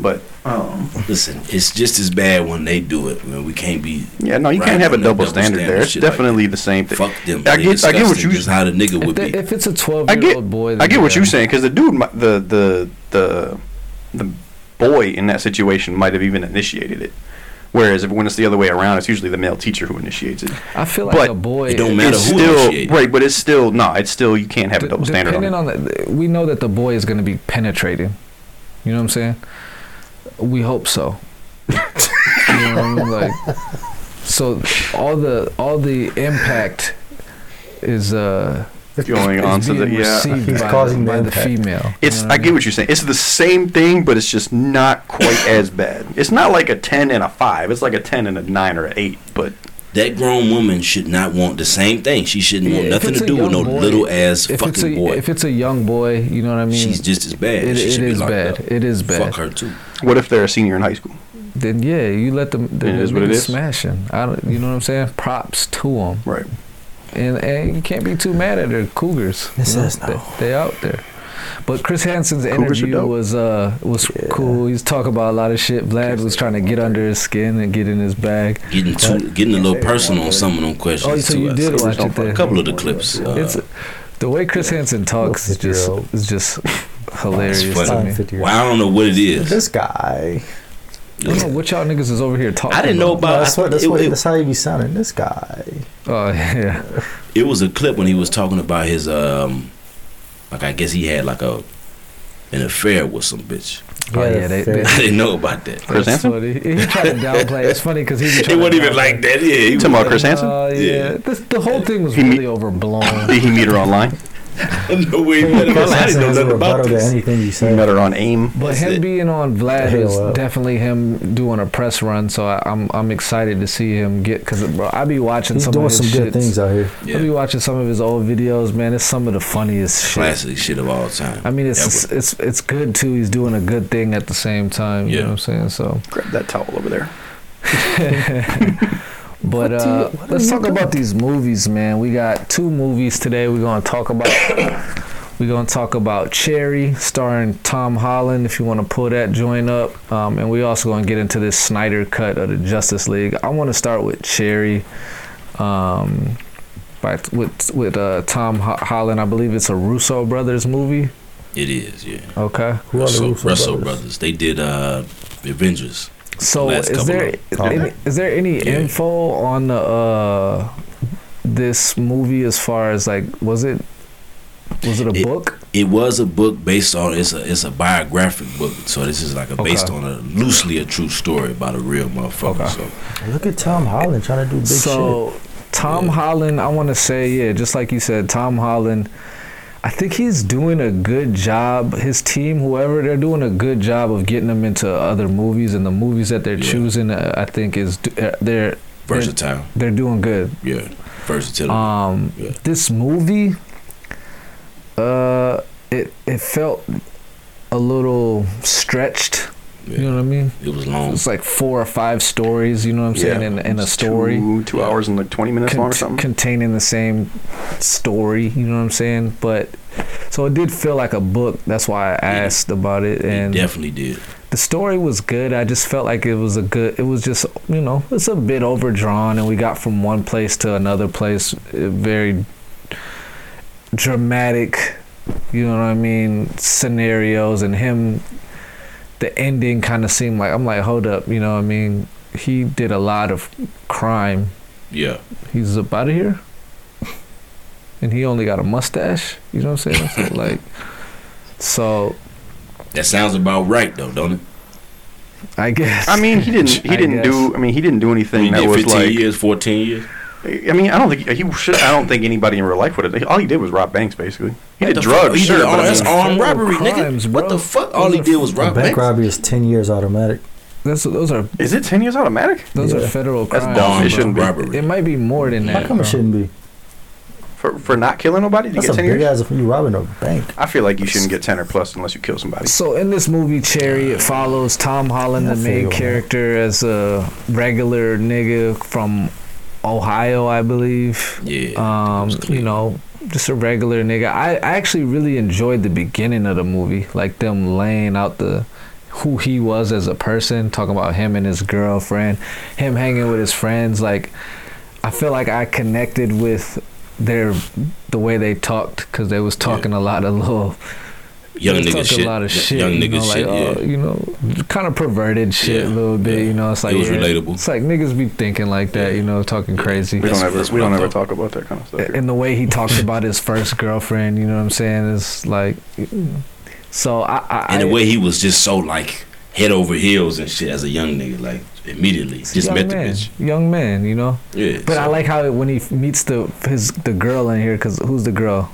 But Um, listen. It's just as bad when they do it. Man, we can't be yeah, no, you Right, can't have a no double, double standard, standard there. It's shit like definitely the same thing. fuck them. I They get- I get what disgusting. you- Just how the nigga If, would they, *laughs* be. if it's a I 12 year get, old boy, I get then what yeah. you're saying because the dude, mi- the the the the boy in that situation might have even initiated it. Whereas if when it's the other way around, it's usually the male teacher who initiates it. I feel like But a boy. it don't matter it's who still initiated. right, but it's still no. It's still you can't have a d- double standard on it. depending on the, we know that the boy is going to be penetrating. You know what I'm saying? We hope so. *laughs* you know what I mean? Like, so all the all the impact is uh going is on to being the yeah. received He's by, causing the by the impact. female. It's You know I what get what you're saying. It's the same thing, but it's just not quite *coughs* as bad. It's not like a ten and a five. It's like a ten and a nine or an eight. But That grown woman should not want the same thing. She shouldn't Yeah, want if nothing it's to a do with no young boy- little ass if fucking it's a boy. if it's a young boy, you know what I mean. She's just as bad. It- she it should be is locked bad. up. It is bad. Fuck her too. what if they're a senior in high school? then yeah, you let them. It Then is what it niggas is. Smashing. I don't, you know what I'm saying? Props to them. Right. and and you can't be too mad at her Cougars. This you know, is no- they, they out there. But Chris Hansen's Cougars are interview dope. was uh was Yeah. cool. He's talking about a lot of shit. Vlad was trying to get under his skin and get in his bag. Getting too, getting a little personal on some of them questions Oh, so too. you I did see. watch it a then. couple of the clips. Uh, It's the way Chris Hansen talks is just Fifty-year-old. is just hilarious to funny. me. well, I don't know what it is. This guy. I don't know what y'all niggas is over here talking. I didn't know about. about. that's I- what. That's, it, what, it- that's how he be sounding. This guy. Oh yeah, it was a clip when he was talking about his um, like I guess he had like a an affair with some bitch. *laughs* oh Yeah, yeah. They, fair. they, I didn't know about that. Chris that's Hansen? funny. He tried to downplay. it. It's funny because he be *laughs* It trying to wasn't even downplay like that. Yeah, he You was- talking about Chris Hansen? Oh yeah, Yeah. This, the whole thing was He- really overblown. Did he meet her *laughs* online? *laughs* no way. Chris man, I didn't Hansen know has a nothing about rebuttal to this. anything you He say. met her on AIM. But That's him it. being on Vlad Hell is up. definitely him doing a press run, so I, I'm I'm excited to see him get because bro, I be watching He's some doing of his some good shits. things out here. I be Yeah, watching some of his old videos, man. It's some of the funniest shit. classic shit of all time. I mean, That it's it's it's good too. He's doing a good thing at the same time. You Yeah. know what I'm saying? So, Grab that towel over there. but What do you- uh, what are let's you talk about doing? these movies, man. We got two movies today. We're gonna talk about. *coughs* We're gonna talk about Cherry, starring Tom Holland. If you want to pull that joint up, um, and we also gonna get into this Snyder cut of the Justice League. I want to start with Cherry, um, by with with uh, Tom Ho- Holland. I believe it's a Russo brothers movie. It is, yeah. Okay, Who are the Russell, Russo Russell brothers. brothers? They did uh Avengers. so Last is couple there of- is Oh. any, is there any Yeah. info on the uh, this movie as far as like was it was it a It- book? It was a book based on it's a it's a biographic book. So this is like a based Okay. on a loosely a true story about a real motherfucker. Okay. So Look at Tom Holland trying to do big shit. so Tom Yeah. Holland, I want to say yeah, just like you said, Tom Holland. I think he's doing a good job. His team, whoever, they're doing a good job of getting him into other movies, and the movies that they're Yeah. choosing, uh, I think, is d- uh, they're versatile. they're doing good. Yeah. Versatility. Um, Yeah. this movie, uh, it it felt a little stretched. yeah. You know what I mean? it was long. It's like four or five stories. You know what I'm saying? In, in a It's story Two, two hours and like 20 minutes long or cont- something. containing the same story. You know what I'm saying? But so it did feel like a book. That's why I asked about it. It And definitely did. the story was good. I just felt like it was a good. It was just you know it's a bit overdrawn, and we got from one place to another place. uh, Very dramatic, you know what I mean? Scenarios and him. The ending kind of seemed like I'm like hold up, you know what I mean? He did a lot of crime. Yeah. He's up out of here, *laughs* and he only got a mustache. You know what I'm saying? So like, so That sounds about right, though, don't it? I guess. I mean, he didn't. He I didn't do. I mean, he didn't do anything He that did was 15 like. years, 14 years. I mean, I don't think he should. I don't think anybody in real life would have. All he did was rob banks, basically. He What did the drugs, fuck? He sure, did but all, I that's mean, armed robbery, crimes, nigga. bro. What the fuck? All he did was rob Bank banks. robbery is 10 years automatic. That's, those are is it ten years automatic those are Yeah. federal That's crimes. dumb. It bro. shouldn't be. robbery. It might be more than that. How come bro. it shouldn't be? for for not killing nobody? You That's get a ten big years. ass if you robbing a bank. I feel like you shouldn't get ten or plus unless you kill somebody. So in this movie, Chariot follows Tom Holland, Yeah, I the feel you main on that. character, as a regular nigga from Ohio, I believe. Yeah. Um, it was clear. you know, just a regular nigga. I, I actually really enjoyed the beginning of the movie, like them laying out the who he was as a person, talking about him and his girlfriend, him hanging with his friends. Like, I feel like I connected with their the way they talked because they was talking a lot of little young they nigga talk shit. A lot of Y- shit. Young you nigga know, shit. like, yeah. uh, you know, kind of perverted shit Yeah, a little bit. yeah. You know, it's like It was yeah, relatable. It's like niggas be thinking like that. You know, talking crazy. We don't ever. that's We what don't I ever thought. talk about that kind of stuff. here. And the way he talks about his first girlfriend, you know what I'm saying? It's like, so I, I, And I the way he was just so like head over heels and shit as a young nigga, like immediately it's a just young met the man, bitch. young man, you know. Yeah. But I so- like how it, when he meets the his the girl in here, cause who's the girl?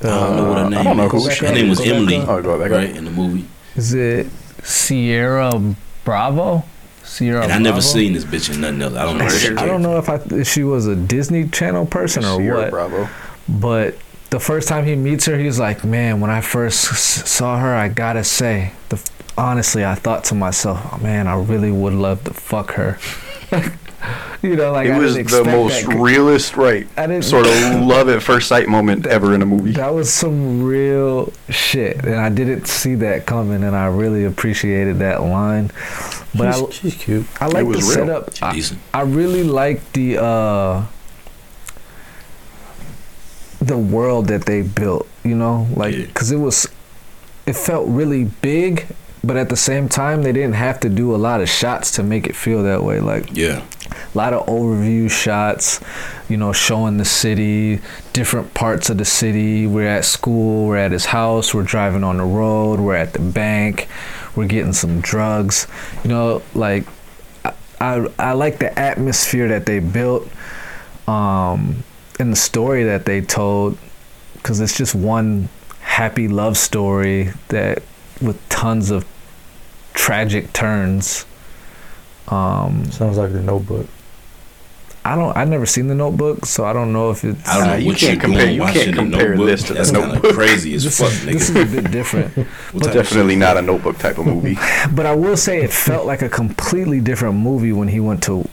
I don't know what Uh, her name. I don't know is. who her she- name was Rebecca? Emily, Oh, go back right in the movie. Is it Sierra Bravo? Sierra. And I Bravo? never seen this bitch in nothing else. I don't know. I Her *laughs* shit. I don't know if I if she was a Disney Channel person or Sierra what. Bravo. But the first time he meets her, he's like, "Man, when I first s- saw her, I gotta say, the, honestly, I thought to myself, oh, man, I really would love to fuck her." *laughs* you know, like I it was didn't the expect most that. realist, right? I didn't- Sort of love at first sight moment ever in a movie. *laughs* that was some real shit, and I didn't see that coming, and I really appreciated that line. But I, she's, she's cute. I like the was real. setup. I- Decent. I really like the uh the world that they built, you know? Like Yeah. cuz it was it felt really big, but at the same time they didn't have to do a lot of shots to make it feel that way. Like Yeah. a lot of overview shots, you know, showing the city, different parts of the city. We're at school, we're at his house, we're driving on the road, we're at the bank, we're getting some drugs. You know, like I I, I like the atmosphere that they built um and the story that they told cuz it's just one happy love story that with tons of tragic turns. Um Sounds like the notebook. I don't. I've never seen the Notebook, so I don't know if it's. I don't know Uh, you what can't you're compare- doing you watching can't the compare notebook. this to The That's kind Notebook. of crazy as This fuck, is, this nigga. is a bit different, What type of Definitely shit? not a notebook type of movie. but *laughs* I will say it felt like a completely different movie when he went to.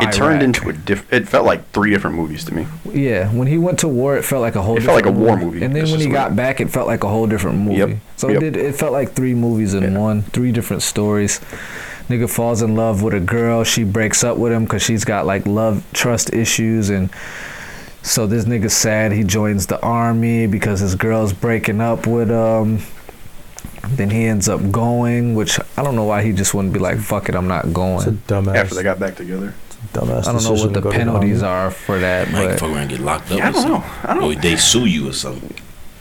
It turned Iraq. into a diff. It felt like three different movies to me. Yeah, when he went to war, it felt like a whole. It felt different like a war movie. And then It's when he just got like- back, it felt like a whole different movie. Yep, So yep. it did. It felt like three movies in Yeah. one, three different stories. Nigga falls in love with a girl. She breaks up with him because she's got like love trust issues, and so this nigga's sad. He joins the army because his girl's breaking up with um. Then he ends up going, which I don't know why he just wouldn't be like, "Fuck it, I'm not It's a going." dumbass. After they got back together, dumbass I don't know decision what to the go to penalties army. are for that, Might but fuck around and get locked up. yeah, I or don't something. know. I don't. Or they sue you or something.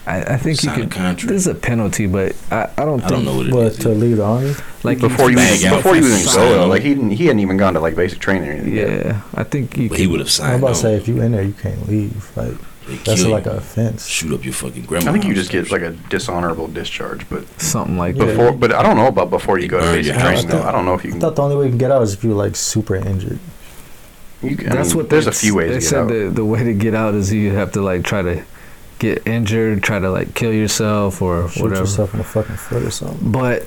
I, I think you Sign a could. contract. There's a penalty, but I, I don't think I don't know what it What is. to leave the army? like before you bag out before you even for go, sign. like he didn't, he hadn't even gone to like basic training or anything. yet. Yeah, I think you But he could. would have I'm signed. about to say on. if you in there, you can't leave. Like They kill that's you. like an offense. shoot up your fucking grandma. I think you just get like a dishonorable discharge, but something like Yeah. that. before, but I don't know about before you go to Burn basic your house training. Though. down. I don't know if I you can. thought the only way you can get out is if you're like super injured. you can I That's mean, what there's they a few s- ways They to get said out. The, the way to get out is you have to like try to get injured, try to like kill yourself or Shoot whatever. yourself in the fucking foot or something. But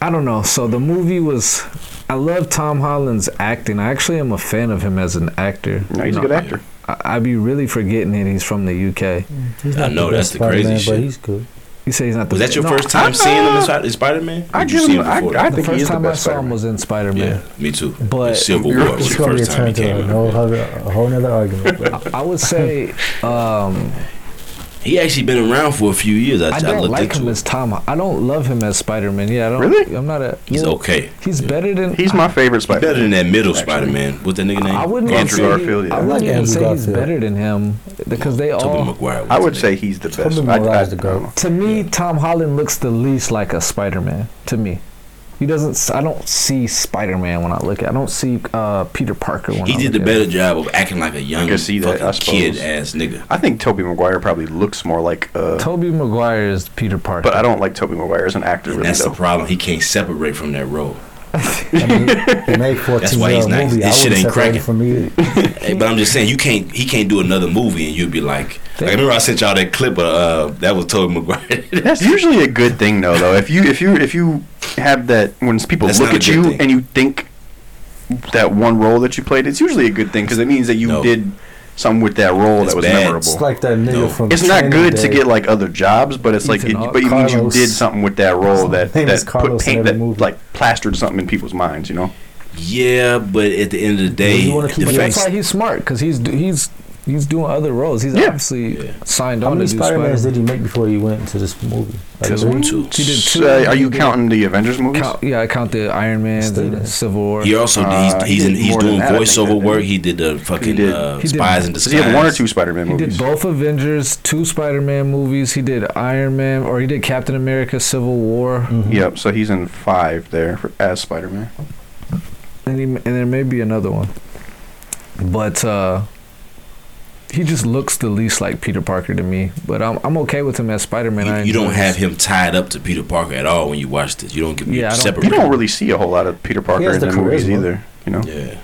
I don't know. So the movie was. I love Tom Holland's acting. I actually am a fan of him as an actor. No, he's a You good know, actor. I, I be really forgetting that he's from the UK. He's I know, that's the crazy Spider-Man, shit. But he's good. You say he's not the. Was that your no, first time seeing him in Spi- Spider-Man? I Did you give see him- him I- before? I that? The think he first is the time I best saw him Spider-Man. was in Spider Man. Yeah, me too. But- The Civil You're- War was It's the gonna be a first time turn he to came a out. *laughs* whole other, a whole other argument. But I would say um, He actually been around for a few years. I, I I don't looked like into him it. as Tom. I don't love him as Spider Man. Yeah, I don't. Really? I'm not a. He's well, okay. He's better than. He's my favorite He's Spider. better than that middle Actually. Spider-Man. What's that nigga name? I wouldn't Andrew say he- Garfield, yeah. I I wouldn't like even Andrew say he's Garfield. better than him because they Tobey all. Maguire. was I would the say he's the best. Tobey I, I, I Maguire's the don't goat. know. To me, Tom Holland looks the least like a Spider Man. To me, he doesn't. s- I don't see Spider Man when I look at. I don't see uh, Peter Parker when nigga. He I did the look at it. better job of acting like a young can see that, I fucking kid ass suppose. nigga. I think Toby Maguire probably looks more like, uh, Tobey Maguire is Peter Parker. but I don't like Toby Maguire as an actor And really that's the though. problem. He can't separate from that role. *laughs* I mean, he made 14 That's why he's million nice. movie. This I shit ain't wouldn't separate cracking. it from me. Hey, but I'm just saying you can't. He can't do another movie, and you'd be like, like I remember I sent y'all that clip of uh, that was Tobey Maguire. *laughs* That's usually a good thing though, though. If you if you if you have that when people That's look not a at good you thing. and you think that one role that you played, it's usually a good thing because it means that you No. did something with that role It's that was bad. memorable. It's like that nigga No. from. It's not Training good Day. to get like other jobs, but it's like, Ethan it, Hawke. but it means you Carlos. did something with that role that name is that put Carlos in paint every that movie. like plastered something in people's minds. You know, yeah, but at the end of the day, You wanna keep the But it fact that's why he's smart because he's do- he's he's doing other roles. He's Yeah. obviously Yeah. signed How on to many do Spider Mans Spider. did he make before he went into this movie? Like Two. three? Two. He did two. So, uh, are He you did- counting the Avengers movies? Count, yeah, I count the Iron Man, Stay the there. Civil War. he also Uh, he he's he's did in, he's more than doing that, I think, voiceover didn't work. he? He did the fucking did. Uh, He did. spies in Does disguise. he have one or two Spider-Man He movies? did both Avengers, two Spider Man movies. He did Iron Man, or he did Captain America Civil War. Yep. So he's in five there for, as Spider-Man. And, he, and there may be another one. But uh, he just looks the least like Peter Parker to me. But I'm, I'm okay with him as Spider Man. You, you don't have him tied up to Peter Parker at all when you watch this. You don't get Yeah, I don't- separate. You don't really see a whole lot of Peter Parker has in the the movies charisma. either. You know, Yeah,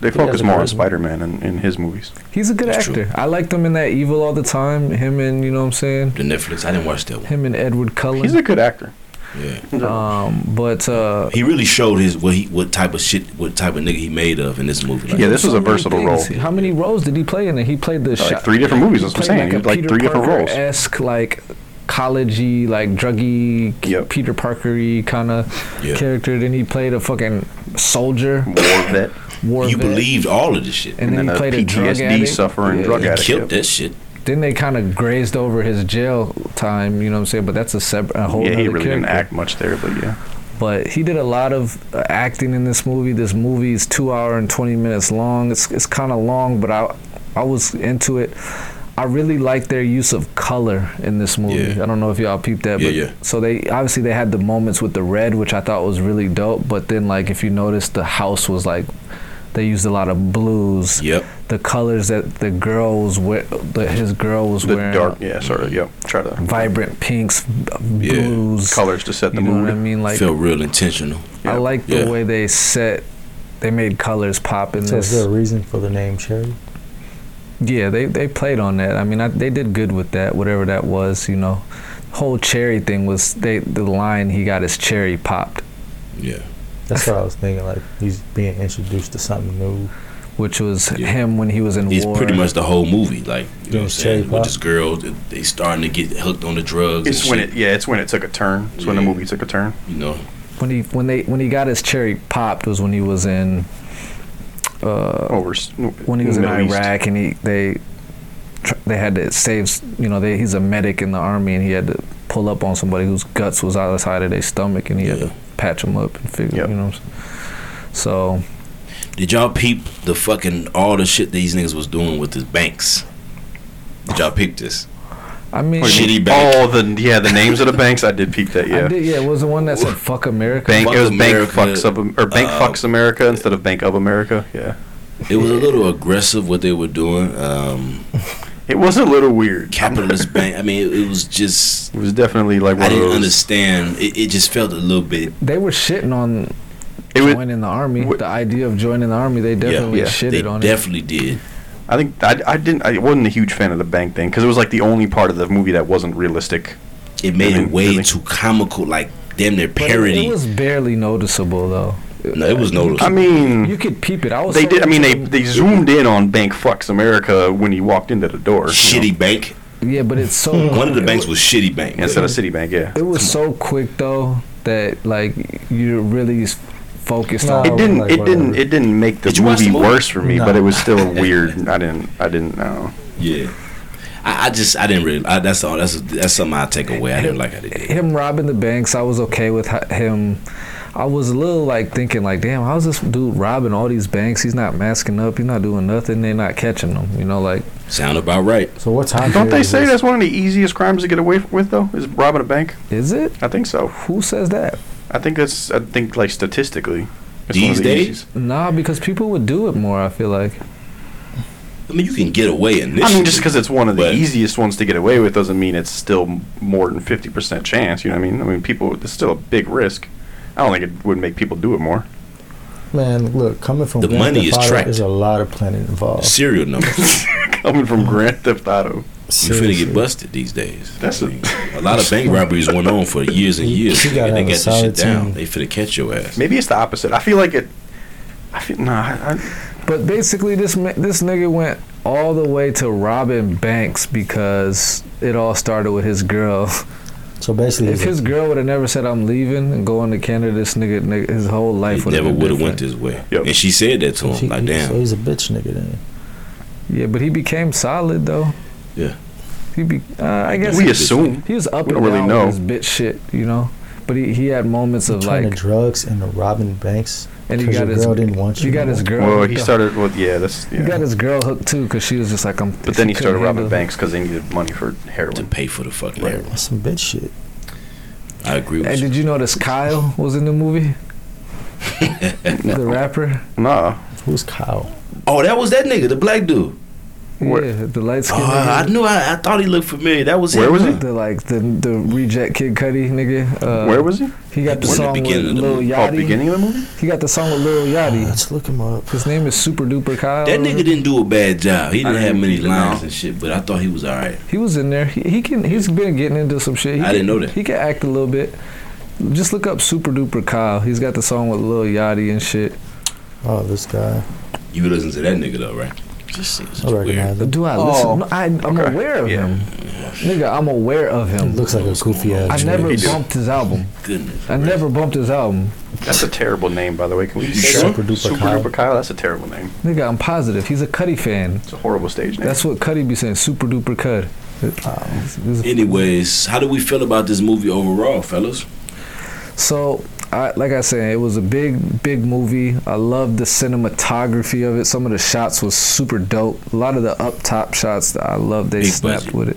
they He has focus the more on charisma. Spider-Man in, in his movies. He's a good That's actor. I liked him in that Evil all the time. Him and, you know what I'm saying? the Netflix. I didn't watch that one. Him and Edward He's Cullen. a good actor. Yeah, um, but uh, he really showed his what he what type of shit what type of nigga he made of in this movie. Like, Yeah, this was a many versatile role. things. How many roles did he play in it? He played the Like shot- three different movies. That's what I'm played saying. He a had, like Peter three different roles. Parker-esque, like collegey, like druggy, Yep. Peter Parkery kind of Yeah. character. Then he played a fucking soldier, War vet war you vet, believed all of this shit. and, then and he then played a a drug PTSD addict. suffering Yeah. drug He addict. killed Yep. that shit. Then they kind of grazed over his jail time. You know what I'm saying? But that's a separate, a whole. Yeah, he nother really didn't character. act much there, but yeah. But he did a lot of uh, acting in this movie. This movie is two hour and twenty minutes long. It's it's kind of long, but I I was into it. I really like their use of color in this movie. Yeah. I don't know if y'all peeped that, Yeah, but yeah. so they obviously they had the moments with the red, which I thought was really dope. But then like if you notice, the house was like they used a lot of blues. Yep. The colors that the girl was wear, that his girl was The wearing, dark, yeah, sorry, yep. Try to vibrant pinks, Yeah. blues, colors to set the You know what I mood. mean? Like felt real intentional. I Yeah. like the Yeah. way they set. They made colors pop in So is there this. a reason for the name Cherry? Yeah, they they played on that. I mean, I, they did good with that. Whatever that was, you know, whole cherry thing was they the line he got his cherry popped, Yeah, That's what I was thinking. Like he's being introduced to something new. which was Yeah. him when he was in it's war. pretty much the whole movie. Like you know what I'm Those cherry saying, with pop. this girl, th- they starting to get hooked on the drugs. It's and when shit, it, yeah, it's when it took a turn. It's when the Yeah. movie took a turn. you know. when he when they when he got his cherry popped was when he was in uh, Over when he was in Iraq and he they tr- they had to save s- you know they, he's a medic in the army and he had to pull up on somebody whose guts was outside of their stomach and he had Yeah. to patch him up and figure Yep. you know what I'm saying? so Did y'all peep the fucking all the shit these niggas was doing with the banks? Did y'all peep this? I mean What do you mean? Shitty bank. All the yeah, the names of the banks. I did peep that. I Yeah, did, yeah it was the one that said fuck America bank. Fuck It was America, Bank Fucks of Am- or Bank uh, Fucks America instead of Bank of America. Yeah, It was a little aggressive what they were doing. Um, it was a little weird. *laughs* capitalist bank. I mean, it, it was just. It was definitely like one I of didn't those. understand. It, it just felt a little bit. they were shitting on It was, joining the army Wh- the idea of joining the army they definitely yeah, shitted They on it definitely did. I think I, I didn't. I wasn't a huge fan of the bank thing because it was like the only part of the movie that wasn't realistic. It made I it mean, way really. too comical. Like damn near But it- parody. it was barely noticeable though no, it was no. I mean, you could peep it I was Mm. They so did. I mean, they, into the- they zoomed in on Bank Fucks America when he walked into the door. you know, shitty bank. yeah but it's so Mm. One of the it banks was shitty bank. instead of Citibank. Yeah, It was so quick though that like you're really s- focused No. on. it didn't. like It didn't. whatever. It didn't make the Did you watch movie the movie? worse for me, No. but it was still weird. I didn't. I didn't know. yeah. I, I just I didn't really. I, that's all. That's that's something I take away. I didn't like how they did. it. him robbing the banks, I was okay with h- him. I was a little like thinking, like, damn, how's this dude robbing all these banks? He's not masking up. He's not doing nothing. They're not catching him. You know, like Sound about right. So what time? Don't period they is say this? that's one of the easiest crimes to get away f- with though? Is robbing a bank? Is it? I think so. Who says that? I think that's. I think like statistically. it's These one of the days? easiest. Nah, because people would do it more. I feel like. I mean, you can get away in this. I mean, just because it's one of the But- easiest ones to get away with doesn't mean it's still m- more than fifty percent chance. You know what I mean? I mean, people. It's still a big risk. I don't think it would make people do it more. *laughs* Man, look, coming from The Grand money Theft is Auto, tracked. There's a lot of planning involved. serial numbers. Coming from Grand Theft Auto. you finna Seriously. get busted these days. That's a- I mean, a lot of bank robberies went on for years and You- years. you gotta and they have a got this shit solid down. team. They finna catch your ass. Maybe it's the opposite. I feel like it. I feel nah. I, I, But basically, this ma- this nigga went all the way to robbing banks because it all started with his girl. *laughs* So basically, If he's his girl would have never said I'm leaving and going to Canada, this nigga, nigga his whole life He would have never been would have went different. this way. Yep. And she said that to a, him. he- like, he- damn. so he's a bitch nigga then. Yeah, but he became solid though. Yeah. He be. Uh, I guess we he, assume. he was up we and don't really down know. with his bitch shit, you know. But he, he had moments of Turning like, to drugs and robbing banks. and he 'cause got your his girl didn't want he you got no his more. girl. Well, hooked he up. started with yeah. That's He got yeah. his girl hooked too, cause she was just like, I'm. But then she he started couldn't robbing handle- banks because they needed money for To heroin. pay for the fucking Right. heroin. That's some bitch shit. I agree Hey, with you. did you notice Kyle was in the *laughs* movie? the rapper. Nah. Who's Kyle? Oh, that was that nigga, the black dude. Where- Yeah, the light Oh, skin. I knew. I, I thought he looked familiar. That was Where him. was he? The like the the reject Kid Cudi nigga. Uh, Where was he? he got the Where the song with beginning of the Lil movie? Oh, Yachty? beginning of the movie. He got the song with Lil Mm-hmm. Yachty. Let's look him up. His name is Super Duper Kyle. That nigga didn't do a bad job. He I didn't have didn't many even lines know. and shit, but I thought he was all right. He was in there. He, he can. He's been getting into some shit. He I can- didn't know that. He can act a little bit. Just look up Super Duper Kyle. He's got the song with Lil Yachty and shit. Oh, this guy. You listen to that nigga though, right? Just seems I weird. recognize him. Do I Oh, listen? No, I, I'm okay. aware of Yeah. him. Nigga, I'm aware of him. Looks like a goofy ass. I nigga. never He do. bumped his album. Goodness. I gracious. never bumped his album. That's a terrible name, by the way. Can we just sure? say that? Super Duper Super Kyle. Duper Kyle? That's a terrible name. Nigga, I'm positive. He's a Cuddy fan. It's a horrible stage name. That's what Cuddy be saying. Super Duper Cud. Uh, Anyways, how do we feel about this movie overall, fellas? So, I, like I said, it was a big, big movie. I loved the cinematography of it. Some of the shots was super dope. A lot of the up top shots, I love they Big snapped budget. with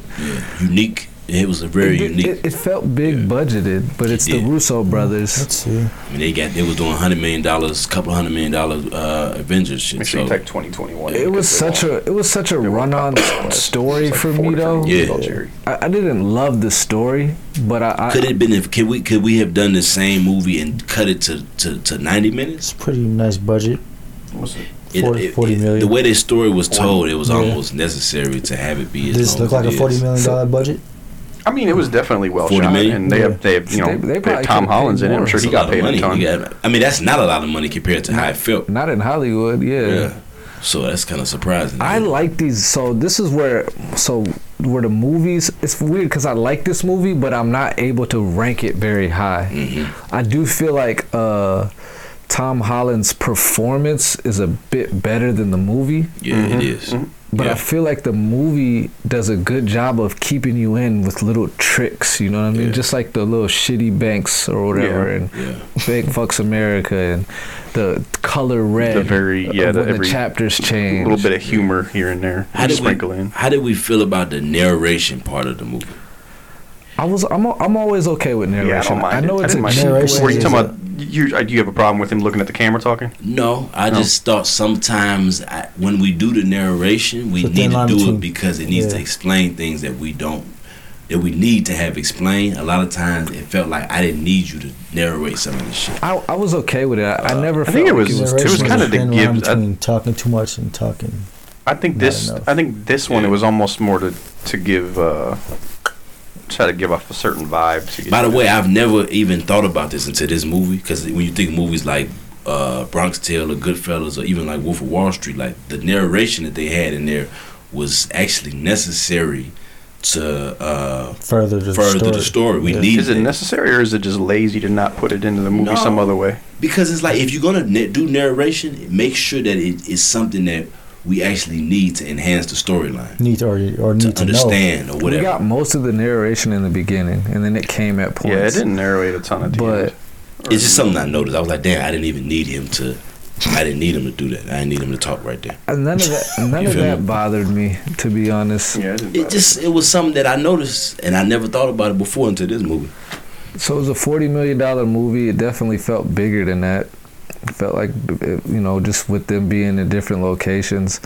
it. Unique. It was a very it, did- unique. It, it felt big budgeted, but it's Yeah. the Russo brothers. Let's see. I mean, they got they was doing hundred million dollars, couple hundred million dollars uh, Avengers shit. Make sure you so- type 2021. It was such a it was such a run on story for me though. Yeah. I, I didn't love the story, but I, I could it have been if could we could we have done the same movie and cut it to, to, to ninety minutes? It's a pretty nice budget. It, 40 it- 40 it- million. The way this story was told, it was Yeah. almost necessary to have it be. As This long look as like it a is. forty million dollar budget. I mean, it was definitely well 40 shot, million? and they Yeah. have they have you know They- they, they have probably Tom could pay Hollins in it. I'm more. sure That's he a lot got of paid a money. ton. You got- I mean, that's not a lot of money compared to how it felt. not in Hollywood, yeah. Yeah. So that's kind of surprising. I like these. So this is where so where the movies. It's weird because I like this movie, but I'm not able to rank it very high. Mm-hmm. I do feel like uh, Tom Holland's performance is a bit better than the movie. Yeah, it is. But Yeah. I feel like the movie does a good job of keeping you in with little tricks. You know what I mean? Yeah. Just like the little shitty banks or whatever, Yeah. and Yeah. Bank Fucks America, and the color red. very- of yeah, the- when the every chapters change. A little bit of humor here and there. How Just did sprinkle we, in. How did we feel about the narration part of the movie? I was I'm al- I'm always okay with narration. Yeah, I don't mind. know it. it's I didn't a mind cheap it. narration Were way. you is talking a- about? You, uh, do you have a problem with him looking at the camera talking? No, I No. just thought sometimes I, when we do the narration, we It's a thin need to line do between- it because it needs to yeah. explain things that we don't that we need to have explained. A lot of times it felt like I didn't need you to narrate some of this shit. I, I was okay with it. I, I never. Uh, I felt think it like was- it it was Generation kinda is to a thin line give- I- between talking too much and talking. I think Not this. enough. I think this one. It was almost more to to give. Uh, try to give off a certain vibe. To get By the you to- way, I've never even thought about this until this movie because when you think of movies like uh, Bronx Tale or Goodfellas or even like Wolf of Wall Street, like the narration that they had in there was actually necessary to uh, Further the further story. the story. We Yeah. need is it necessary or is it just lazy to not put it into the movie No. some other way? because it's like if you're gonna na- do narration, make sure that it is something that we actually need to enhance the storyline Need to or, or to need to, know. understand or We whatever. got most of the narration in the beginning, and then it came at points. Yeah, it didn't narrate a ton at the But- end. It's just something I noticed. I was like, damn, I didn't even need him to. I didn't need him to do that. I didn't need him to talk right there. And none of *laughs* that, none You of feel that me? bothered me, to be honest. Yeah, it didn't. It just it was something that I noticed and I never thought about it before until this movie. So it was a forty million dollar movie. It definitely felt bigger than that. It felt like it- you know, just with them being in different locations.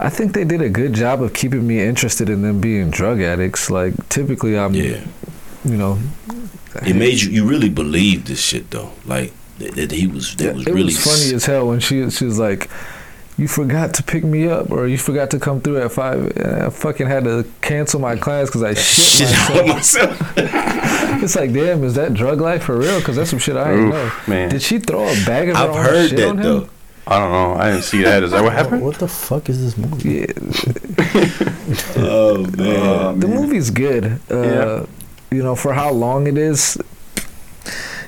I think they did a good job of keeping me interested in them being drug addicts. Like typically, I'm Yeah, you know, it made you you really believe this shit though. Like that, that he was that Yeah, was it really was funny as hell when she she was like, "You forgot to pick me up, or you forgot to come through at five. And I fucking had to cancel my class because I shit, shit *laughs* out of myself." myself. it's like, damn, is that drug life for real? Because that's some shit I didn't know. Oof, man. Did she throw a bag of her I've own heard shit on that him? though. I don't know. I didn't see that. Is that what What, happened? what the fuck is this movie? Yeah, *laughs* Oh man. Uh, the movie's good. Uh, Yeah. You know, for how long it is,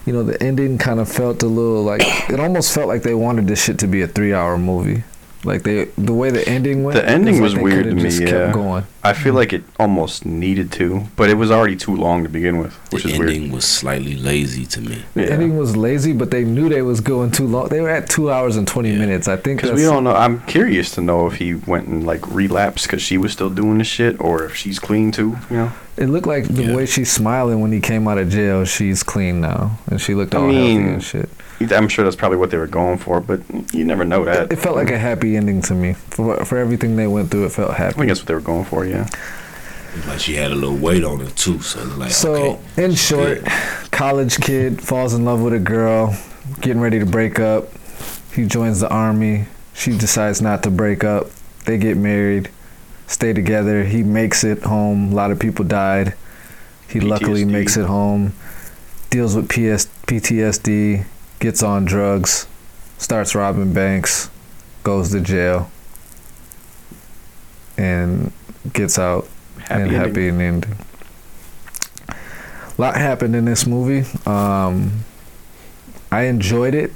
you know, the ending kind of felt a little like it almost felt like they wanted this shit to be a three-hour movie. Like they, the way the ending went. The ending was they weird coulda to me, just yeah. Kept going. I feel like it almost needed to, but it was already too long to begin with, which the is ending weird. was slightly lazy to me. The Yeah. ending was lazy, but they knew they was going too long. They were at two hours and twenty Yeah. minutes. I think Because we don't know. I'm curious to know if he went and like relapsed because she was still doing this shit, or if she's clean too. You know. it looked like the Yeah. way she's smiling when he came out of jail. She's clean now, and she looked I all healthy mean, and shit. I'm sure that's probably what they were going for, but you never know that. It felt like a happy ending to me. For for everything they went through, it felt I think happy. that's what they were going for. Yeah. Like she had a little weight on her too, so it looked like So okay. in short, college kid falls in love with a girl, getting ready to break up. He joins the army. She decides not to break up. They get married, stay together. He makes it home. A lot of people died. He luckily PTSD. makes it home. Deals with PS- PTSD. Gets on drugs. Starts robbing banks. Goes to jail. And gets out Happy and ending. happy and ending. A lot happened in this movie. Um, I enjoyed it.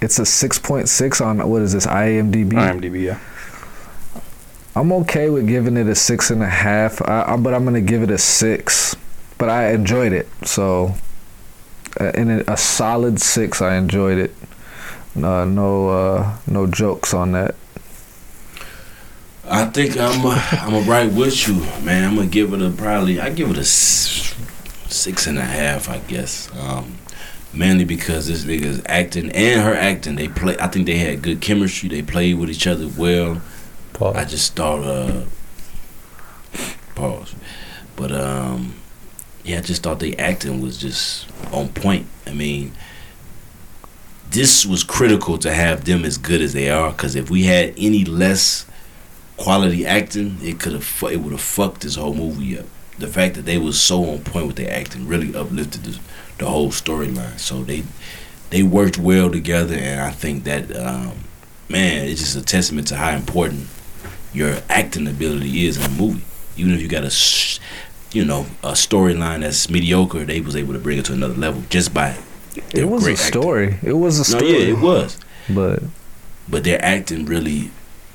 It's a 6.6 on what is this IMDb? IMDb. Yeah. I'm okay with giving it a six and a half, I, I, but I'm gonna give it a six. But I enjoyed it, so uh, in a, a solid six, I enjoyed it. Uh, no, uh, no jokes on that. I think I'm uh, I'm a right with you, man. I'm gonna give it a probably I give it a s- six and a half, I guess. Um, mainly because this nigga's acting and her acting, they play. I think they had good chemistry. They played with each other well. Paul. I just thought, uh, pause. But um, yeah, I just thought the acting was just on point. I mean, this was critical to have them as good as they are. Because if we had any less quality acting, it could have fu- it would have fucked this whole movie up. The fact that they was so on point with their acting really uplifted the, the whole storyline. So they they worked well together, and I think that um, man, it's just a testament to how important your acting ability is in a movie. Even if you got a, sh- you know, a storyline that's mediocre, they was able to bring it to another level just by. It their was a great acting. story. It was a No, story. yeah, it was, But but their acting really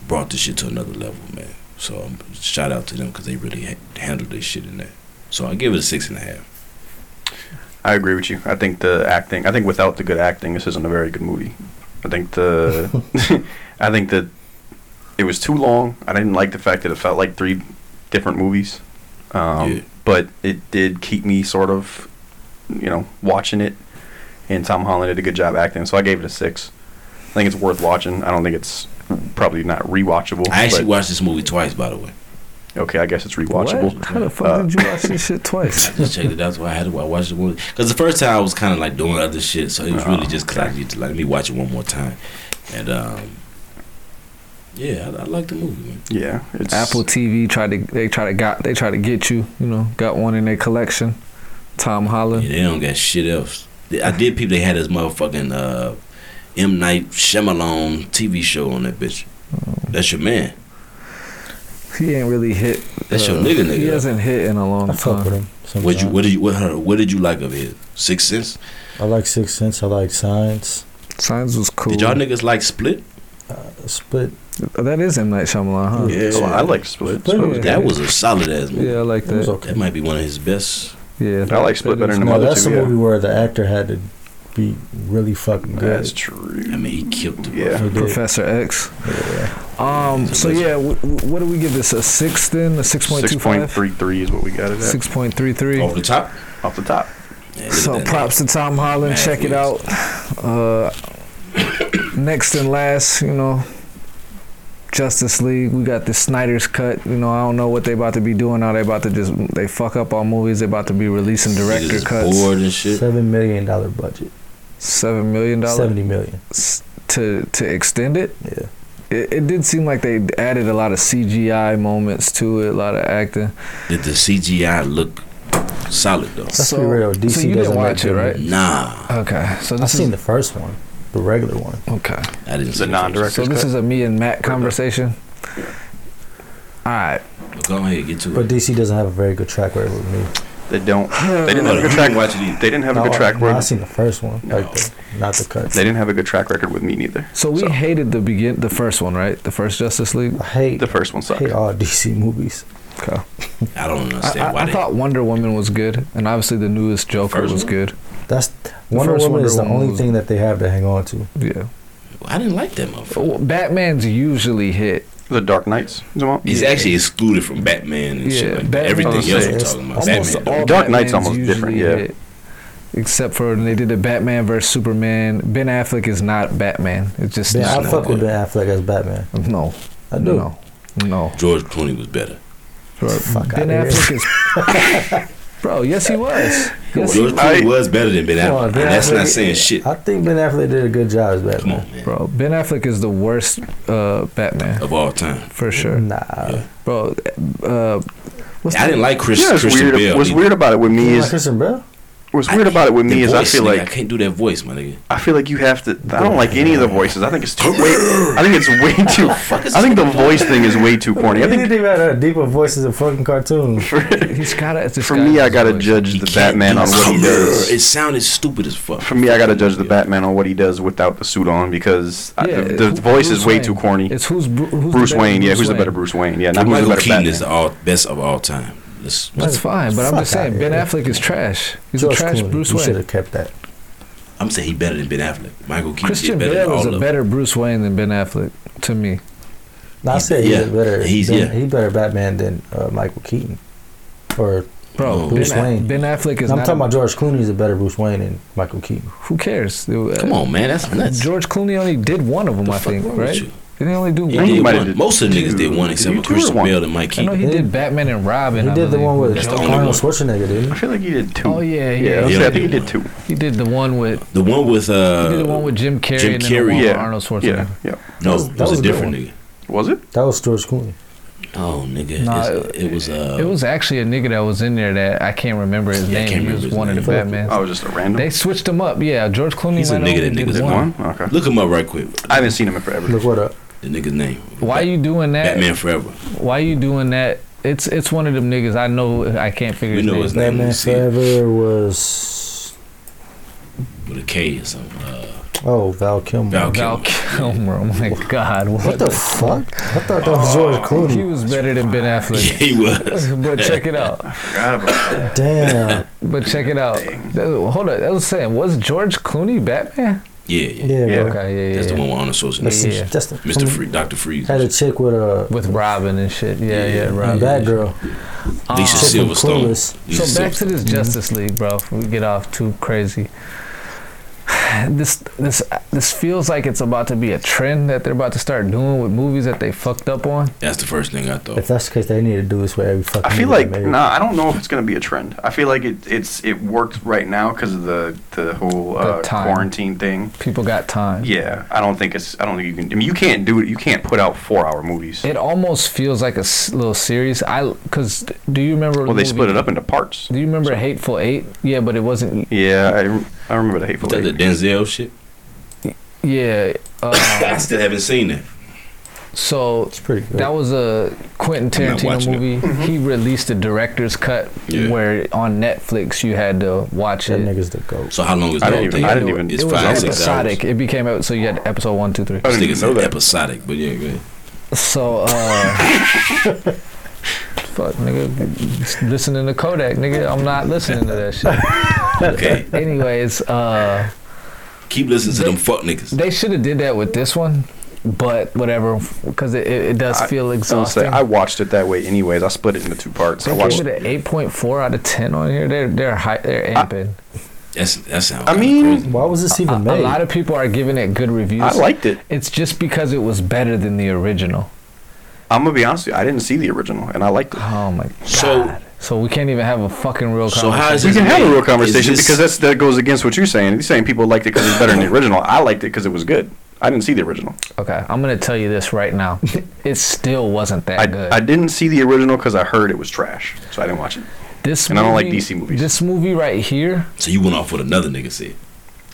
brought this shit to another level, man. So um, shout out to them because they really ha- handled this shit in there. So I give it a six and a half. I agree with you. I think the acting. I think without the good acting, this isn't a very good movie. I *laughs* think the. *laughs* I think that it was too long. I didn't like the fact that it felt like three different movies. Um, Yeah. But it did keep me sort of, you know, watching it. And Tom Holland did a good job acting, so I gave it a six. I think it's worth watching. I don't think it's probably not rewatchable. I actually but- watched this movie twice, by the way. okay, I guess it's rewatchable. What? How the fuck Uh, did you watch this shit twice? I *laughs* just checked it out, so I had to I watched the movie. Because the first time I was kind of like doing other shit, so it was really just because I needed to like, let me watch it one more time. And, um, yeah, I, I like the movie, man. Yeah, it's Apple TV tried to they try to got they try to get you, you know, got one in their collection. Tom Yeah, Holland. they don't got shit else. They- I did people, they had this motherfucking uh, M. Night Shyamalan TV show on that bitch. That's your man. He ain't really hit. That's your nigga, Uh, He nigga. hasn't hit in a long I fuck time. with him. What you sometimes. what did you what, her- what did you like of his Sixth Sense? I like Sixth Sense. I like Science. Signs was cool. Oh, Did y'all niggas like Split? Split. That is M Night Shyamalan, huh? Yeah. Oh, I like Split. Split Split was was good. That was a solid ass movie. Yeah, I like It was that. okay. That might be one of his best. Yeah, I like Split better than the No, other that's two. the movie Yeah. where the actor had to be really fucking good. That's true. I mean, he killed the Yeah. He did. Professor X. Yeah. Um. So yeah, w- w- what do we give this? A six then? A six point two five? 6.33 is what we got it at. Six point three three. off the top. Off the top. Yeah, look at So that. props to Tom Holland. Mad Check it out. Wheels. Uh, next and last, you know, Justice League. We got the Snyder's cut. You know, I don't know what they about to be doing. Now they about to just they fuck up all movies. They about to be releasing Niggas director is cuts. Bored and shit. Seven million dollar budget. Seven million dollars Seventy million. to to extend it. Yeah. it. It did seem like they added a lot of CGI moments to it. A lot of acting. Did the CGI look solid though? Let's be real, DC so you didn't doesn't make watch it, good right? Nah, Okay, so I've this seen is the first one, the regular one. okay. I didn't. It's see a it. non-direct- So this cut. is a me and Matt conversation. All right. But Go ahead, get to But it. DC doesn't have a very good track record with me. They don't. They didn't No, have a you good track. didn't watch it either. They didn't have No, a good track I, no, I record. seen the first one, No. like the, not the cut. They didn't have a good track record with me neither. So we So- hated the begin the first one, right? The first Justice League. I hate, The first one I sucked. hate all DC *laughs* movies. Okay. I don't I, understand I, why I they. thought Wonder Woman was good, and obviously the newest Joker First was one? good. That's Wonder first Woman Wonder is the Woman only was- thing that they have to hang on to. Yeah. I didn't like that motherfucker. Well, Batman's usually hit. The Dark Knights. is what- He's actually excluded from Batman and Oh, Yeah, shit. Like that. Batman- Everything Yeah, else we're it's talking about. Almost Batman. all though. Dark Knight's Batmans almost different, usually yeah. hit. Except for when they did the Batman versus Superman. Ben Affleck is not Batman. It's just Ben, not I that fuck with good. Ben Affleck as Batman. no, I do. no, no. George Clooney was better. Fuck Ben outta here. Affleck is. Bro, yes he was. Yes, he George Clooney I- was better than Ben Come on, Affleck. and Ben that's not Affleck- saying shit. I think Ben Affleck did a good job as Come Batman. on, man. Bro, Ben Affleck is the worst uh, Batman Of all time, for sure, Nah, bro. Uh, what's I didn't like Chris Yeah, it's Christian weird. Bale. What's either. weird about it with You me don't like is Christian Bale. what's weird about it with The me is I voice, feel nigga, I like can't do that voice, my nigga. I feel like you have to. I don't like any of the voices. I think it's too. Way, I think it's way too. I think the voice thing is way too corny. I You think didn't even have a uh, deeper voice as a fucking cartoon. the- He's gotta. It's for me, I gotta judge He the can't Batman do on what he does. It sounded stupid as fuck. For me, I gotta judge the Batman on what he does without the suit on because I, Yeah, the, the who- Bruce voice is way Wayne. too corny. It's who's, Bru- who's the Bruce better Wayne, yeah, who's the Wayne? better Bruce Wayne? Yeah, not who's the Michael better Keaton is the Batman. all, best of all time. Let's, That's fine, but I'm Fuck just saying outta Ben here. Affleck is trash. He's a George trash Clooney, Bruce You should Wayne. have kept that. I'm saying he better than Ben Affleck. Michael Keaton Christian did better Bale than all is a of them. better Bruce Wayne than Ben Affleck to me. No, I He's- said he's yeah, a better. he's- than- yeah. he better Batman than uh, Michael Keaton. Or Bro, No. ben, Bruce Aff- Wayne. ben Affleck is I'm not. talking a- about George Clooney is a better Bruce Wayne than Michael Keaton. who cares? uh, Come on, man, that's nuts. George Clooney only did one of them, The I fuck think, wrong with right? you? Didn't he only do He one? think he did might have one. did Most of the niggas two. did one except Did he for do Christian one? Bale and Mike I know Keaton. he Keaton. did Batman and Robin. He I did the believe. one with That's the only Arnold one. Schwarzenegger, didn't I he? feel like he did two. Oh yeah, yeah. yeah. I'll he say I only think he did did two. He did the one with The one with uh, he did the one with Jim Carrey Jim and then Carrey. the one with Yeah. Arnold Schwarzenegger. Yeah, yeah. no, was- it that was, was a a good different one. nigga. Was it? That was George Clooney. Oh, nigga, Nah, it's- it was uh, It was actually a nigga that was in there that I can't remember his Yeah, I name. can't he remember was his one of name. Oh, the Batmans. I was just a random. They switched him up. Yeah, George Clooney. He's a might nigga only that did niggas Did want. one? Okay. Look him up right quick. I haven't seen him in forever. Look what up. The nigga's name. Why you doing that? Batman Forever. Why you doing that? It's it's one of them niggas. I know I can't figure We his know name. his name. Batman Let's see it. Forever was with a K or something. Uh, oh Val Kilmer. Val Val Kilmer. Oh *laughs* my God. What, What the fuck? I thought that Oh, was George He Clooney. was better than Ben yeah, Affleck. *laughs* *laughs* he was. but check it out. God, about that. *laughs* Damn. But check it out. That- hold on. That was saying, was George Clooney Batman? Yeah, yeah. Yeah, Yeah. bro. Okay, yeah, yeah. That's the yeah. one with Arnold That's, Schwarzenegger. the- Yeah. that's the, Mr. Free, Dr. Freeze. Had a chick with a With Robin and shit. Yeah, yeah, Robin. bad girl. Lisa Uh, Chick from Silverstone. Clueless. Lisa So back to Silverstone. this Mm-hmm. Justice League, bro. If we get off too crazy. *sighs* This this this feels like it's about to be a trend that they're about to start doing with movies that they fucked up on. That's the first thing I thought. If that's the case, they need to do this with every fucking. I feel movie like they made. nah. I don't know if it's gonna be a trend. I feel like it. It's it worked right now because of the the whole uh, time. quarantine thing. People got time. Yeah, I don't think it's. I don't think you can. I mean, you can't do it. You can't put out four hour movies. It almost feels like a s- little series. I because do you remember? Well, the they split movie- it up into parts. Do you remember Hateful Eight? Yeah, but it wasn't. Yeah, I, rem- I remember the hateful. Was that the Eight. Denzel shit? Yeah. Uh, I still haven't seen that. so it's pretty good. That was a Quentin I'm not Tarantino watching it. movie. He released the director's cut Yeah. where on Netflix you had to watch that it. nigga's the goat. So how long is that? I didn't even- thing? I didn't even- It's it was five, six hours. episodic. It became so you had episode one, two, three. I This didn't nigga even know said that. *laughs* episodic, but yeah, go ahead. So, uh, *laughs* fuck, nigga, listening to Kodak, nigga. I'm not listening to that shit. Okay, Anyways, uh, keep listening to them fuck niggas. they should have did that with this one, but whatever, because it, it, it does I- feel I, would say, exhausting. I watched it that way anyways. I split it into two parts. I they watched gave it an eight point four out of ten on here. They're they're high, they're amping. That's that sounds. I kinda mean- crazy. Why was this A, even a made? lot of people are giving it good reviews. I liked it. It's just because it was better than the original. I'm gonna be honest with you. I didn't see the original, and I liked it. Oh my god! So- So, we can't even have a fucking real So conversation. how is We it- can have a real Is conversation this- because that's that goes against what you're saying. You're saying people liked it because it's better than the original. I liked it because it was good. I didn't see the original. Okay, I'm gonna tell you this right *laughs* now. it still wasn't that I, good. I didn't see the original because I heard it was trash, so I didn't watch it. this and I don't like DC movies. This movie right here, So you went off with another nigga said.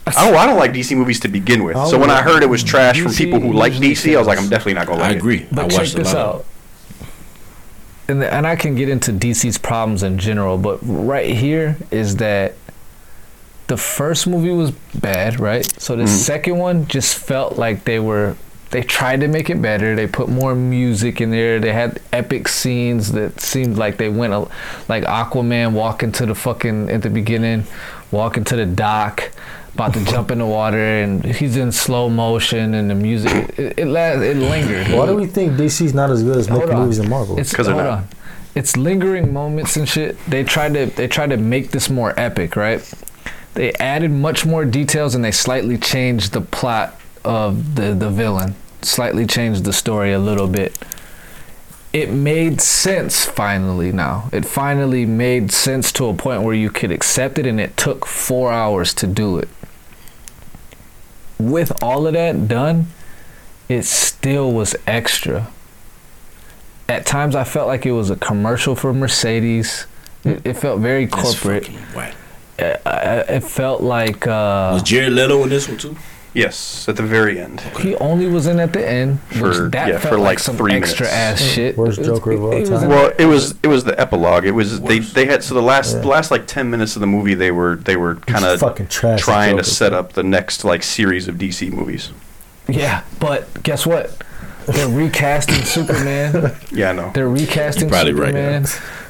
I don't, I don't like DC movies to begin with. Oh, so when I heard it was trash from DC people who like usually DC, I was like, fails. I'm definitely not gonna I like it. agree. I but check watched a this lot. of- out. And the, and I can get into DC's problems in general, but right here is that the first movie was bad, right? So Mm-hmm. the second one just felt like they were they tried to make it better. They put more music in there. They had epic scenes that seemed like they went a, like Aquaman walking to the fucking at the beginning, walking to the dock, about to jump in the water, and he's in slow motion, and the music it it, la- it lingered. Why do we think DC's not as good as Hold making on. movies in Marvel? It's 'Cause they're hold not. on. It's lingering moments and shit. They tried to they tried to make this more epic, right? They added much more details and they slightly changed the plot of the the villain. Slightly changed the story a little bit. It made sense finally now. It finally made sense to a point where you could accept it and it took 4 hours to do it. With all of that done, it still was extra at times I felt like it was a commercial for Mercedes. It, it felt very That's corporate. fucking whack. I, I, it felt like uh, Was Jared Leto in this one too? Yes, at the very end. he only was in at the end. For- which that yeah, felt for like, like some three extra ass minutes. shit. Worst It was- Joker of all it was time. in- *laughs* Well, it was it was the epilogue. It was they Worse. they had so the last Yeah. the last like ten minutes of the movie they were they were kind of fucking trash trying to Joker. set up the next like series of DC movies. yeah, but guess what? They're *laughs* recasting Superman. Yeah, I know. They're recasting You're probably Superman. right,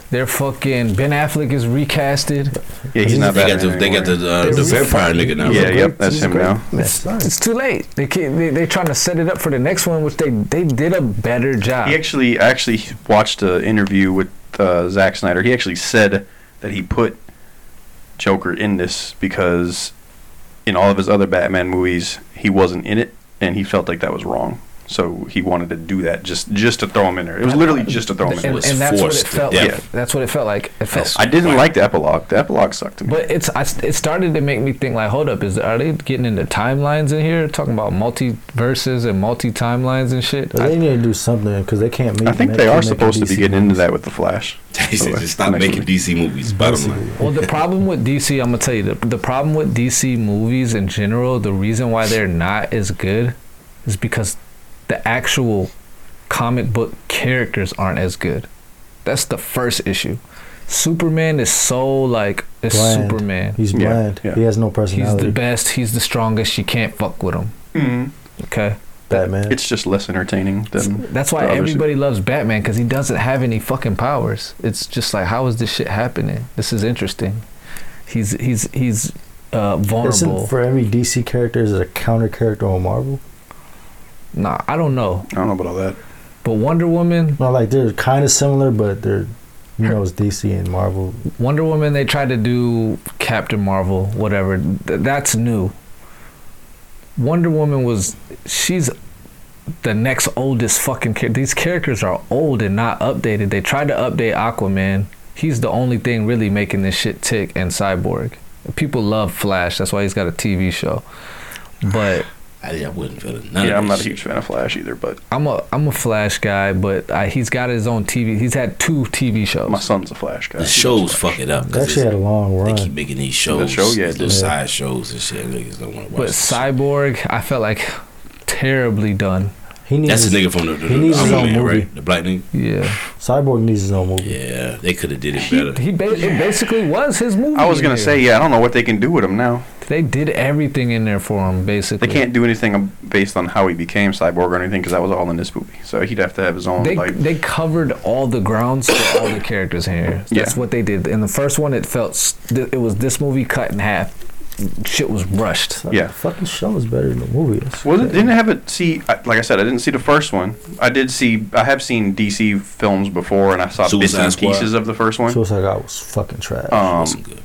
They're fucking Ben Affleck is recasted. Yeah, he's not They bad. got the they got the uh, the vampire nigga now. Yeah, right? yep, that's him now. That's nice. It's too late. They can't, they they trying to set it up for the next one, which they they did a better job. He actually I actually watched an interview with uh, Zack Snyder. He actually said that he put Joker in this because in all of his other Batman movies he wasn't in it, and he felt like that was wrong. So he wanted to do that just just to throw him in there. It was literally just to throw him in and, there. was and that's what it forced to Oh, felt death. like. That's what it felt like. It felt That's- I didn't like the epilogue. The epilogue sucked to me. But it's I, it started to make me think like, hold up, is are they getting into timelines in here? Talking about multiverses and multi timelines and shit. But I, they need to do something because they can't make. I think make- they are keep making supposed to be DC getting into movies. that with the Flash. *laughs* *laughs* They said, just stop Next making one. DC movies. Bottom line. well, the problem with DC, I'm gonna tell you, the, the problem with DC movies in general, the reason why they're not as good, is because the actual comic book characters aren't as good. That's the first issue. Superman is so like it's Bland. Superman. He's Yeah, blind. yeah. He has no He's personality. the best. He's the strongest. You can't fuck with him. Okay. Batman. Mm-hmm. It's just less entertaining than That's why the others. everybody loves Batman because he doesn't have any fucking powers. It's just like, how is this shit happening? This is interesting. He's he's he's uh, vulnerable. Isn't for every DC character is a counter character on Marvel? nah, I don't know. I don't know about all that. But Wonder Woman, No, like they're kind of similar, but they're you know it's DC and Marvel. Wonder Woman, they tried to do Captain Marvel, whatever. Th- that's new. Wonder Woman was she's the next oldest fucking character. These characters are old and not updated. They tried to update Aquaman. He's the only thing really making this shit tick and Cyborg. People love Flash. That's why he's got a TV show. But I, I wouldn't feel it. None Yeah, of I'm this not a shit. huge fan of Flash either, but I'm a I'm a Flash guy, but I, he's got his own TV. He's had two TV shows. my son's a Flash guy. The shows fuck it up. They 'cause actually had a long they run. keep making these shows, The show, yeah, these little yeah. side shows and shit. Niggas don't want to watch. but this shit. Cyborg, I felt like terribly done. He needs That's his, the nigga from the, the, he the needs his own Aquaman, movie. right? The black nigga. Yeah. Cyborg needs his own movie. Yeah, they could have did it He, better. he ba- it basically was his movie. I was gonna here. say, yeah, I don't know what they can do with him now. They did everything in there for him, They basically. can't do anything um, based on how he became Cyborg or anything because that was all in this movie. So he'd have to have his own They, Oh, like. they covered all the grounds for all the characters in here. That's Yeah. what they did. In the first one, it felt s- th- it was this movie cut in half. Shit was rushed. Yeah. The fucking show was better than the movie. That's Was it? Didn't have it. See, I, like I said, I didn't see the first one. I did see. I have seen DC films before, and I saw bits Suicide and Squad. pieces of the first one. Suicide Squad was fucking trash. Um, Wasn't good.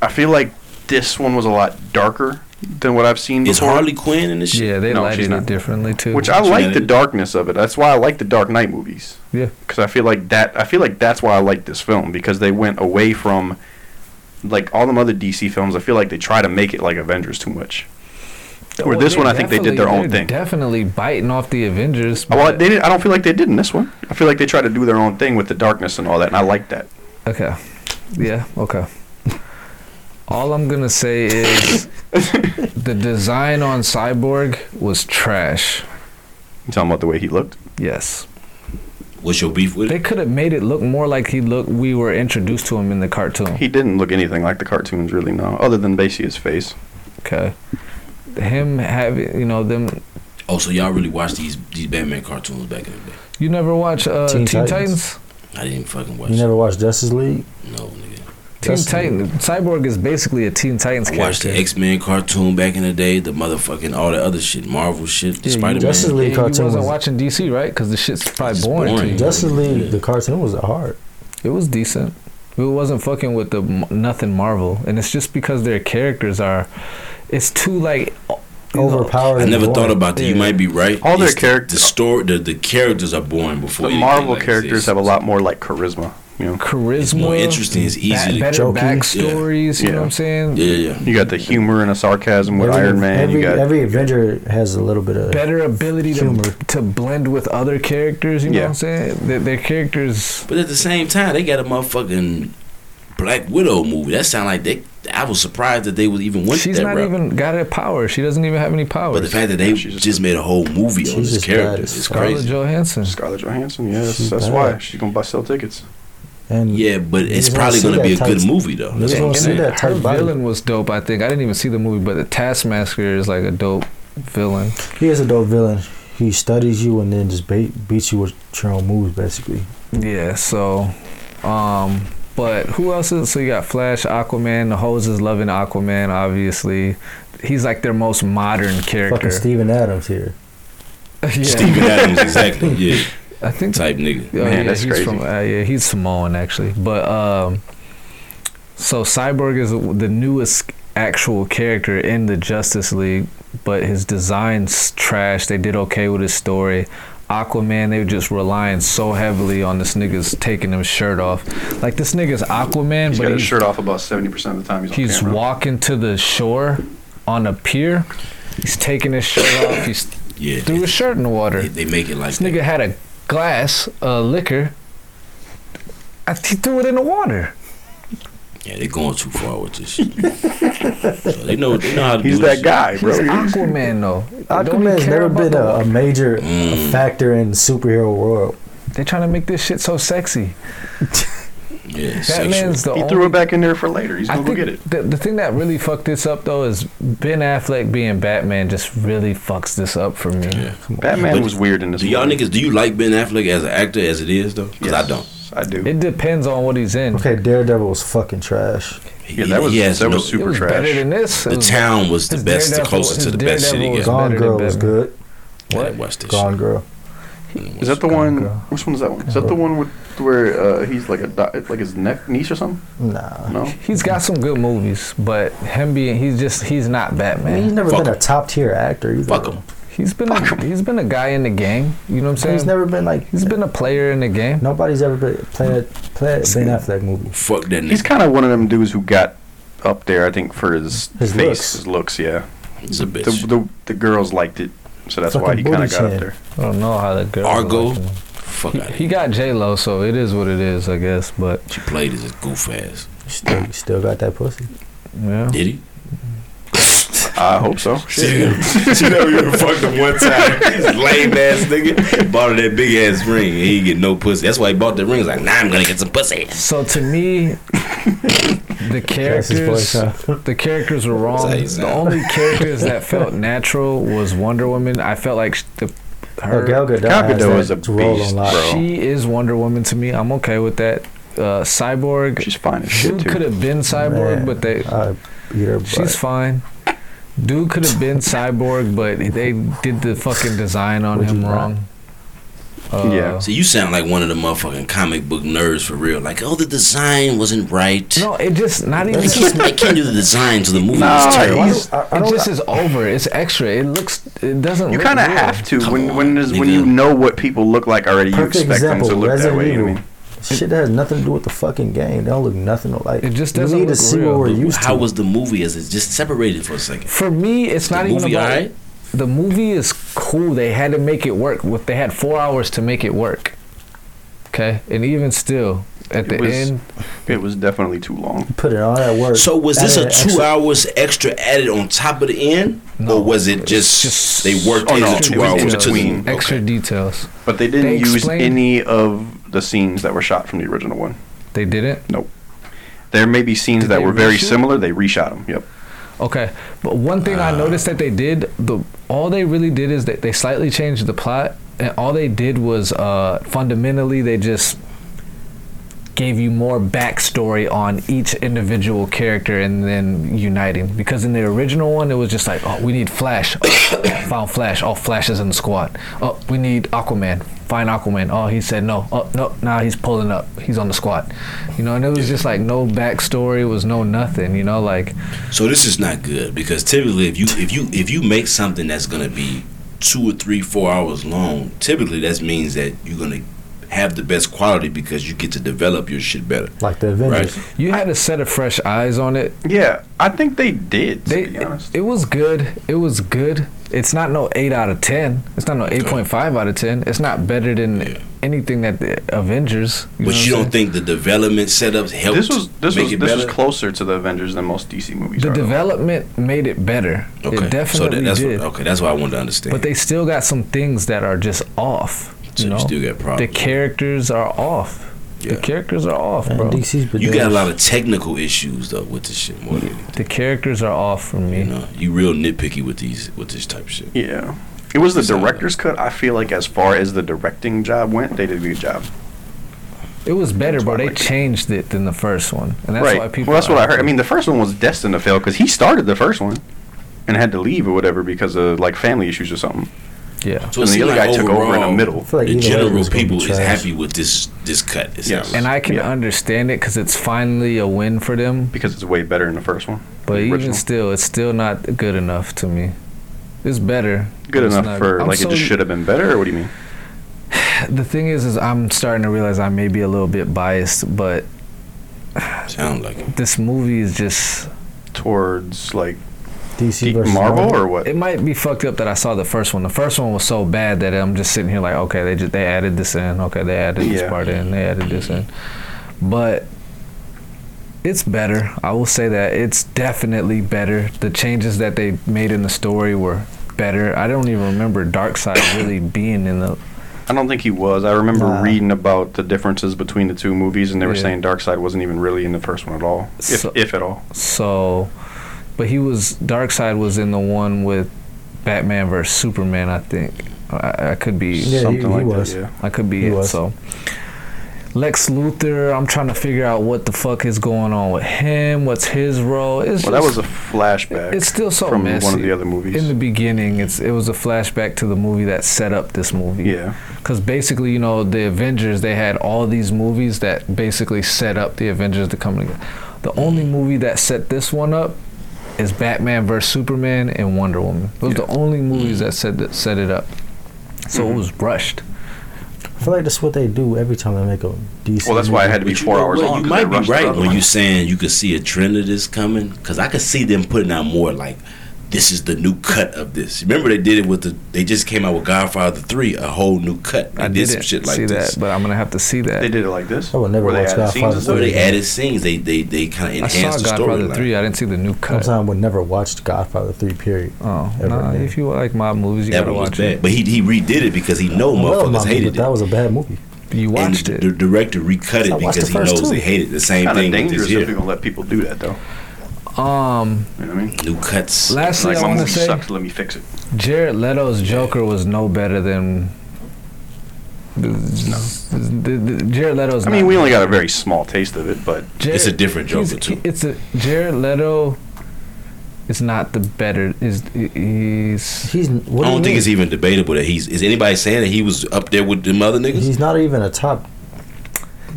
I feel like this one was a lot darker than what I've seen Is before. Harley Quinn in this shit? Yeah, they No, she's lighted it not. differently too. which I like the edited. darkness of it. That's why I like the Dark Knight movies. Yeah. because I feel like that. I feel like that's why I like this film because they went away from like all them other DC films. I feel like they try to make it like Avengers too much. Where Well, this they're one, Oh, I think they did their definitely- own they're thing. Definitely biting off the Avengers. Oh, Well, but- they did, I don't feel like they did in this one. I feel like they tried to do their own thing with the darkness and all that, and I like that. Okay. Yeah, okay. All I'm going to say is the design on Cyborg was trash. You talking about the way he looked? Yes. What's your beef with They it? could have made it look more like he looked we were introduced to him in the cartoon. He didn't look anything like the cartoons, really. No, other than basically his face. Okay. Him having, you know, them Oh, so y'all really watched these these Batman cartoons back in the day? you never watch uh Teen, Teen Titans? Titans. I didn't fucking watch. You never watched Justice League? No, nigga. Teen That's- Titans. Cyborg is basically a Teen Titans I watched character. the X Men cartoon back in the day. The motherfucking all the other shit, Marvel shit, the Yeah, you Spider Justice Man. League yeah, you cartoon wasn't was watching DC, right? Cuz the shit's probably It's boring, to boring. you. Justice League. Yeah. The cartoon was hard. It was decent. It wasn't fucking with the m- nothing Marvel, and it's just because their characters are, it's too like o- you know, Overpowered. I and never thought boring. about that. You Yeah. might be right. All their It's the- characters- the story, the, the characters are born before The anything Marvel like characters exists. have a lot more like charisma. You know, charisma. It's more interesting. It's ba- easy. better to, Joking. backstories. You Yeah. know what I'm saying? yeah, yeah. you got the humor and the sarcasm with Every- Iron Man. Every, you got every Avenger has a little bit of. Better ability Humor. to to blend with other characters. You know Yeah. what I'm saying? Their, their characters. But at the same time, they got a motherfucking Black Widow movie. That sound like they. I was surprised that they would even went she's that not route. even got her power. She doesn't even have any but the powers. fact that they She's just, made a whole movie on She's this just character bad as is fuck. Scarlett crazy. Johansson. Scarlett Johansson. Yes, She's that's bad. why she's gonna buy sell tickets. and Yeah, but it's Niggas wanna probably see gonna be a that good tight- movie though. Niggas That's what wanna I'm see saying. that. Her tight body. villain was dope. I think I didn't even see the movie, but the Taskmaster is like a dope villain. He is a dope villain. He studies you and then just bait, beats you with your own moves, basically. Yeah, so um but who else is so you got Flash, Aquaman, the hoes is loving Aquaman, obviously. He's like their most modern character. Fucking Steven Adams here. *laughs* yeah. Steven Adams, exactly. Yeah, I think type nigga. oh, Man, yeah, that's he's crazy. from uh, yeah, he's Samoan actually. But um so Cyborg is the newest actual character in the Justice League, but his design's trash. They did okay with his story. Aquaman, they were just relying so heavily on this nigga's taking his shirt off. Like this nigga's Aquaman, He's but got his he's shirt off about seventy percent of the time he's on He's camera. walking to the shore on a pier. He's taking his shirt off. He's Yeah, threw his shirt in the water. they, they make it like This nigga that. had a glass of liquor. I, he threw it in the water. Yeah, they're going too far with this. shit. so they know they know how to He's do that this. guy, He's bro. Aquaman though. Don't he Aquaman's care never about been uh, the a, wa- a major Mm. factor in the superhero world. They're trying to make this shit so sexy. Yeah, sexual. Batman's the He only. threw it back in there for later. He's I gonna go think get it. The, the thing that really fucked this up though is Ben Affleck being Batman just really fucks this up for me. Yeah. Batman But was weird in this. Do y'all movie. niggas do you like Ben Affleck as an actor as it is though? Because I don't. Yes, I do. It depends on what he's in. Okay, Daredevil was fucking trash. He, Yeah, that was he has that no- was it super was better trash. than this. It The was- town was the his best, the Daredevil- closest to his the best shit he Daredevil was got. all- Gone better than Girl was Batman. good. I What? didn't watch this. Gone Girl. shit. Is that the one? Girl. Which one is that one? Is that the one with where uh, he's like a doc- like his neck niece or something? Nah. No. He's got some good movies, but him being he's just he's not I mean, he's Batman. never Fuck been a him. top tier actor either. Fuck him. He's been Oh, a, he's been a guy in the game. You know what I'm saying? He's never been like. he's been a player in the game. Nobody's ever been, played played Ben Affleck movie. Fuck that He's nigga. kind of one of them dudes who got up there, I think, for his, His face, looks. his looks. Yeah, He's a bitch. the, the the girls liked it, so that's why Fucking he kind booty of got chin. up there. I don't know how that girl. Argo? like him. Fuck He, out he got J Lo, so it is what it is, I guess. But She played as a goof ass. Still, he still got that pussy. yeah, Did he? I hope so. She, *laughs* she never even fucked him one time. This lame ass nigga bought her that big ass ring. And *laughs* he get no pussy. That's why he bought that ring. He's like, nah, I'm gonna get some pussy. So to me, the Jackson's voice, characters huh? the characters were wrong. That's how you The sound. only characters *laughs* that felt natural was Wonder Woman. I felt like sh- the Oh, her Gal Gadot, Gal has Gadot that is a role beast, a lot. bro. she is Wonder Woman to me. I'm okay with that. Uh, Cyborg She's fine as shit Dude could too. have been Cyborg, Man, but they I beat her butt. she's fine. Dude could have *laughs* been Cyborg, but they did the fucking design on Would you him not? wrong. Uh, Yeah. So you sound like one of the motherfucking comic book nerds for real. Like, oh, the design wasn't right. No, it just not even. They can't, they can't do the design, so the movie Nah, was terrible. he's- I, I it don't, just is over. It's extra. It looks. It doesn't. You look kind of real. have to Come when on, when there's, when you nigga. know what people look like already. You Perfect expect example, them to look Resident that way. You know what I Evil. mean? shit that has nothing to do with the fucking game. They don't look nothing alike. It just You doesn't need to look see real. what we're used How to. was the movie as it just separated for a second? For me, it's not the even movie, about. alright? The movie is cool. They had to make it work. With they had four hours to make it work. Okay, and even still, at It the was- end, It was definitely too long. Put it all that work. So was this added a an two extra- hours extra added on top of the end, No, or was it just, just- they worked Oh, in no, the it two was hours in to the- between. extra Okay. details. But they didn't They use explained- any of the scenes that were shot from the original one. They didn't. There may be scenes Did that they were very reshoot? similar. They reshoot them. Yep. Okay, but one thing I noticed that they did the all they really did is that they slightly changed the plot, and all they did was uh, fundamentally they just gave you more backstory on each individual character and then uniting because in the original one it was just like oh we need flash oh, *coughs* found flash oh flash is in the squad oh we need aquaman find aquaman oh he said no oh no now he's pulling up he's on the squad you know and it was just like no backstory it was no nothing you know like So this is not good because *laughs* typically, if you if you if you make something that's gonna be two or three four hours long, typically that means that you're gonna have the best quality because you get to develop your shit better. Like the Avengers. Right. You had a set of fresh eyes on it. Yeah, I think they did. To They, be honest, it, it was good. It was good. It's not no eight out of ten. It's not no eight point five out of ten. It's not better than Yeah. anything that the Avengers. know But what you I'm don't think the development setups helped this was this make was it this was better? closer to the Avengers than most DC movies. saying? the are, though. development made it better. okay, It definitely so that, that's did. What, okay, that's what I wanted to understand. But they still got some things that are just off. so you you, know, still got the problems. characters are off. Yeah. The characters are off, Man, bro. DC's been you doing got a lot of technical issues though with this shit more than anything. The characters are off for me. You know, you real nitpicky with these with this type of shit. Yeah. It was the Exactly. director's cut. I feel like as far as the directing job went, they did a good job. It was better, That's bro. why I They like it. changed it than the first one, and that's why right. people. well, that's what I are- heard. I mean, the first one was destined to fail because he started the first one and had to leave or whatever because of like family issues or something. yeah. So it and the seemed other like guy took over in the overall, middle. feel like the either way, general it's gonna be people is trash. happy with this this cut. It Yes. sounds. And I can Yeah. understand it because it's finally a win for them. Because it's way better than the first one. But The even original. still, it's still not good enough to me. It's better. good but it's enough not- for I'm like it so- just should have been better. Or what do you mean? The thing is, is I'm starting to realize I may be a little bit biased, but sound like it. this movie is just. Towards like DC deep versus Marvel or what? It might be fucked up that I saw the first one. The first one was so bad that I'm just sitting here like, okay, they just they added this in, okay, they added this Yeah. part in, they added this in, but. It's better. I will say that it's definitely better. The changes that they made in the story were better. I don't even remember Darkseid really being in the. I don't think he was. I remember Nah. reading about the differences between the two movies, and they were Yeah. saying Darkseid wasn't even really in the first one at all, if, So- if at all. So, but he was Darkseid was in the one with Batman versus Superman. I think I, I could be. Yeah, he- Something he like was. that. Yeah. I could be He it. was. So Lex Luthor, I'm trying to figure out what the fuck is going on with him. What's his role? It's Well, that was just- a flashback. it's still so from one messy. of the other movies. in the beginning. It's it was a flashback to the movie that set up this movie. yeah, Because basically, you know, the Avengers they had all these movies that basically set up the Avengers to come together. The only Mm. movie that set this one up is Batman vs Superman and Wonder Woman. Those are the only Mm. movies that set that set it up. So Mm-hmm. it was rushed. I feel like that's what they do every time they make a DC. Well, that's why it had to be But you four know hours what? long. You 'cause they might be rushed the right other when one. you saying you could see a trend of this coming, because I could see them putting out more like this is the new cut of this. Remember they did it with the they just came out with Godfather Three, a whole new cut. They I did didn't some shit like see this. that, but I'm gonna have to see that. they did it like this. I Oh, would never where they watch added scenes Godfather and So stuff. they added scenes. They they they kind of I saw enhanced the Godfather storyline. three. I didn't see the new cut. Sometimes I would never watch Godfather three. Period. Oh no! Ever again. if you like mob movies, you That gotta one was watch it. bad, but he he redid it because he know I Oh, love motherfuckers Mama, but hated it. That was a bad movie. You watched and it. The director recut it I watched because he the first knows two. they hate it. The same Kind of thing with dangerous this if you're here. gonna let people do that though. Um, You know what I mean? New cuts. lastly, like I my want movie to say sucks. Let me fix it. Jared Leto's Joker was no better than. No. Jared Leto's. I mean, not we only got a very small taste of it, but Jared, It's a different he's- Joker too. It's a Jared Leto. Is not the better. Is he's He's what I don't do you think mean? it's even debatable that he's. Is anybody saying that he was up there with them other niggas? He's not even a top.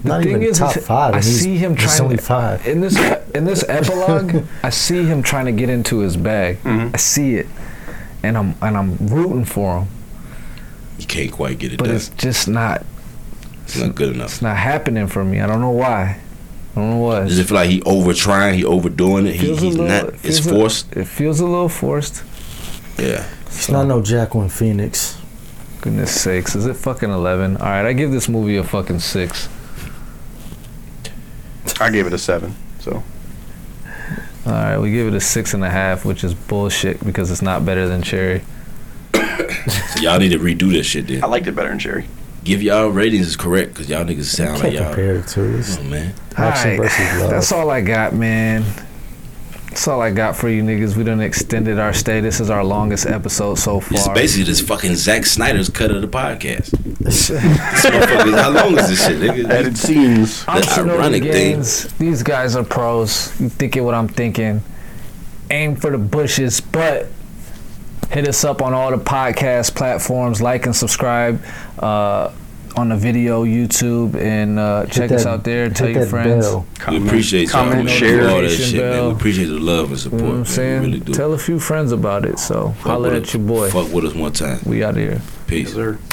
The Not thing even is, top is five. I and he's- see him he's trying only to- five. in this in this epilogue. I see him trying to get into his bag. Mm-hmm. I see it, and I'm and I'm rooting for him, You can't quite get it Mm-hmm. but done. it's just not. It's not good enough. It's not happening for me. I don't know why. I don't know what. Does it feel like he over trying? He overdoing it? He, Feels a he's little- not. It's feels a- forced. It feels a little forced. Yeah. He's Oh. not no Jacqueline Phoenix. Goodness sakes, is it fucking eleven? All right, I give this movie a fucking six. I gave it a seven. So All right, we give it a six and a half, which is bullshit because it's not better than Cherry. So y'all need to redo this shit then. I liked it better than Cherry. Give y'all ratings is correct because y'all niggas Can't sound like y'all. compare it to this. Oh man. Action All right, *laughs* versus love. That's all I got, man. That's all I got for you niggas. We done extended our stay. This is our longest episode so far. It's basically this fucking Zack Snyder's cut of the podcast. *laughs* This motherfucker- how long is this shit, *laughs* Added nigga? scenes. I'm The Shinobi ironic thing- Gaines. These guys are pros. You thinking what I'm thinking. Aim for the bushes, but hit us up on all the podcast platforms. Like and subscribe uh, on the video, YouTube, and uh, check us out there. hit Tell your that friends. bell. We Comment, appreciate y'all. comment, man. We share. do all that shit, man. Bell. We appreciate the love and support. You know what I'm man. saying? We really do. Tell a few friends about it. So Fuck holler with at us- your boy. Fuck with us one time. We out here. Peace. Yes, sir.